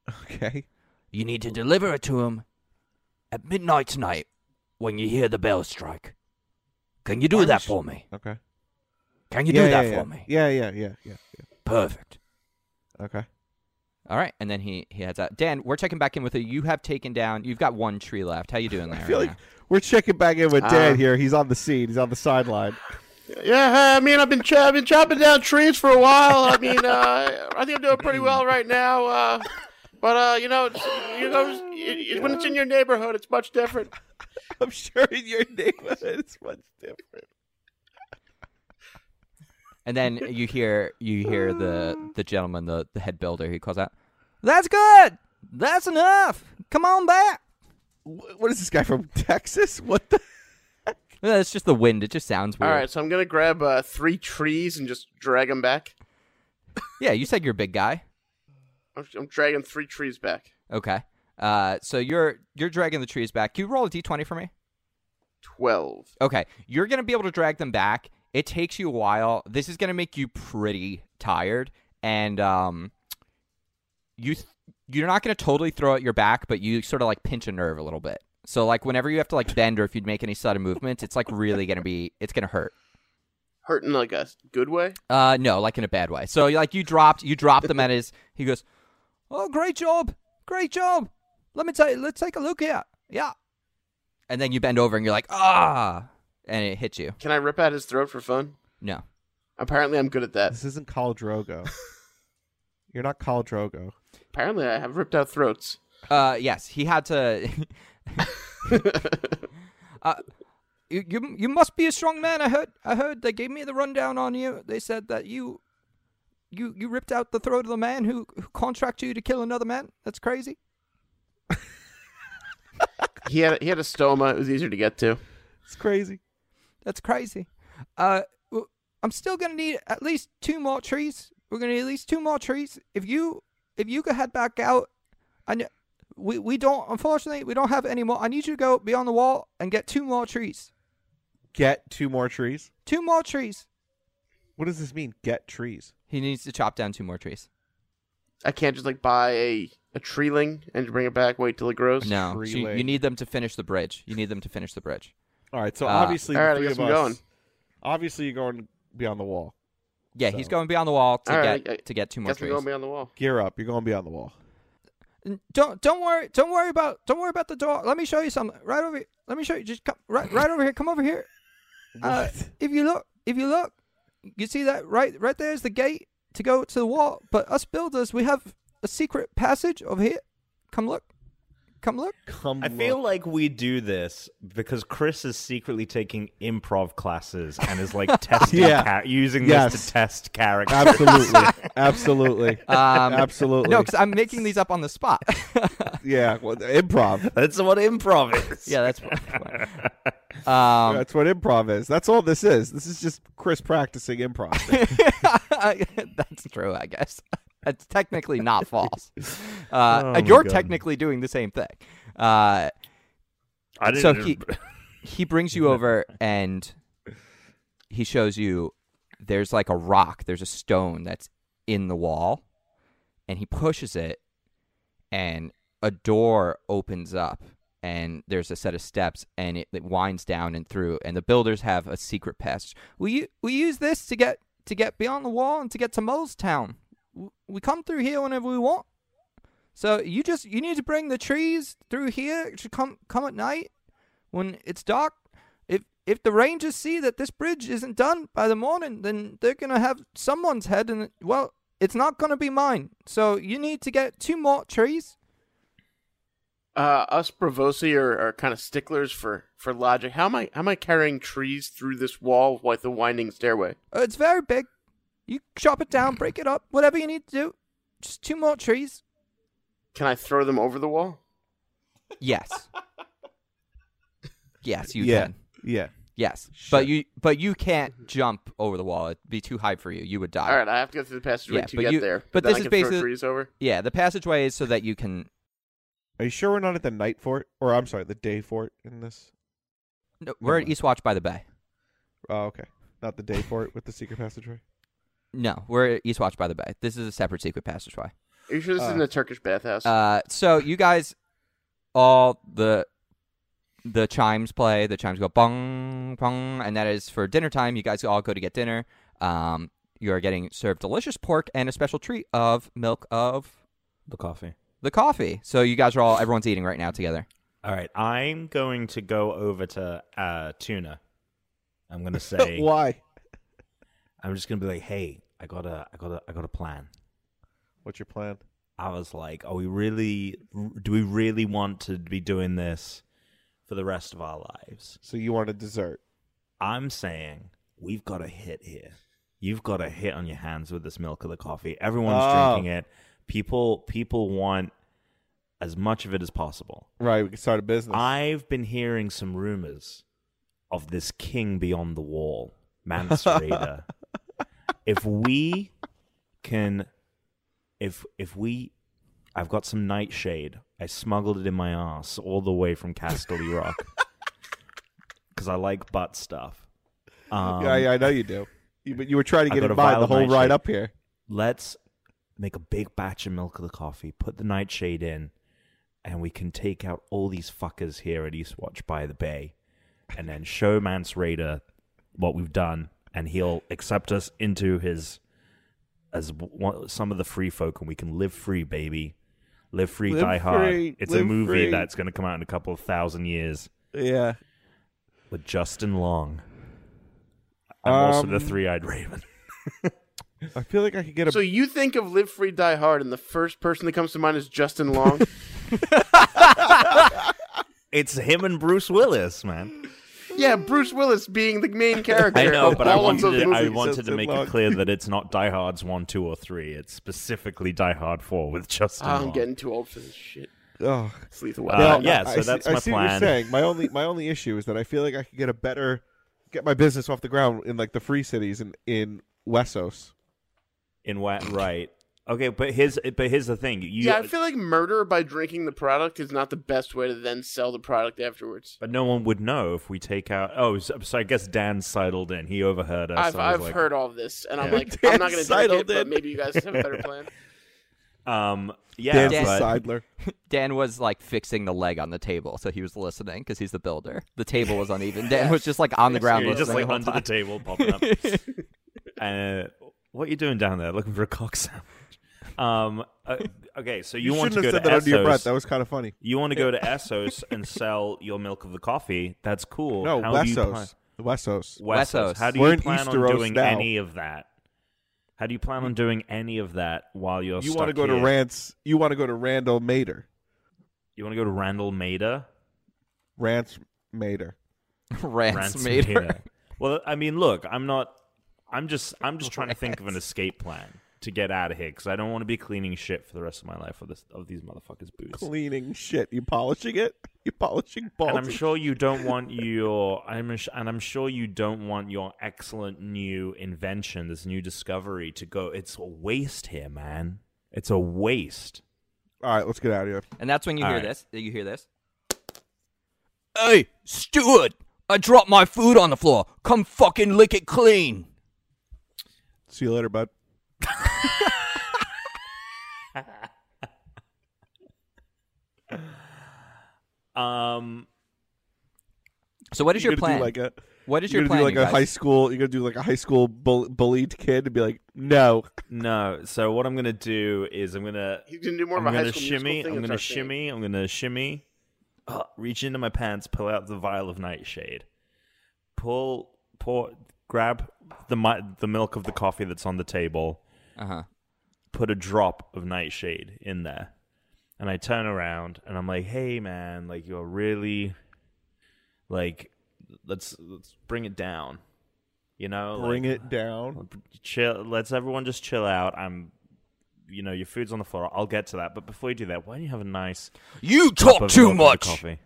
Speaker 4: Okay.
Speaker 1: You need to deliver it to him at midnight tonight when you hear the bell strike. Can you do that for me?
Speaker 4: Okay.
Speaker 1: Can you
Speaker 4: yeah,
Speaker 1: do that
Speaker 4: yeah,
Speaker 1: for
Speaker 4: yeah.
Speaker 1: me?
Speaker 4: Yeah, yeah, yeah, yeah.
Speaker 1: Perfect.
Speaker 4: Okay.
Speaker 1: All right, and then he he heads out. Dan, we're checking back in with you. You have taken down. You've got one tree left. How you doing there?
Speaker 4: I feel
Speaker 1: right
Speaker 4: like we're checking back in with Dan
Speaker 2: Uh,
Speaker 4: here. He's on the scene. He's on the sideline.
Speaker 2: Yeah, I mean, I've been, ch- I've been chopping down trees for a while. I mean, uh, I think I'm doing pretty well right now. Uh, but uh, you know, it's, you know, it's- it, it, when it's in your neighborhood, it's much different.
Speaker 4: I'm sure in your neighborhood it's much different.
Speaker 1: And then you hear you hear the the gentleman, the, the head builder, he calls out, "That's good. That's enough. Come on back."
Speaker 4: Wh- What is this guy from Texas? What the?
Speaker 1: Yeah, It's just the wind. It just sounds
Speaker 2: All
Speaker 1: weird.
Speaker 2: right, so I'm gonna grab uh, three trees and just drag them back.
Speaker 1: Yeah, you said you're a big guy.
Speaker 2: I'm, I'm dragging three trees back.
Speaker 1: Okay. Uh, so you're you're dragging the trees back. Can you roll a d20 for me?
Speaker 2: Twelve.
Speaker 1: Okay. You're going to be able to drag them back. It takes you a while. This is going to make you pretty tired and um you th- you're not going to totally throw out your back, but you sort of like pinch a nerve a little bit. So like whenever you have to like bend or if you'd make any sudden movements, it's like really going to be it's going to hurt.
Speaker 2: Hurting like a good way.
Speaker 1: Uh, no, like in a bad way. So like you dropped, you dropped him at his. He goes, "Oh, great job, great job. Let me tell you, let's take a look here. Yeah." And then you bend over and you're like, "Ah!" And it hits you.
Speaker 2: Can I rip out his throat for fun?
Speaker 1: No,
Speaker 2: Apparently, I'm good at that.
Speaker 4: This isn't Khal Drogo. You're not Khal Drogo.
Speaker 2: Apparently, I have ripped out throats.
Speaker 1: uh, yes, he had to. uh, you, you you must be a strong man. I heard I heard they gave me the rundown on you. They said that you you you ripped out the throat of the man who who contracted you to kill another man. That's crazy.
Speaker 2: He had he had a stoma. It was easier to get to.
Speaker 4: It's crazy.
Speaker 1: That's crazy. Uh, w- I'm still gonna need at least two more trees. We're gonna need at least two more trees. If you if you could head back out, I kn- we we don't unfortunately we don't have any more. I need you to go beyond the wall and get two more trees.
Speaker 4: Get two more trees.
Speaker 1: Two more trees.
Speaker 4: What does this mean? Get trees.
Speaker 1: He needs to chop down two more trees.
Speaker 2: I can't just like buy a a treeling and bring it back. Wait till it grows.
Speaker 1: No,
Speaker 4: Tree
Speaker 1: so you, you
Speaker 4: leg.
Speaker 1: need them to finish the bridge. You need them to finish the bridge.
Speaker 4: All right. So
Speaker 1: Uh,
Speaker 4: obviously,
Speaker 2: all
Speaker 4: the
Speaker 2: right, I
Speaker 4: three
Speaker 2: guess
Speaker 4: of
Speaker 2: I'm
Speaker 4: us.
Speaker 2: going.
Speaker 4: Obviously, you're going beyond the wall.
Speaker 1: Yeah, he's
Speaker 4: So-
Speaker 1: going beyond the wall to
Speaker 2: All
Speaker 1: get
Speaker 2: right, I-
Speaker 1: to get two more
Speaker 2: Guess we're
Speaker 1: trees.
Speaker 2: going beyond the wall.
Speaker 4: Gear up. You're going beyond the wall.
Speaker 1: N- don't don't worry don't worry about don't worry about the door. Let me show you something. Right over. Let me show you. Just come right right over here. Come over here. Uh, if you look, if you look, you see that right right there is the gate to go to the wall. But us builders, we have a secret passage over here. Come look. Come look.
Speaker 4: Come
Speaker 3: I feel like we do this because Chris is secretly taking improv classes and is like testing,
Speaker 4: Yeah.
Speaker 3: cha- using this
Speaker 4: Yes.
Speaker 3: to test character.
Speaker 4: absolutely, absolutely,
Speaker 1: Um,
Speaker 4: absolutely.
Speaker 1: No, because I'm making these up on the spot.
Speaker 4: yeah, well, improv.
Speaker 3: That's what improv is.
Speaker 1: yeah, that's. um,
Speaker 4: That's what improv is. That's all this is. This is just Chris practicing improv.
Speaker 1: that's true, I guess. That's technically not false. Uh,
Speaker 2: Oh
Speaker 1: and you're technically doing the same thing. Uh,
Speaker 3: I didn't.
Speaker 1: So he- he brings you over and he shows you there's like a rock, there's a stone that's in the wall, and he pushes it, and a door opens up, and there's a set of steps, and it, it winds down and through, and the builders have a secret passage. We u- we use this to get to get beyond the wall and to get to Mole's Town. W- We come through here whenever we want. So you just you need to bring the trees through here to come come at night when it's dark. If if the rangers see that this bridge isn't done by the morning, then they're gonna have someone's head in it. Well, it's not gonna be mine. So you need to get two more trees.
Speaker 2: Uh, us Bravosi are, are kind of sticklers for, for logic. How am I how am I carrying trees through this wall like the winding stairway?
Speaker 1: Uh, It's very big. You chop it down, break it up, whatever you need to do. Just two more trees.
Speaker 2: Can I throw them over the wall?
Speaker 1: Yes. yes, you
Speaker 4: yeah,
Speaker 1: can.
Speaker 4: yeah.
Speaker 1: Yes, but you but you can't jump over the wall. It'd be too high for you. You would die.
Speaker 2: All right, I have to go through the passageway
Speaker 1: Uh, Yeah,
Speaker 2: to
Speaker 1: but
Speaker 2: get
Speaker 1: you-
Speaker 2: there.
Speaker 1: but
Speaker 2: then
Speaker 1: this
Speaker 2: I
Speaker 1: is
Speaker 2: can
Speaker 1: basically-
Speaker 2: throw trees over.
Speaker 1: Yeah, the passageway is so that you can.
Speaker 4: Are you sure we're not at the night fort, or I'm sorry, the day fort in this?
Speaker 1: No, we're at
Speaker 4: Never mind.
Speaker 1: Eastwatch by the Bay.
Speaker 4: Oh, okay, not the day fort with the secret passageway.
Speaker 1: No, we're at Eastwatch by the Bay. This is a separate secret passageway.
Speaker 2: Are you sure this
Speaker 4: Uh,
Speaker 2: isn't a Turkish bathhouse?
Speaker 1: Uh, so you guys, all the the chimes play. The chimes go bong bong, and that is for dinner time. You guys all go to get dinner. Um, you are getting served delicious pork and a special treat of milk of
Speaker 3: the coffee.
Speaker 1: the coffee. So you guys are all everyone's eating right now together.
Speaker 3: All right, I'm going to go over to uh, Tuna. I'm gonna say.
Speaker 4: Why?
Speaker 3: I'm just gonna be like, hey, I got a, I got a, I got a plan.
Speaker 4: What's your plan?
Speaker 3: I was like, are we really? Do we really want to be doing this for the rest of our lives?
Speaker 4: So you want a dessert?
Speaker 3: I'm saying we've got a hit here. You've got a hit on your hands with this milk of the coffee. Everyone's
Speaker 4: Oh.
Speaker 3: drinking it. People people want as much of it as possible.
Speaker 4: Right, we can start a business.
Speaker 3: I've been hearing some rumors of this king beyond the wall, Mansarada. if we can if if we I've got some nightshade. I smuggled it in my ass all the way from Casterly Rock. Cuz I like butt stuff. Um,
Speaker 4: yeah, yeah, I know you do. You, but you were trying to
Speaker 3: I
Speaker 4: get
Speaker 3: got
Speaker 4: it
Speaker 3: a
Speaker 4: by the
Speaker 3: violent
Speaker 4: whole
Speaker 3: nightshade.
Speaker 4: ride up here.
Speaker 3: let's make a big batch of milk of the coffee, put the nightshade in, and we can take out all these fuckers here at Eastwatch by the Bay, and then show Mance Raider what we've done, and he'll accept us into his as one, some of the free folk, and we can live free, baby. Live free,
Speaker 4: Live
Speaker 3: die hard.
Speaker 4: free,
Speaker 3: It's a
Speaker 4: live
Speaker 3: movie
Speaker 4: free.
Speaker 3: that's going to come out in a couple of thousand years
Speaker 4: Yeah.
Speaker 3: with Justin Long. And also the
Speaker 4: Um,
Speaker 3: three-eyed raven.
Speaker 4: I feel like I could get a.
Speaker 2: so you think of Live Free Die Hard, and the first person that comes to mind is Justin Long.
Speaker 3: It's him and Bruce Willis, man.
Speaker 2: yeah, Bruce Willis being the main character.
Speaker 3: I know,
Speaker 2: of
Speaker 3: but I
Speaker 2: all of
Speaker 3: wanted
Speaker 2: those
Speaker 3: to, I
Speaker 2: movies.
Speaker 3: wanted to
Speaker 4: so
Speaker 3: make
Speaker 4: long.
Speaker 3: it clear that it's not Die Hard's one, two, or three. It's specifically Die Hard four with Justin.
Speaker 2: Ah, I'm
Speaker 3: Long.
Speaker 2: getting too old for this shit.
Speaker 4: oh.
Speaker 2: It's lethal
Speaker 3: Uh,
Speaker 2: weapon.
Speaker 4: Now,
Speaker 3: yeah,
Speaker 4: I
Speaker 3: so
Speaker 4: see-
Speaker 3: that's
Speaker 4: I
Speaker 3: my
Speaker 4: see What you're
Speaker 3: plan.
Speaker 4: saying my only my only issue is that I feel like I could get a better get my business off the ground in like the free cities in in Wessos.
Speaker 3: in what right. Okay, but here's but here's the thing. You,
Speaker 2: yeah, I feel like murder by drinking the product is not the best way to then sell the product afterwards.
Speaker 3: but no one would know if we take out. Oh, so, so I guess Dan sidled in. He overheard us.
Speaker 2: I've,
Speaker 3: I was
Speaker 2: I've
Speaker 3: like,
Speaker 2: heard all this, and I'm
Speaker 3: Yeah.
Speaker 2: like, I'm not going to drink
Speaker 4: Sidled
Speaker 2: it, but
Speaker 4: in.
Speaker 2: maybe you guys have a better plan.
Speaker 3: Um, yeah,
Speaker 4: Dan's
Speaker 1: Dan-
Speaker 4: a
Speaker 3: but
Speaker 4: Seidler.
Speaker 1: Dan was like fixing the leg on the table, so he was listening because he's the builder. The table was uneven. Dan was just like on the ground,
Speaker 3: you're just
Speaker 1: listening
Speaker 3: like
Speaker 1: the whole time.
Speaker 3: under the table popping up. uh, what are you doing down there? Looking for a cock sandwich? Um. uh, okay, so you, want to
Speaker 4: shouldn't
Speaker 3: go
Speaker 4: have said
Speaker 3: to
Speaker 4: that under your
Speaker 3: Essos.
Speaker 4: breath. That was kind of funny.
Speaker 3: You want to go to Essos and sell your milk of the coffee? That's cool.
Speaker 4: No,
Speaker 3: How do you plan- Wessos.
Speaker 4: Wessos. Wessos.
Speaker 1: Wessos.
Speaker 3: How do
Speaker 4: We're
Speaker 3: you
Speaker 4: in
Speaker 3: plan
Speaker 4: Easteros
Speaker 3: on doing
Speaker 4: now.
Speaker 3: any of that? How do you plan on doing any of that while you're
Speaker 4: You
Speaker 3: want
Speaker 4: want to go to Rance? You want to go to Randall Mater?
Speaker 3: You want to go to Randall Mader?
Speaker 4: Rance Mater.
Speaker 1: Rance Mater.
Speaker 3: Ransomware. Well, I mean, look, I'm not. I'm just. I'm just trying to think of an escape plan to get out of here because I don't want to be cleaning shit for the rest of my life with this of these motherfuckers' boots.
Speaker 4: Cleaning shit. You polishing it? You polishing balls?
Speaker 3: And I'm sure you don't want your. I'm ass- and I'm sure you don't want your excellent new invention, this new discovery, to go. It's a waste here, man. It's a waste.
Speaker 4: All right, let's get out of here.
Speaker 1: And that's when you
Speaker 3: All
Speaker 1: hear
Speaker 3: right.
Speaker 1: this. You hear this. Hey, Stuart! I dropped my food on the floor. Come fucking lick it clean.
Speaker 4: See you later, bud.
Speaker 3: Um.
Speaker 1: So what is
Speaker 4: You're
Speaker 1: your plan?
Speaker 4: gonna Do like a,
Speaker 1: what is
Speaker 4: you're
Speaker 1: your plan?
Speaker 4: gonna do like
Speaker 1: you
Speaker 4: a
Speaker 1: guys?
Speaker 4: high school. You're gonna do like a high school bull- bullied kid and be like, no.
Speaker 3: No. So what I'm gonna do is I'm gonna
Speaker 2: He's gonna do more
Speaker 3: I'm
Speaker 2: of a high
Speaker 3: gonna
Speaker 2: school
Speaker 3: shimmy.
Speaker 2: musical thing.
Speaker 3: I'm
Speaker 2: and
Speaker 3: gonna
Speaker 2: start singing.
Speaker 3: shimmy. I'm gonna shimmy. Uh, reach into my pants, pull out the vial of nightshade, pull, pour, grab the mi- the milk of the coffee that's on the table,
Speaker 1: Uh huh.
Speaker 3: put a drop of nightshade in there, and I turn around and I'm like, "Hey, man, like you're really, like, let's let's bring it down, you know,
Speaker 4: Bring
Speaker 3: like,
Speaker 4: it down.
Speaker 3: chill let's everyone just chill out i'm you know your food's on the floor i'll get to that but before you do that why don't you have a nice
Speaker 1: You
Speaker 3: cup
Speaker 1: talk
Speaker 3: of
Speaker 1: too
Speaker 3: milk and
Speaker 1: much.
Speaker 3: coffee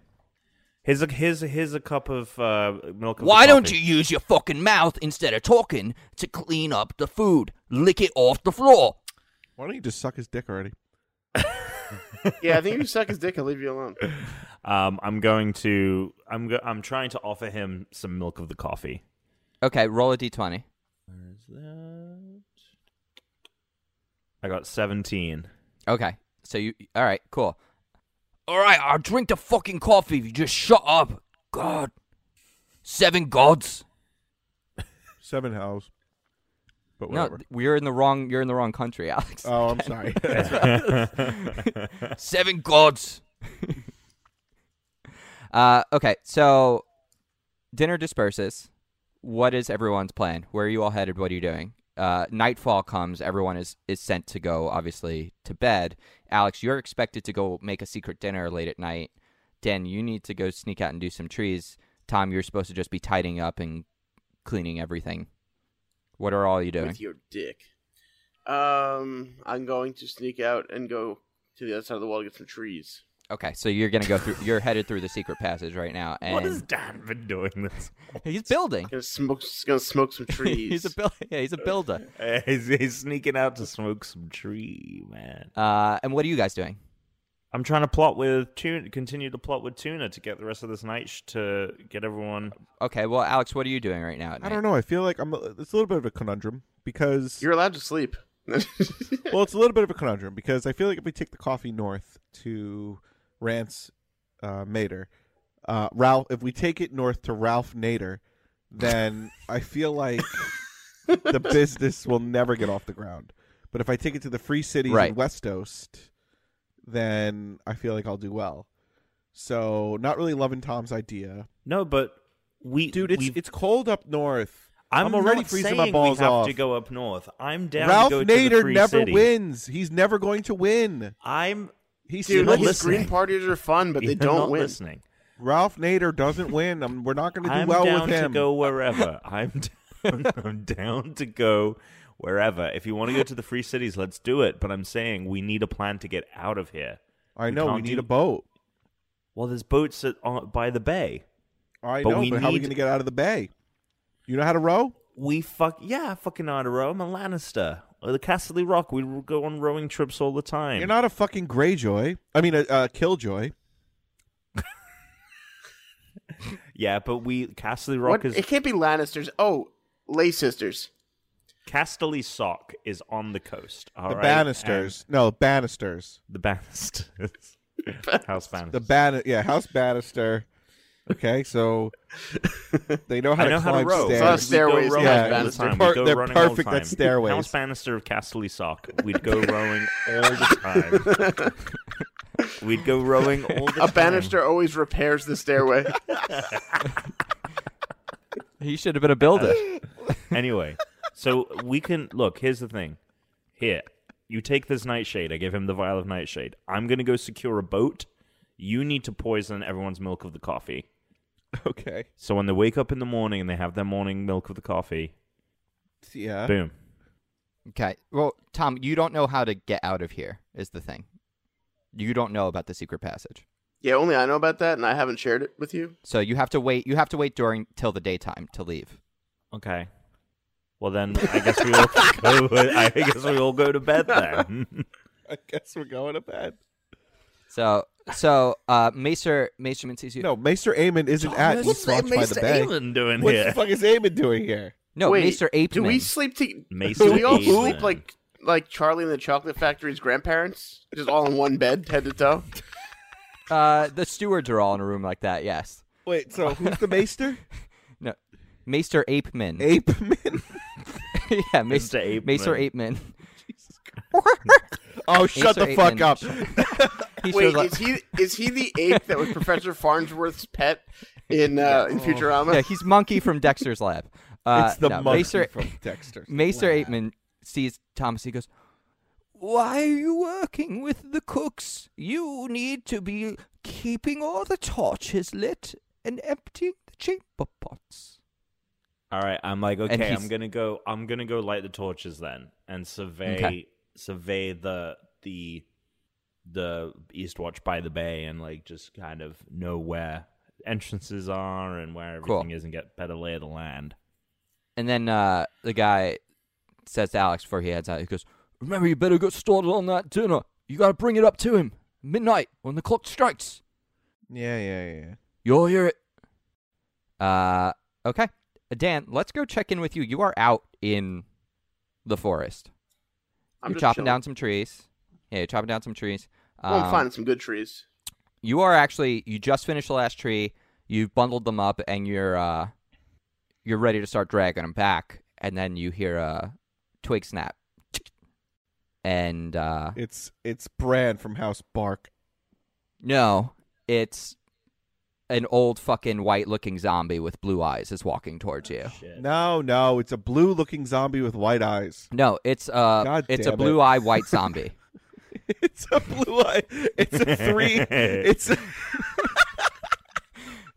Speaker 3: here's a here's a, here's a cup of uh milk and
Speaker 1: Why don't
Speaker 3: coffee.
Speaker 1: you use your fucking mouth instead of talking to clean up the food? Lick it off the floor.
Speaker 4: Why don't you just suck his dick already?
Speaker 2: Yeah, I think if you suck his dick, I'll leave you alone.
Speaker 3: um i'm going to i'm go- i'm trying to offer him some milk of the coffee
Speaker 1: Okay, roll a d20.
Speaker 3: where is that i got 17
Speaker 1: Okay, so you. All right, cool. All right, I'll drink the fucking coffee if you just shut up. God. Seven gods.
Speaker 4: Seven house. But
Speaker 1: No,
Speaker 4: whatever.
Speaker 1: th- we're in the wrong. You're in the wrong country, Alex.
Speaker 4: oh, I'm sorry.
Speaker 1: Seven gods. uh, okay, so dinner disperses. What is everyone's plan? Where are you all headed? What are you doing? Uh, nightfall comes. Everyone is is sent to go, obviously, to bed. Alex, you're expected to go make a secret dinner late at night. Dan, you need to go sneak out and do some trees. Tom, you're supposed to just be tidying up and cleaning everything. What are all you doing?
Speaker 2: With your dick. Um, I'm going to sneak out and go to the other side of the wall to get some trees.
Speaker 1: Okay, so you're gonna go through. You're headed through the secret passage right now, and
Speaker 3: what has dan been doing this
Speaker 1: he's building.
Speaker 2: Gonna smoke. Gonna smoke some trees.
Speaker 1: he's a build- yeah, he's a builder.
Speaker 3: Uh, he's, he's sneaking out to smoke some tree man
Speaker 1: Uh, and what are you guys doing?
Speaker 3: I'm trying to plot with tuna, continue to plot with tuna to get the rest of this night sh- to get everyone.
Speaker 1: Okay, well, Alex, what are you doing right now? At
Speaker 4: I
Speaker 1: night?
Speaker 4: don't know. I feel like I'm. A, it's a little bit of a conundrum because
Speaker 2: You're allowed to sleep.
Speaker 4: well, it's a little bit of a conundrum because I feel like if we take the coffee north to Rance uh, Mater, uh, Ralph, if we take it north to Ralph Nader, then I feel like the business will never get off the ground. But if I take it to the free cities
Speaker 1: Right.
Speaker 4: in West Coast, then I feel like I'll do well. So, not really loving Tom's idea,
Speaker 3: No, but we,
Speaker 4: dude. It's
Speaker 3: we've-
Speaker 4: it's cold up north.
Speaker 3: I'm,
Speaker 4: already
Speaker 3: not
Speaker 4: freezing
Speaker 3: saying
Speaker 4: my balls
Speaker 3: we have
Speaker 4: off.
Speaker 3: to go up north. I'm down.
Speaker 4: Ralph
Speaker 3: to go to the
Speaker 4: Nader
Speaker 3: free
Speaker 4: never
Speaker 3: city.
Speaker 4: wins. He's never going to win.
Speaker 3: I'm.
Speaker 4: He's
Speaker 2: Dude,
Speaker 4: not
Speaker 2: like
Speaker 3: not
Speaker 2: his
Speaker 4: listening.
Speaker 2: green parties are fun, but they
Speaker 3: you're
Speaker 2: don't
Speaker 3: not
Speaker 2: win.
Speaker 3: listening.
Speaker 4: Ralph Nader doesn't win. i we're not going to do
Speaker 3: I'm
Speaker 4: well
Speaker 3: down
Speaker 4: with him.
Speaker 3: to go wherever. I'm. Down, I'm down to go wherever. If you want to go to the free cities, let's do it. But I'm saying we need a plan to get out of here.
Speaker 4: I
Speaker 3: We
Speaker 4: know we
Speaker 3: can't
Speaker 4: need
Speaker 3: do-
Speaker 4: a boat.
Speaker 3: Well, there's boats at, on, by the bay.
Speaker 4: I
Speaker 3: But
Speaker 4: know,
Speaker 3: we
Speaker 4: but how are we
Speaker 3: need-
Speaker 4: going to get out of the bay? You know how to row?
Speaker 3: We fuck yeah, I fucking on a row. I'm a Lannister. Or the Casterly Rock. We go on rowing trips all the time.
Speaker 4: You're not a fucking Greyjoy. I mean, a, a Killjoy.
Speaker 3: Yeah, but we Casterly
Speaker 2: What?
Speaker 3: Rock is
Speaker 2: It can't be Lannisters. Oh, Lay sisters.
Speaker 3: Casterly Sock is on the coast. all
Speaker 4: the
Speaker 3: right?
Speaker 4: Bannisters. No, Bannisters.
Speaker 3: And the Bannisters. House Bannisters.
Speaker 4: The ban. Yeah, House Bannister. Okay, so they know how
Speaker 3: I
Speaker 4: to
Speaker 3: know how
Speaker 4: climb
Speaker 3: to row.
Speaker 2: It's
Speaker 4: stairs.
Speaker 2: not a stairway,
Speaker 3: We'd
Speaker 2: it's
Speaker 3: go rowing
Speaker 4: not a
Speaker 3: all the
Speaker 4: bannister.
Speaker 3: time.
Speaker 4: They're
Speaker 3: We'd go
Speaker 4: per- they're
Speaker 3: running all the
Speaker 4: perfect at
Speaker 3: time.
Speaker 4: stairways.
Speaker 3: House Bannister of Casterly Sock. We'd go rowing all the time. We'd go rowing all the
Speaker 2: A
Speaker 3: time.
Speaker 2: banister always repairs the stairway.
Speaker 1: He should have been a builder.
Speaker 3: Anyway, so we can look. Here's the thing. Here, you take this nightshade. I give him the vial of nightshade. I'm gonna go secure a boat. You need to poison everyone's milk of the coffee.
Speaker 4: Okay.
Speaker 3: So when they wake up in the morning and they have their morning milk of the coffee,
Speaker 4: Yeah.
Speaker 3: boom.
Speaker 1: Okay. Well, Tom, you don't know how to get out of here, is the thing. You don't know about the secret passage.
Speaker 2: Yeah, only I know about that, and I haven't shared it with you.
Speaker 1: So you have to wait. You have to wait during till the daytime to leave.
Speaker 3: Okay. Well then, I guess we all go. I guess we all go to bed then.
Speaker 4: I guess we're going to bed.
Speaker 1: So, so uh, Macer, Macer sees you.
Speaker 4: No, Maester Aemon isn't at East Watch by the Bay.
Speaker 3: doing
Speaker 4: What
Speaker 3: here?
Speaker 4: the fuck is Aemon doing here?
Speaker 1: no,
Speaker 2: Wait,
Speaker 1: Maester Apeman.
Speaker 2: Do we sleep to?
Speaker 3: Maester
Speaker 2: Do we all
Speaker 3: Aemon.
Speaker 2: sleep like like Charlie and the Chocolate Factory's grandparents, just all in one bed, head to toe?
Speaker 1: Uh, the stewards are all in a room like that. Yes,
Speaker 4: Wait, so who's the Maester?
Speaker 1: Maester Apeman.
Speaker 4: Apeman?
Speaker 1: yeah, Maester
Speaker 3: Apeman.
Speaker 1: Maester Apeman.
Speaker 4: Oh, shut
Speaker 1: Maester
Speaker 4: the fuck
Speaker 1: Apeman.
Speaker 4: up.
Speaker 1: He
Speaker 2: Wait,
Speaker 1: shows up.
Speaker 2: is he is he the ape that was Professor Farnsworth's pet in uh, in Futurama?
Speaker 1: Yeah, he's monkey from Dexter's lab. Uh,
Speaker 4: it's the
Speaker 1: no,
Speaker 4: monkey
Speaker 1: Maester,
Speaker 4: from Dexter.
Speaker 1: Maester Aitman sees Thomas. He goes, "Why are you working with the cooks? You need to be keeping all the torches lit and emptying the chamber pots."
Speaker 3: All right, I'm like,
Speaker 1: And
Speaker 3: okay,
Speaker 1: he's-
Speaker 3: I'm gonna go. I'm gonna go light the torches then, and survey
Speaker 1: Okay.
Speaker 3: survey the the the East Watch by the bay, and like just kind of know where entrances are and where
Speaker 1: Cool.
Speaker 3: everything is, and get better lay of the land.
Speaker 1: And then uh, the guy says to Alex before he heads out, he goes, "Remember, you better get started on that dinner. You got to bring it up to him midnight when the clock strikes."
Speaker 4: Yeah, yeah, yeah.
Speaker 1: You'll hear it. Uh, okay. Dan, let's go check in with you. You are out in the forest.
Speaker 2: I'm
Speaker 1: you're
Speaker 2: just
Speaker 1: chopping
Speaker 2: chilling.
Speaker 1: down some trees. Yeah, you're chopping down some trees.
Speaker 2: Well, I'm
Speaker 1: Um,
Speaker 2: finding some good trees.
Speaker 1: You are actually. You just finished the last tree. You've bundled them up, and you're uh, you're ready to start dragging them back. And then you hear a twig snap, and uh,
Speaker 4: It's it's Bran from House Bark.
Speaker 1: No, it's an old fucking white looking zombie with blue eyes is walking towards
Speaker 2: Oh,
Speaker 1: you.
Speaker 4: No, no, it's a blue-looking zombie with white eyes.
Speaker 1: No, it's a
Speaker 4: God
Speaker 1: it's a
Speaker 4: damn it.
Speaker 1: blue eye white zombie.
Speaker 4: It's a blue eye. It's a three. It's a,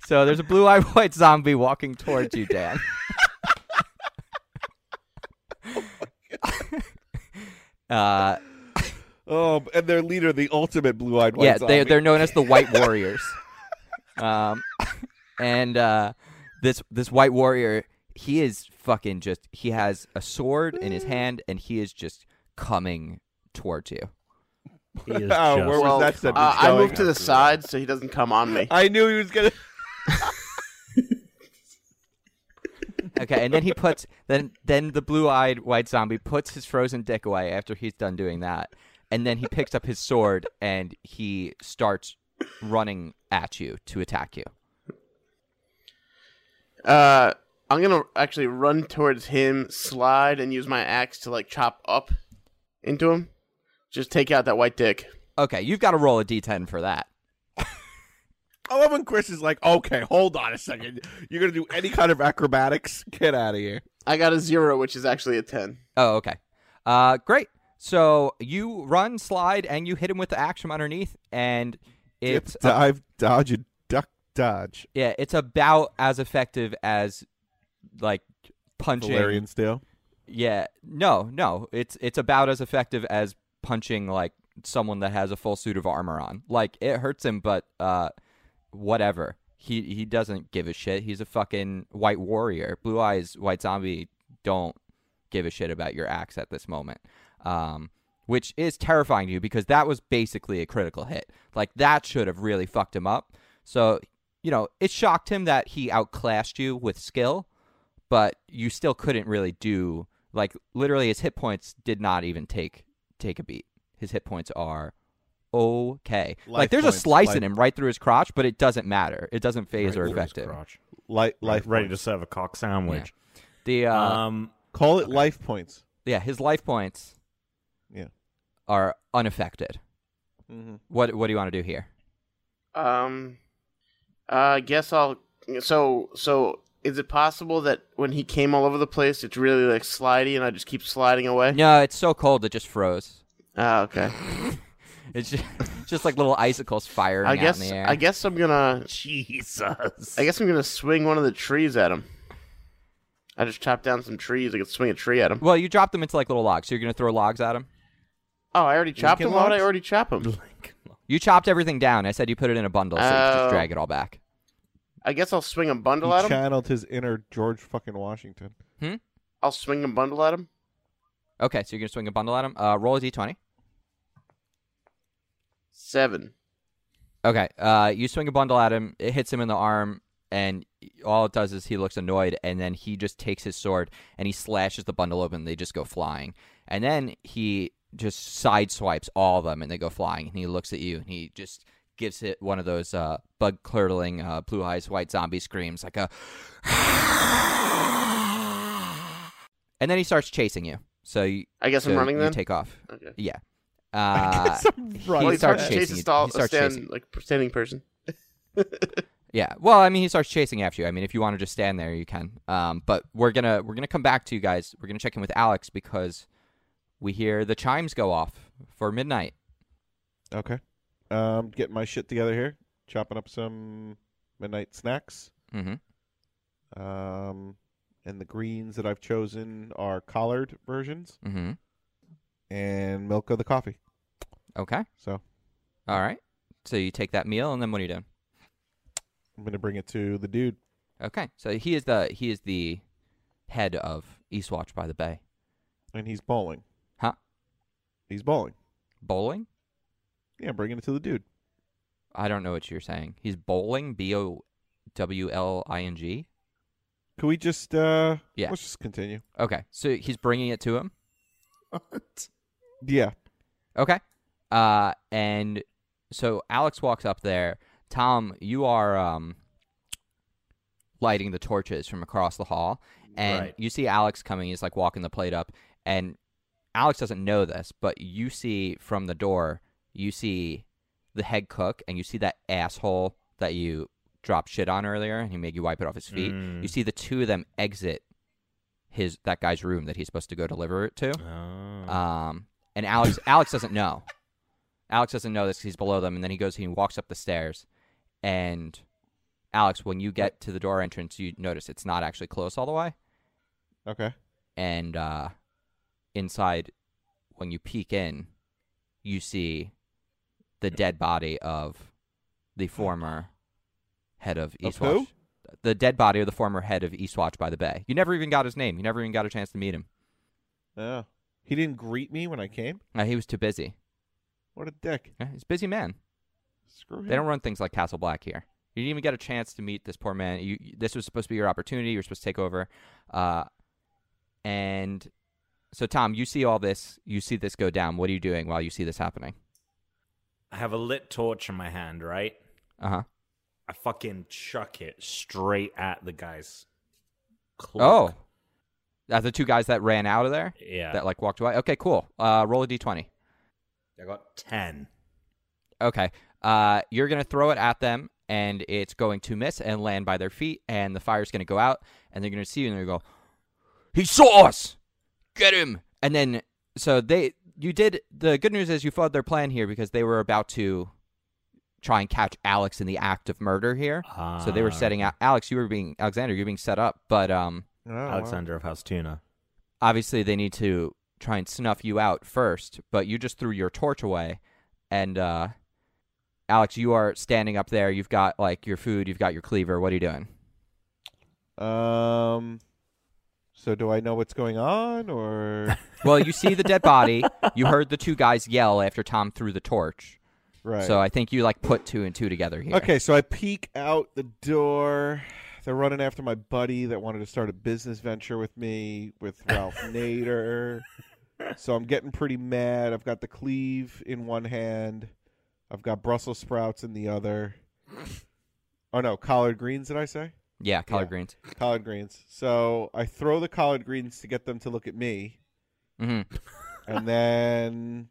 Speaker 1: so there's a blue eye white zombie walking towards you, Dan. uh,
Speaker 4: oh, and their leader, the ultimate blue-eyed white
Speaker 1: yeah,
Speaker 4: zombie.
Speaker 1: they they're known as the White Warriors. um, and uh, this this White Warrior, he is fucking just. He has a sword in his
Speaker 4: Mm.
Speaker 1: hand, and he is just coming towards you.
Speaker 3: He is
Speaker 4: Oh,
Speaker 3: just-
Speaker 4: where was that sentence
Speaker 2: Uh, I
Speaker 4: going?
Speaker 2: moved to the side so he doesn't come on me.
Speaker 4: I knew he was gonna.
Speaker 1: Okay, and then he puts then then the blue-eyed white zombie puts his frozen dick away after he's done doing that, and then he picks up his sword and he starts running at you to attack you.
Speaker 2: Uh, I'm gonna actually run towards him, slide, and use my axe to like chop up into him. Just take out that white dick.
Speaker 1: Okay, you've got to roll a d10 for that.
Speaker 4: I love when Chris is like, "Okay, hold on a second. You're gonna do any kind of acrobatics? Get out of here."
Speaker 2: I got a zero, which is actually a ten.
Speaker 1: Oh, okay. Uh, great. So you run, slide, and you hit him with the axe from underneath, and
Speaker 4: Dip,
Speaker 1: it's uh, a,
Speaker 4: dive, dodge, and duck, dodge.
Speaker 1: yeah, it's about as effective as like punching.
Speaker 4: Valerian steel.
Speaker 1: Yeah, no, no, it's it's about as effective as punching like someone that has a full suit of armor on. Like it hurts him, but uh, whatever. He he doesn't give a shit. He's a fucking white warrior. Blue eyes, white zombie. Don't give a shit about your axe at this moment. Um, which is terrifying to you because that was basically a critical hit. Like that should have really fucked him up. So you know it shocked him that he outclassed you with skill, but you still couldn't really do like literally his hit points did not even take take a beat. His hit points are okay.
Speaker 4: Life
Speaker 1: like there's
Speaker 4: points,
Speaker 1: a slice
Speaker 4: life-
Speaker 1: in him right through his crotch, but it doesn't matter. It doesn't phase or
Speaker 3: Right,
Speaker 1: affect him.
Speaker 3: crotch.
Speaker 4: Life,
Speaker 3: Like
Speaker 4: life.
Speaker 3: ready to
Speaker 4: points.
Speaker 3: serve a cock sandwich.
Speaker 1: The uh,
Speaker 3: um,
Speaker 4: call it life points.
Speaker 1: yeah, his life points
Speaker 4: Yeah.
Speaker 1: are unaffected.
Speaker 4: Mm-hmm.
Speaker 1: What what do you want to do here?
Speaker 2: Um, I guess I'll. So so is it possible that when he came all over the place, it's really like slidey, and I just keep sliding away?
Speaker 1: No, it's so cold it just froze.
Speaker 2: Ah, okay.
Speaker 1: It's just, just like little icicles firing
Speaker 2: I guess
Speaker 1: out in the air.
Speaker 2: I guess I'm gonna
Speaker 3: Jesus.
Speaker 2: I guess I'm gonna swing one of the trees at him. I just chopped down some trees. I could swing a tree at him.
Speaker 1: well, you drop them into like little logs. So you're gonna throw logs at them.
Speaker 2: Oh, I already chopped
Speaker 4: Lincoln
Speaker 2: him. Why would I
Speaker 4: logs?
Speaker 2: already chop him?
Speaker 1: You chopped everything down. I said you put it in a bundle, so you could
Speaker 2: Oh.
Speaker 1: just drag it all back.
Speaker 2: I guess I'll swing a
Speaker 4: He
Speaker 2: bundle at him.
Speaker 4: channeled his inner George fucking Washington.
Speaker 2: I'll swing a bundle at him.
Speaker 1: Okay, so you're gonna swing a bundle at him. Uh, roll a d20.
Speaker 2: Seven.
Speaker 1: Okay, uh, you swing a bundle at him. It hits him in the arm, and all it does is he looks annoyed, and then he just takes his sword and he slashes the bundle open. And they just go flying, and then he just sideswipes all of them, and they go flying. And he looks at you, and he just gives it one of those uh, bug curdling, uh, blue eyes white zombie screams, like a, and then he starts chasing you. So you,
Speaker 2: I guess I'm
Speaker 1: so
Speaker 2: running
Speaker 1: you
Speaker 2: then.
Speaker 1: take off.
Speaker 2: Okay.
Speaker 1: Yeah.
Speaker 4: I
Speaker 1: Uh,
Speaker 4: guess I'm
Speaker 2: well,
Speaker 1: he
Speaker 2: he
Speaker 4: running.
Speaker 1: starts
Speaker 2: starts
Speaker 1: chasing
Speaker 2: chasing
Speaker 1: you.
Speaker 2: a stall,
Speaker 1: He
Speaker 2: a
Speaker 1: starts
Speaker 2: stand,
Speaker 1: chasing.
Speaker 2: like standing person.
Speaker 1: Yeah. Well, I mean, he starts chasing after you. I mean, if you want to just stand there, you can. Um, but we're gonna we're gonna come back to you guys. We're gonna check in with Alex because we hear the chimes go off for midnight.
Speaker 4: Okay. Um, getting my shit together here. Chopping up some midnight snacks.
Speaker 1: Mhm.
Speaker 4: Um, and the greens that I've chosen are collard versions
Speaker 1: Mm-hmm.
Speaker 4: and milk of the coffee.
Speaker 1: Okay.
Speaker 4: So
Speaker 1: All right. So you take that meal, and then what are you doing?
Speaker 4: I'm gonna bring it to the dude.
Speaker 1: Okay. So he is the he is the head of Eastwatch by the Bay.
Speaker 4: and he's bowling.
Speaker 1: Huh?
Speaker 4: He's bowling.
Speaker 1: Bowling?
Speaker 4: Yeah, bringing it to the dude.
Speaker 1: I don't know what you're saying. He's bowling. B o w l i n g.
Speaker 4: Can we just uh
Speaker 1: Yeah.
Speaker 4: let's just continue.
Speaker 1: Okay. So he's bringing it to him.
Speaker 4: Yeah.
Speaker 1: Okay. Uh, and so Alex walks up there. Tom, you are um, lighting the torches from across the hall, and
Speaker 3: Right.
Speaker 1: you see Alex coming. He's like walking the plate up, and Alex doesn't know this, but you see from the door, you see the head cook, and you see that asshole that you dropped shit on earlier, and he made you wipe it off his feet.
Speaker 3: Mm.
Speaker 1: You see the two of them exit his that guy's room that he's supposed to go deliver it to.
Speaker 3: Oh.
Speaker 1: Um, and Alex Alex doesn't know. Alex doesn't know this 'cause he's below them, and then he goes he walks up the stairs, and Alex, when you get to the door entrance, you notice it's not actually closed all the way,
Speaker 4: Okay.
Speaker 1: and uh, inside, when you peek in, you see the dead body of the former head of
Speaker 4: Of
Speaker 1: Eastwatch.
Speaker 4: who?
Speaker 1: The dead body of the former head of Eastwatch by the Bay. You never even got his name. You never even got a chance to meet him.
Speaker 4: Oh. He didn't greet me when I came?
Speaker 1: Uh, he was too busy.
Speaker 4: What a dick.
Speaker 1: Yeah, He's a busy man.
Speaker 4: Screw him.
Speaker 1: They don't run things like Castle Black here. You didn't even get a chance to meet this poor man. You, you- this was supposed to be your opportunity. You were supposed to take over. Uh, and so, Tom, you see all this. You see this go down. What are you doing while you see this happening?
Speaker 3: I have a lit torch in my hand, right?
Speaker 1: Uh huh.
Speaker 3: I fucking chuck it straight at the guy's
Speaker 1: Oh,
Speaker 3: cloak.
Speaker 1: that's the two guys that ran out of there.
Speaker 3: Yeah.
Speaker 1: Oh. That like walked away. Okay, cool. Uh, roll a d20.
Speaker 3: I got 10.
Speaker 1: Okay. Uh, you're going to throw it at them, and it's going to miss and land by their feet, and the fire's going to go out, and they're going to see you, and they're going to go, He saw us! Get him! And then, so they, you did, the good news is you followed their plan here because they were about to try and catch Alex in the act of murder here. so they were setting out, Alex, you were being, Alexander, you were being set up, but, um,
Speaker 4: Oh, wow.
Speaker 3: Alexander of House Tuna.
Speaker 1: obviously they need to try and snuff you out first, but you just threw your torch away and uh Alex, you are standing up there. You've got like your food, you've got your cleaver. What are you doing?
Speaker 4: Um so do I know what's going on or
Speaker 1: Well, you see the dead body. You heard the two guys yell after Tom threw the torch.
Speaker 4: right.
Speaker 1: So I think you like put two and two together here.
Speaker 4: Okay, so I peek out the door. They're running after my buddy that wanted to start a business venture with me with Ralph Nader. So I'm getting pretty mad. I've got the cleave in one hand. I've got Brussels sprouts in the other. Oh no, collard greens did I say?
Speaker 1: Yeah, collard
Speaker 4: Yeah.
Speaker 1: greens.
Speaker 4: Collard greens. So I throw the collard greens to get them to look at me
Speaker 1: hmm
Speaker 4: and then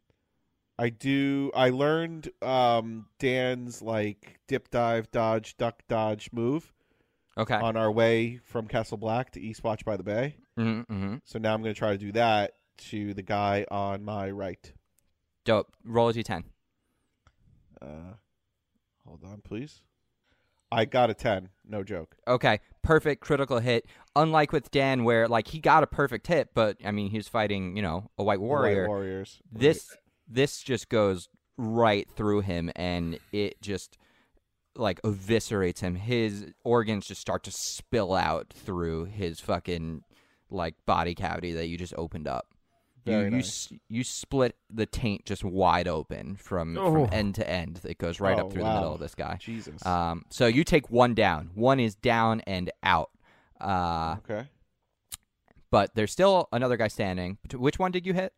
Speaker 4: I do. I learned um, Dan's like dip, dive, dodge, duck, dodge move
Speaker 1: Okay.
Speaker 4: on our way from Castle Black to Eastwatch by the Bay.
Speaker 1: hmm hmm
Speaker 4: So now I'm going to try to do that to the guy on my right.
Speaker 1: Dope. Roll a d10.
Speaker 4: Uh, hold on, please. I got a ten. No joke.
Speaker 1: Okay, perfect critical hit. Unlike with Dan, where like he got a perfect hit, but I mean he's fighting you know a white
Speaker 4: The White
Speaker 1: warrior.
Speaker 4: Warriors.
Speaker 1: This this just goes right through him, and it just like eviscerates him. His organs just start to spill out through his fucking like body cavity that you just opened up.
Speaker 4: Very
Speaker 1: you
Speaker 4: nice.
Speaker 1: you, s- you split the taint just wide open from,
Speaker 3: Oh.
Speaker 1: from end to end. It goes right
Speaker 4: Oh,
Speaker 1: up through the
Speaker 4: wow.
Speaker 1: middle of this guy.
Speaker 4: Jesus.
Speaker 1: Um, so you take one down. One is down and out. Uh,
Speaker 4: okay.
Speaker 1: but there's still another guy standing. Which one did you hit?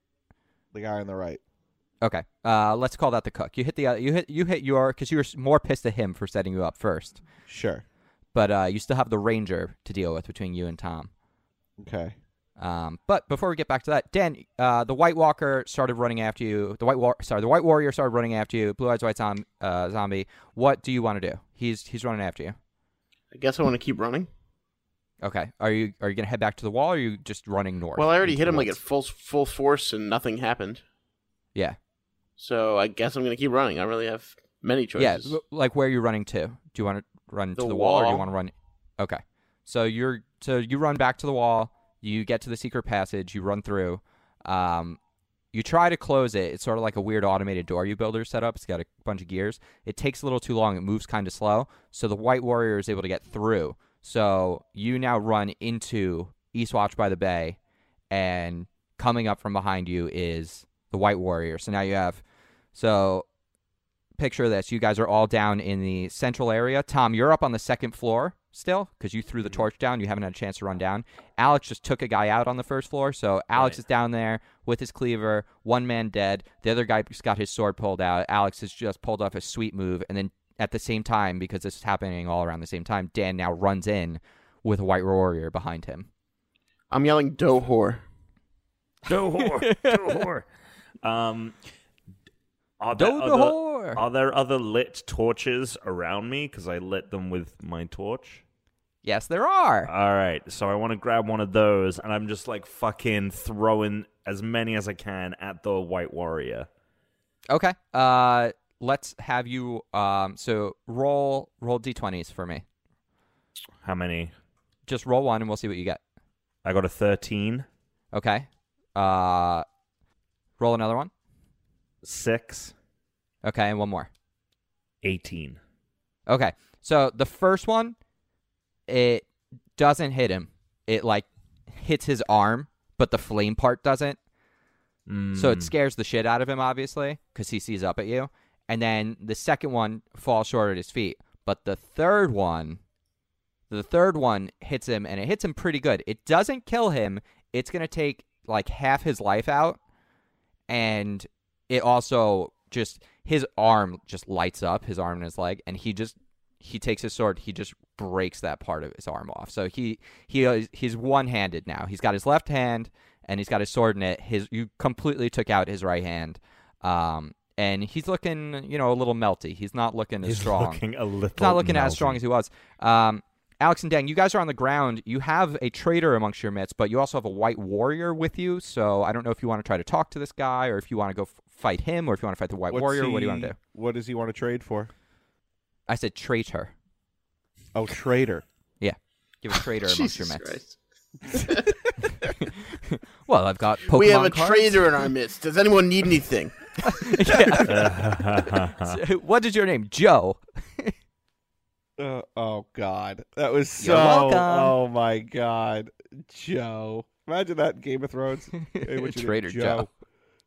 Speaker 4: The guy on the right.
Speaker 1: Okay. Uh, let's call that the cook. You hit the uh, you hit you hit your because you were s- more pissed at him for setting you up first.
Speaker 4: Sure.
Speaker 1: But uh, you still have the ranger to deal with between you and Tom.
Speaker 4: Okay.
Speaker 1: Um, but before we get back to that, Dan, uh, the White Walker started running after you. The White War, sorry, the White Warrior started running after you. Blue Eyes White Zom- uh, Zombie. What do you want to do? He's he's running after you.
Speaker 2: I guess I want to keep running.
Speaker 1: Okay. Are you are you gonna head back to the wall? or Are you just running north?
Speaker 2: Well, I already
Speaker 1: into
Speaker 2: hit
Speaker 1: the
Speaker 2: him like at
Speaker 1: woods?
Speaker 2: full full force and nothing happened.
Speaker 1: yeah,
Speaker 2: So I guess I'm gonna keep running. I really have many
Speaker 1: yeah.
Speaker 2: choices.
Speaker 1: l- Like where are you running to? Do you want to run
Speaker 2: The
Speaker 1: to the wall, or do you
Speaker 2: wall.
Speaker 1: want to run? Okay. So you're so you run back to the wall. You get to the secret passage. You run through. Um, you try to close it. It's sort of like a weird automated door you builders set up. It's got a bunch of gears. It takes a little too long. It moves kind of slow. So the White Warrior is able to get through. So you now run into Eastwatch by the Bay, and coming up from behind you is the White Warrior. So now you have. So picture this. You guys are all down in the central area. Tom, you're up on the second floor still because you threw the torch down. You haven't had a chance to run down. Alex just took a guy out on the first floor. So Alex
Speaker 3: Right.
Speaker 1: is down there with his cleaver, one man dead. The other guy just got his sword pulled out. Alex has just pulled off a sweet move. And then at the same time, because this is happening all around the same time, Dan now runs in with a white warrior behind him.
Speaker 2: I'm yelling "Do whore."
Speaker 3: Do whore. Do whore. Um, are there
Speaker 1: Do the
Speaker 3: other,
Speaker 1: whore.
Speaker 3: Are there other lit torches around me? Because I lit them with my torch.
Speaker 1: Yes, there are.
Speaker 3: All right, so I want to grab one of those, and I'm just like fucking throwing as many as I can at the White Warrior.
Speaker 1: Okay. Uh, let's have you. Um, so roll roll d20s for me.
Speaker 3: How many?
Speaker 1: Just roll one, and we'll see what you get.
Speaker 3: I got a 13,
Speaker 1: Okay. Uh, roll another one.
Speaker 3: 6,
Speaker 1: Okay, and one more.
Speaker 3: 18.
Speaker 1: Okay. So the first one, it doesn't hit him. It like hits his arm, but the flame part doesn't. So
Speaker 3: Hmm. Mm.
Speaker 1: it scares the shit out of him, obviously, because he sees up at you. And then the second one falls short at his feet. But the third one, the third one hits him, and it hits him pretty good. It doesn't kill him. It's gonna take like half his life out, and it also just his arm just lights up, his arm and his leg, and he just he takes his sword, he just breaks that part of his arm off. So he he is, he's one handed now. He's got his left hand and he's got his sword in it. His you completely took out his right hand, um, and he's looking you know a little melty. He's not looking as
Speaker 3: He's
Speaker 1: strong.
Speaker 3: looking a little.
Speaker 1: He's not looking as
Speaker 3: melty.
Speaker 1: strong as he was. Um, Alex and Dan, you guys are on the ground. You have a traitor amongst your midst, but you also have a white warrior with you. So I don't know if you want to try to talk to this guy, or if you want to go f- fight him, or if you want to fight the white
Speaker 4: What's
Speaker 1: warrior. What do you want
Speaker 4: he-
Speaker 1: to do?
Speaker 4: What does he want to trade for?
Speaker 1: I said traitor.
Speaker 4: Oh, traitor.
Speaker 1: Give a traitor amongst your
Speaker 2: Jesus
Speaker 1: midst.
Speaker 2: Christ.
Speaker 1: Well, I've got Pokemon
Speaker 2: we have a
Speaker 1: cards.
Speaker 2: traitor in our midst. Does anyone need anything?
Speaker 1: So, what is your name, Joe?
Speaker 4: Uh, oh God, that was so.
Speaker 1: You're welcome.
Speaker 4: Oh my God, Joe. Imagine that in Game of Thrones. Hey, what's your name?
Speaker 1: Traitor Joe.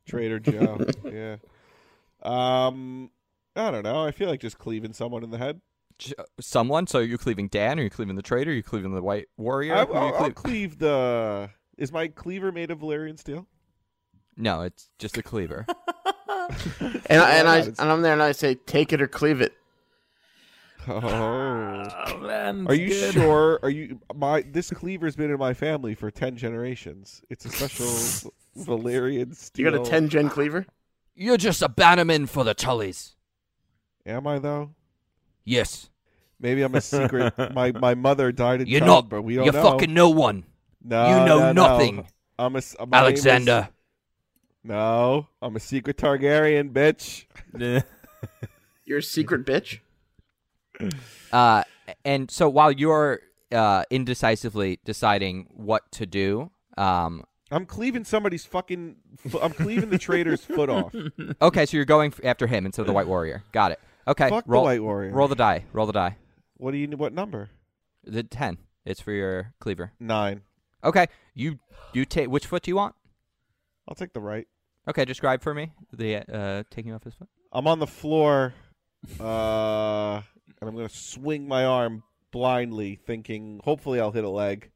Speaker 4: Trader Joe. yeah. Um, I don't know. I feel like just cleaving someone in the head.
Speaker 1: Jo- Someone. So you're cleaving Dan, or you're cleaving the traitor, or you're cleaving the white warrior.
Speaker 4: I,
Speaker 1: Who are you
Speaker 4: will I'll
Speaker 1: cleaving?
Speaker 4: cleave the. Is my cleaver made of Valerian steel?
Speaker 1: No, it's just a cleaver.
Speaker 2: And I, and I
Speaker 4: God,
Speaker 2: and I'm there and I say, "Take it or cleave it."
Speaker 4: Oh.
Speaker 3: Oh, man,
Speaker 4: Are you
Speaker 3: good.
Speaker 4: sure? Are you my? This cleaver's been in my family for ten generations. It's a special Valerian
Speaker 2: You
Speaker 4: steel.
Speaker 2: got a ten gen cleaver?
Speaker 1: you're just a bannerman for the Tullies.
Speaker 4: Am I though?
Speaker 1: Yes.
Speaker 4: Maybe I'm a secret. my my mother died in
Speaker 1: You're
Speaker 4: childbirth.
Speaker 1: not.
Speaker 4: but we don't
Speaker 1: you're
Speaker 4: know.
Speaker 1: fucking no one,
Speaker 4: No,
Speaker 1: you know
Speaker 4: no, no.
Speaker 1: nothing,
Speaker 4: I'm a s- my name is-
Speaker 1: Alexander.
Speaker 4: no, I'm a secret Targaryen, bitch.
Speaker 2: You're a secret bitch.
Speaker 1: Uh, and so while you're uh, indecisively deciding what to do, um,
Speaker 4: I'm cleaving somebody's fucking. fo- I'm cleaving the traitor's foot off.
Speaker 1: okay, so you're going f- after him instead of the White Warrior. Got it. Okay,
Speaker 4: Fuck
Speaker 1: roll
Speaker 4: the White Warrior.
Speaker 1: roll the die. Roll the die.
Speaker 4: What do you? What number?
Speaker 1: The ten. It's for your cleaver.
Speaker 4: Nine.
Speaker 1: Okay, you you take which foot do you want?
Speaker 4: I'll take the right.
Speaker 1: Okay, describe for me the uh, taking off his foot.
Speaker 4: I'm on the floor, uh, and I'm gonna swing my arm blindly, thinking hopefully I'll hit a leg.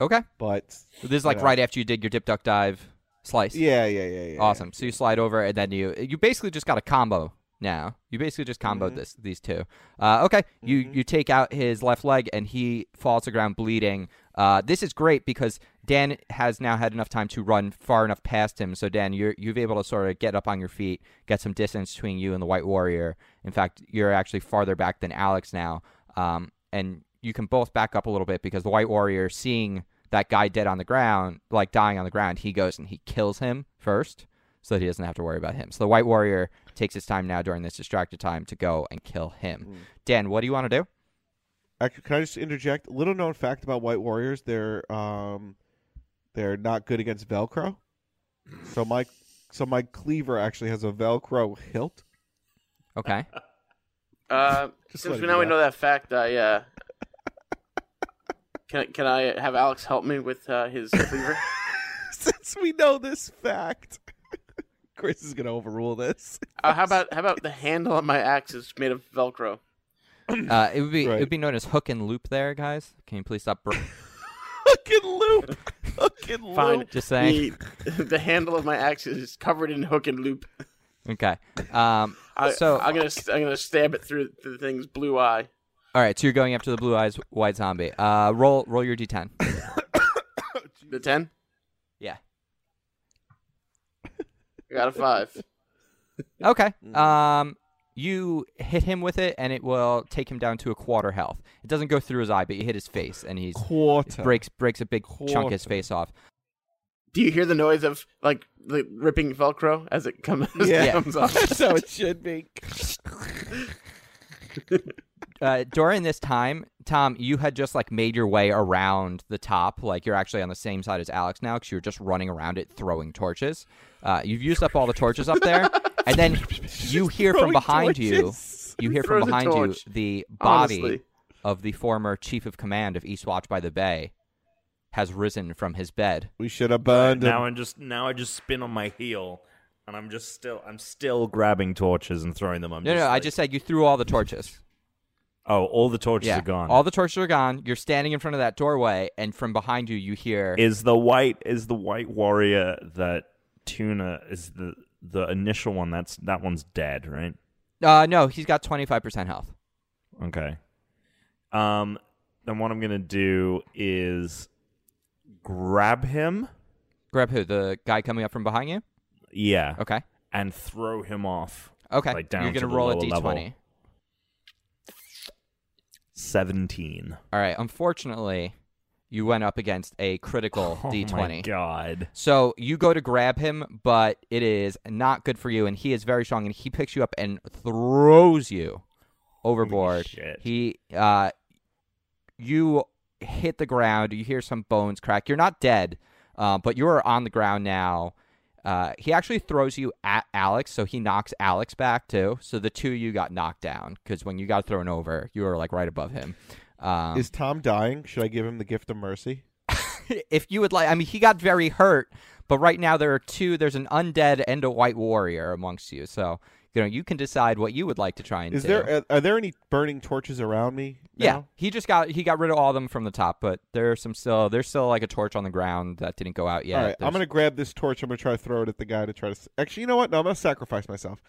Speaker 1: Okay,
Speaker 4: But
Speaker 1: this is like
Speaker 4: Yeah.
Speaker 1: right after you did your dip, duck, dive, slice.
Speaker 4: yeah, yeah, yeah, yeah.
Speaker 1: Awesome. So you slide over, and then you you basically just got a combo now. You basically just
Speaker 4: Mm-hmm.
Speaker 1: comboed this these two. Uh, okay, you you take out his left leg, and he falls to the ground bleeding. Uh, this is great because Dan has now had enough time to run far enough past him. So Dan, you're you've able to sort of get up on your feet, get some distance between you and the White Warrior. In fact, you're actually farther back than Alex now, um, and you can both back up a little bit because the White Warrior, seeing that guy dead on the ground, like dying on the ground, he goes and he kills him first so that he doesn't have to worry about him. So the White Warrior takes his time now during this distracted time to go and kill him.
Speaker 4: Mm.
Speaker 1: Dan, what do you want to do?
Speaker 4: Actually, can I just interject? Little known fact about White Warriors: they're um, they're not good against Velcro. So my so my cleaver actually has a Velcro hilt.
Speaker 1: Okay.
Speaker 2: Uh,
Speaker 4: Just
Speaker 2: since
Speaker 4: let
Speaker 2: we
Speaker 4: it
Speaker 2: now
Speaker 4: be
Speaker 2: we
Speaker 4: that.
Speaker 2: know that fact, I uh, can can I have Alex help me with uh, his cleaver?
Speaker 4: Since we know this fact, Chris is gonna overrule this.
Speaker 2: uh, how about how about the handle on my axe is made of Velcro?
Speaker 1: Uh, it would be it
Speaker 4: Right.
Speaker 1: would be known as hook and loop. There, guys. Can you please stop? Br-
Speaker 4: Fucking loop, fucking loop.
Speaker 2: Fine.
Speaker 1: just saying.
Speaker 2: The, the handle of my axe is covered in hook and loop.
Speaker 1: okay. Um.
Speaker 2: I,
Speaker 1: so
Speaker 2: I'm gonna I'm gonna stab it through the thing's blue eye.
Speaker 1: all right. So you're going after the blue eyes white zombie. Uh. Roll roll your d10.
Speaker 2: The ten.
Speaker 1: Yeah.
Speaker 2: I got a five.
Speaker 1: Okay.
Speaker 4: Mm.
Speaker 1: Um. You hit him with it, and it will take him down to a quarter health. It doesn't go through his eye, but you hit his face, and he's
Speaker 4: Quarter.
Speaker 1: breaks breaks a big chunk of his
Speaker 4: Quarter.
Speaker 1: face off.
Speaker 2: Do you hear the noise of like the ripping Velcro as it comes as
Speaker 4: Yeah.
Speaker 2: it comes off?
Speaker 4: That's how it should be.
Speaker 1: uh, during this time, Tom, you had just like made your way around the top. Like you're actually on the same side as Alex now because you were just running around it throwing torches. Uh, you've used up all the torches up there, and then you hear from
Speaker 4: Throwing
Speaker 1: behind
Speaker 4: torches.
Speaker 1: you. You hear
Speaker 2: Throws
Speaker 1: from
Speaker 2: a
Speaker 1: behind you
Speaker 2: torch.
Speaker 1: the body
Speaker 2: Honestly.
Speaker 1: of the former chief of command of Eastwatch by the Bay has risen from his bed.
Speaker 4: We should have burned
Speaker 3: now
Speaker 4: him.
Speaker 3: I'm just now I just spin on my heel, and I'm just still I'm still grabbing torches and throwing them. I'm
Speaker 1: No,
Speaker 3: just
Speaker 1: no, I
Speaker 3: like-
Speaker 1: just said you threw all the torches.
Speaker 3: oh, all the torches
Speaker 1: yeah,
Speaker 3: are gone.
Speaker 1: all the torches are gone. You're standing in front of that doorway, and from behind you, you hear
Speaker 3: is the white is the white warrior that tuna is the the initial one that's that one's dead right
Speaker 1: Uh, no, he's got 25% health.
Speaker 3: okay um then what i'm gonna do is grab him
Speaker 1: Grab who? The guy coming up from behind you?
Speaker 3: yeah
Speaker 1: Okay.
Speaker 3: and throw him off
Speaker 1: Okay.
Speaker 3: Like down
Speaker 1: You're gonna
Speaker 3: to the
Speaker 1: roll a
Speaker 3: lower
Speaker 1: d20.
Speaker 3: level. 17
Speaker 1: All right. Unfortunately, you went up against a critical
Speaker 3: oh
Speaker 1: d20.
Speaker 3: my god
Speaker 1: So you go to grab him, but it is not good for you, and he is very strong, and he picks you up and throws you overboard.
Speaker 3: shit.
Speaker 1: He, uh, you hit the ground. You hear some bones crack. You're not dead, uh, but you are on the ground now. Uh, he actually throws you at Alex, so he knocks Alex back too. So the two of you got knocked down because when you got thrown over, you were like right above him. Um,
Speaker 4: Is Tom dying? Should I give him the gift of mercy?
Speaker 1: if you would like, I mean, he got very hurt, but right now there are two. There's an undead and a white warrior amongst you, so you know you can decide what you would like to try and
Speaker 4: Is
Speaker 1: do.
Speaker 4: there are, are there any burning torches around me?
Speaker 1: yeah,
Speaker 4: now?
Speaker 1: he just got he got rid of all of them from the top, but there are some still. There's still like a torch on the ground that didn't go out yet.
Speaker 4: All right, I'm
Speaker 1: There's-
Speaker 4: gonna grab this torch. I'm gonna try to throw it at the guy to try to. s- Actually, you know what? No, I'm gonna sacrifice myself.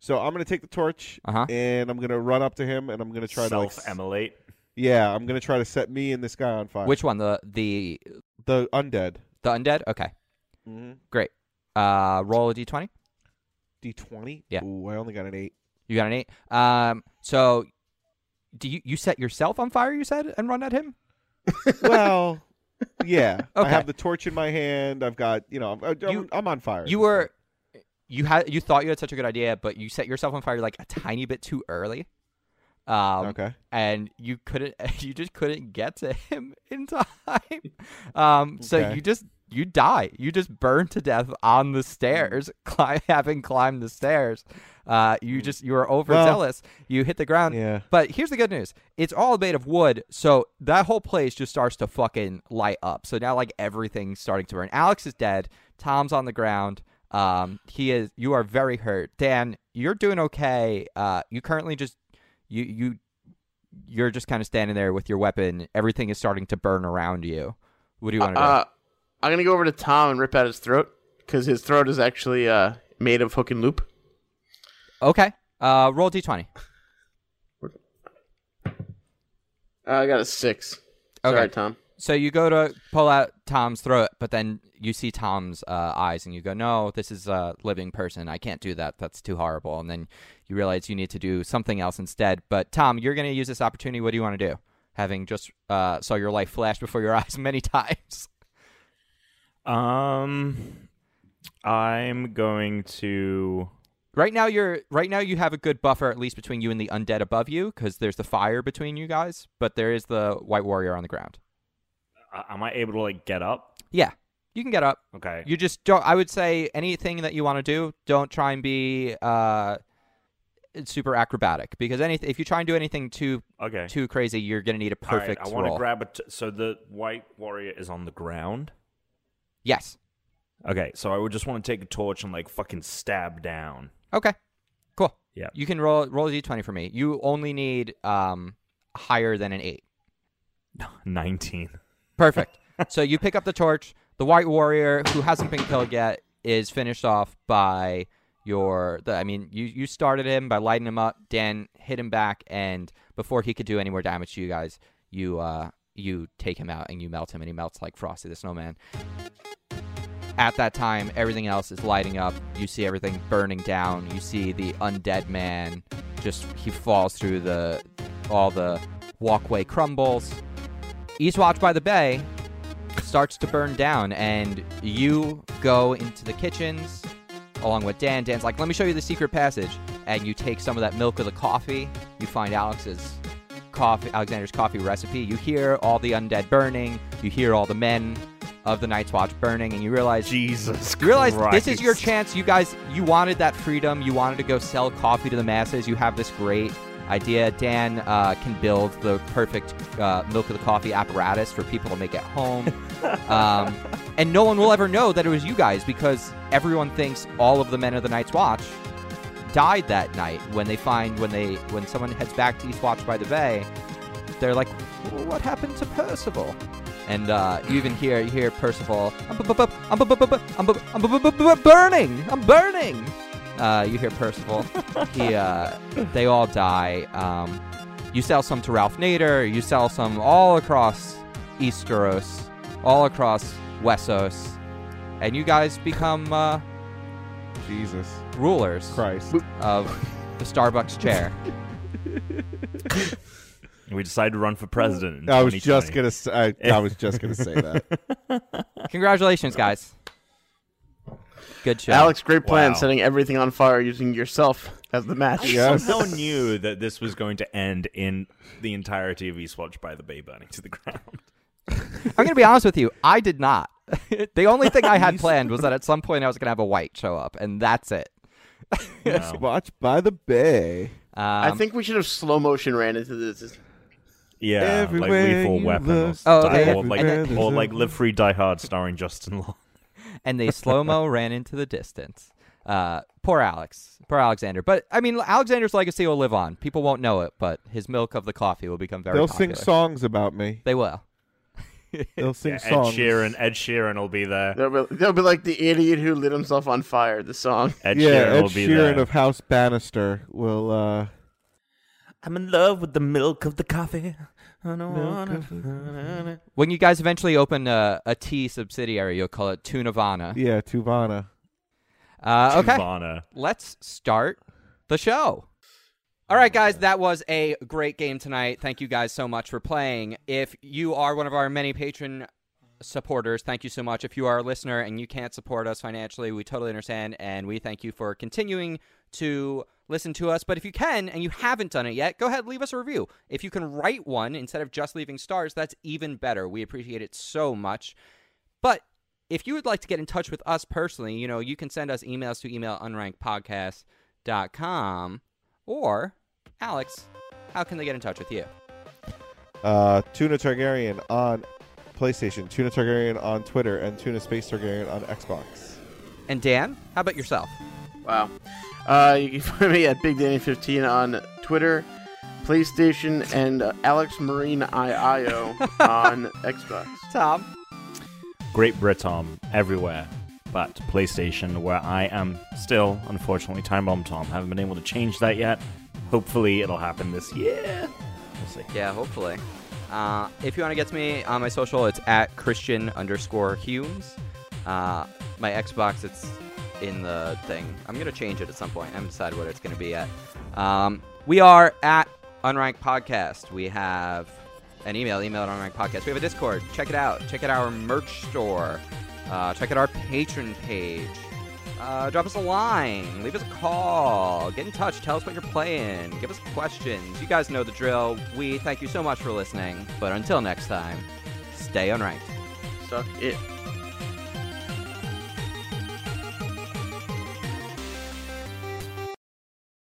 Speaker 4: So I'm gonna take the torch
Speaker 1: Uh-huh.
Speaker 4: and I'm gonna run up to him and I'm gonna try to like. s-
Speaker 3: self-emulate
Speaker 4: Yeah, I'm gonna try to set me and this guy on fire.
Speaker 1: Which one? The the
Speaker 4: the undead?
Speaker 1: the undead? Okay,
Speaker 4: Mm-hmm.
Speaker 1: great. Uh, roll a d20.
Speaker 4: D20.
Speaker 1: Yeah.
Speaker 4: Ooh, I only got an eight.
Speaker 1: You got an eight. Um, so do you you set yourself on fire? You said and run at him.
Speaker 4: well, yeah. I
Speaker 1: Okay.
Speaker 4: have the torch in my hand. I've got you know I'm, I'm,
Speaker 1: You-
Speaker 4: I'm on fire.
Speaker 1: You were you had you thought you had such a good idea, but you set yourself on fire like a tiny bit too early. Um,
Speaker 4: okay.
Speaker 1: and you couldn't you just couldn't get to him in time um so
Speaker 4: Okay.
Speaker 1: you just you die you just burn to death on the stairs
Speaker 4: Mm.
Speaker 1: climb, having climbed the stairs uh you just you were overzealous you hit the ground
Speaker 4: Yeah.
Speaker 1: but here's the good news it's all made of wood so that whole place just starts to fucking light up so now like everything's starting to burn alex is dead tom's on the ground um he is you are very hurt dan you're doing okay uh you currently just you you you're just kind of standing there with your weapon. Everything is starting to burn around you. What do you want to
Speaker 2: Uh, I'm gonna go over to Tom and rip out his throat because his throat is actually uh, made of hook and loop.
Speaker 1: do? Okay. Uh, roll d20.
Speaker 2: Uh, I got a six.
Speaker 1: Okay.
Speaker 2: Sorry, Tom.
Speaker 1: So you go to pull out Tom's throat, but then you see Tom's uh, eyes, and you go, "No, this is a living person. I can't do that. That's too horrible." And then you realize you need to do something else instead. But Tom, you're going to use this opportunity. What do you want to do? Having just uh, saw your life flash before your eyes many times.
Speaker 3: Um, I'm going to.
Speaker 1: Right now, you're right now you have a good buffer at least between you and the undead above you because there's the fire between you guys, but there is the white warrior on the ground.
Speaker 3: Uh, am I able to like get up?
Speaker 1: Yeah, you can get up.
Speaker 3: Okay.
Speaker 1: You just don't. I would say anything that you want to do, don't try and be uh, super acrobatic because anything if you try and do anything too
Speaker 3: okay.
Speaker 1: too crazy, you're gonna need a
Speaker 3: All right,
Speaker 1: perfect
Speaker 3: I want to
Speaker 1: roll.
Speaker 3: grab a. T- so the white warrior is on the ground.
Speaker 1: yes.
Speaker 3: Okay, so I would just want to take a torch and like fucking stab down.
Speaker 1: Okay. Cool.
Speaker 3: Yeah.
Speaker 1: You can roll roll a d20 for me. You only need um higher than an eight.
Speaker 3: Nineteen.
Speaker 1: Perfect. so you pick up the torch. The White Warrior, who hasn't been killed yet, is finished off by your. The, I mean, you you started him by lighting him up. Dan hit him back, and before he could do any more damage to you guys, you uh you take him out and you melt him, and he melts like Frosty the Snowman. At that time, everything else is lighting up. You see everything burning down. You see the undead man just he falls through the all the walkway crumbles. Eastwatch by the Bay starts to burn down, and you go into the kitchens along with Dan. Dan's like, let me show you the secret passage. And you take some of that milk of the coffee. You find Alex's coffee, Alexander's coffee recipe. You hear all the undead burning. You hear all the men of the Night's Watch burning, and you realize
Speaker 3: Jesus.
Speaker 1: you realize this is
Speaker 3: Christ.
Speaker 1: your chance. You guys, you wanted that freedom. You wanted to go sell coffee to the masses. You have this great idea. Dan uh, can build the perfect uh, milk of the coffee apparatus for people to make at home. um, and no one will ever know that it was you guys because everyone thinks all of the men of the Night's Watch died that night when they find when they when someone heads back to East Watch by the Bay, they're like, "What happened to Percival?" And uh, you even hear you hear Percival, "I'm bu- bu- bu- I'm bu- bu- bu- bu- I'm bu- I'm bu- bu- bu- bu- burning, I'm burning." Uh, you hear Percival. He, uh, they all die. Um, you sell some to Ralph Nader. You sell some all across Easteros, all across Wessos, and you guys become uh,
Speaker 4: Jesus
Speaker 1: rulers
Speaker 4: Christ.
Speaker 1: of the Starbucks chair.
Speaker 3: We decided to run for president. in
Speaker 4: I was just
Speaker 3: 2020.
Speaker 4: gonna. s- I, I was just gonna say that.
Speaker 1: Congratulations, guys. Good show.
Speaker 2: Alex, great plan,
Speaker 3: Wow.
Speaker 2: setting everything on fire using yourself as the match.
Speaker 4: Yes.
Speaker 3: No one knew that this was going to end in the entirety of Eastwatch by the Bay burning to the ground.
Speaker 1: I'm going to be honest with you. I did not. the only thing I had planned was that at some point I was going to have a white show up, and that's it.
Speaker 3: Wow.
Speaker 4: Watch by the bay.
Speaker 1: Um,
Speaker 2: I think we should have slow motion ran into this.
Speaker 3: Yeah,
Speaker 4: Everywhere
Speaker 3: like lethal
Speaker 4: you
Speaker 3: weapon or,
Speaker 4: look,
Speaker 1: Oh,
Speaker 3: Die-
Speaker 1: okay, yeah.
Speaker 3: or like
Speaker 1: And
Speaker 4: then-
Speaker 3: or like Live Free Die Hard starring Justin Long.
Speaker 1: and they slow mo ran into the distance. Uh, poor Alex. Poor Alexander. But I mean, Alexander's legacy will live on. People won't know it, but his milk of the coffee will become very.
Speaker 4: They'll
Speaker 1: popular.
Speaker 4: sing songs about me.
Speaker 1: They will.
Speaker 4: They'll sing
Speaker 3: Ed
Speaker 4: songs.
Speaker 3: Sheeran. Ed Sheeran will be there.
Speaker 2: They'll be, they'll be like the idiot who lit himself on fire. The song.
Speaker 3: Ed
Speaker 4: yeah,
Speaker 3: Sheeran
Speaker 4: Ed
Speaker 3: will be
Speaker 4: Sheeran
Speaker 3: there.
Speaker 4: of House Bannister will. uh
Speaker 3: I'm in love with the milk of the coffee. I don't wanna-
Speaker 1: When you guys eventually open a, a tea subsidiary, you'll call it Tunavana.
Speaker 4: Yeah, Tuvana.
Speaker 1: Uh, okay.
Speaker 3: Nirvana.
Speaker 1: let's start the show. All right, guys, that was a great game tonight. Thank you guys so much for playing. If you are one of our many patron supporters. Thank you so much. If you are a listener and you can't support us financially, we totally understand and we thank you for continuing to listen to us. But if you can and you haven't done it yet, go ahead leave us a review. If you can write one instead of just leaving stars, that's even better. We appreciate it so much. But if you would like to get in touch with us personally, you know, you can send us emails to email unrankedpodcast.com or Alex, how can they get in touch with you?
Speaker 4: Uh, Tuna Targaryen on PlayStation, Tuna Targaryen on Twitter, and Tuna Space Targaryen on Xbox.
Speaker 1: And Dan, how about yourself?
Speaker 2: Wow. Uh, you can find me at Big Danny 15 on Twitter, PlayStation, and uh, Alex Marine IIO on Xbox.
Speaker 1: Tom.
Speaker 3: Great Britom everywhere, but PlayStation, where I am still, unfortunately, time bomb Tom. Haven't been able to change that yet. Hopefully, it'll happen this year. We'll see.
Speaker 1: Yeah, hopefully. Uh, if you want to get to me on my social, it's at Christian underscore Humes. Uh, my Xbox, it's in the thing. I'm gonna change it at some point. I haven't decided what it's gonna be at. Um, we are at Unranked Podcast. We have an email, email at Unranked Podcast. We have a Discord. Check it out. Check out our merch store. Uh, check out our patron page uh, drop us a line, leave us a call, get in touch, tell us what you're playing, give us questions. You guys know the drill. We thank you so much for listening, but until next time, stay unranked.
Speaker 2: Suck it.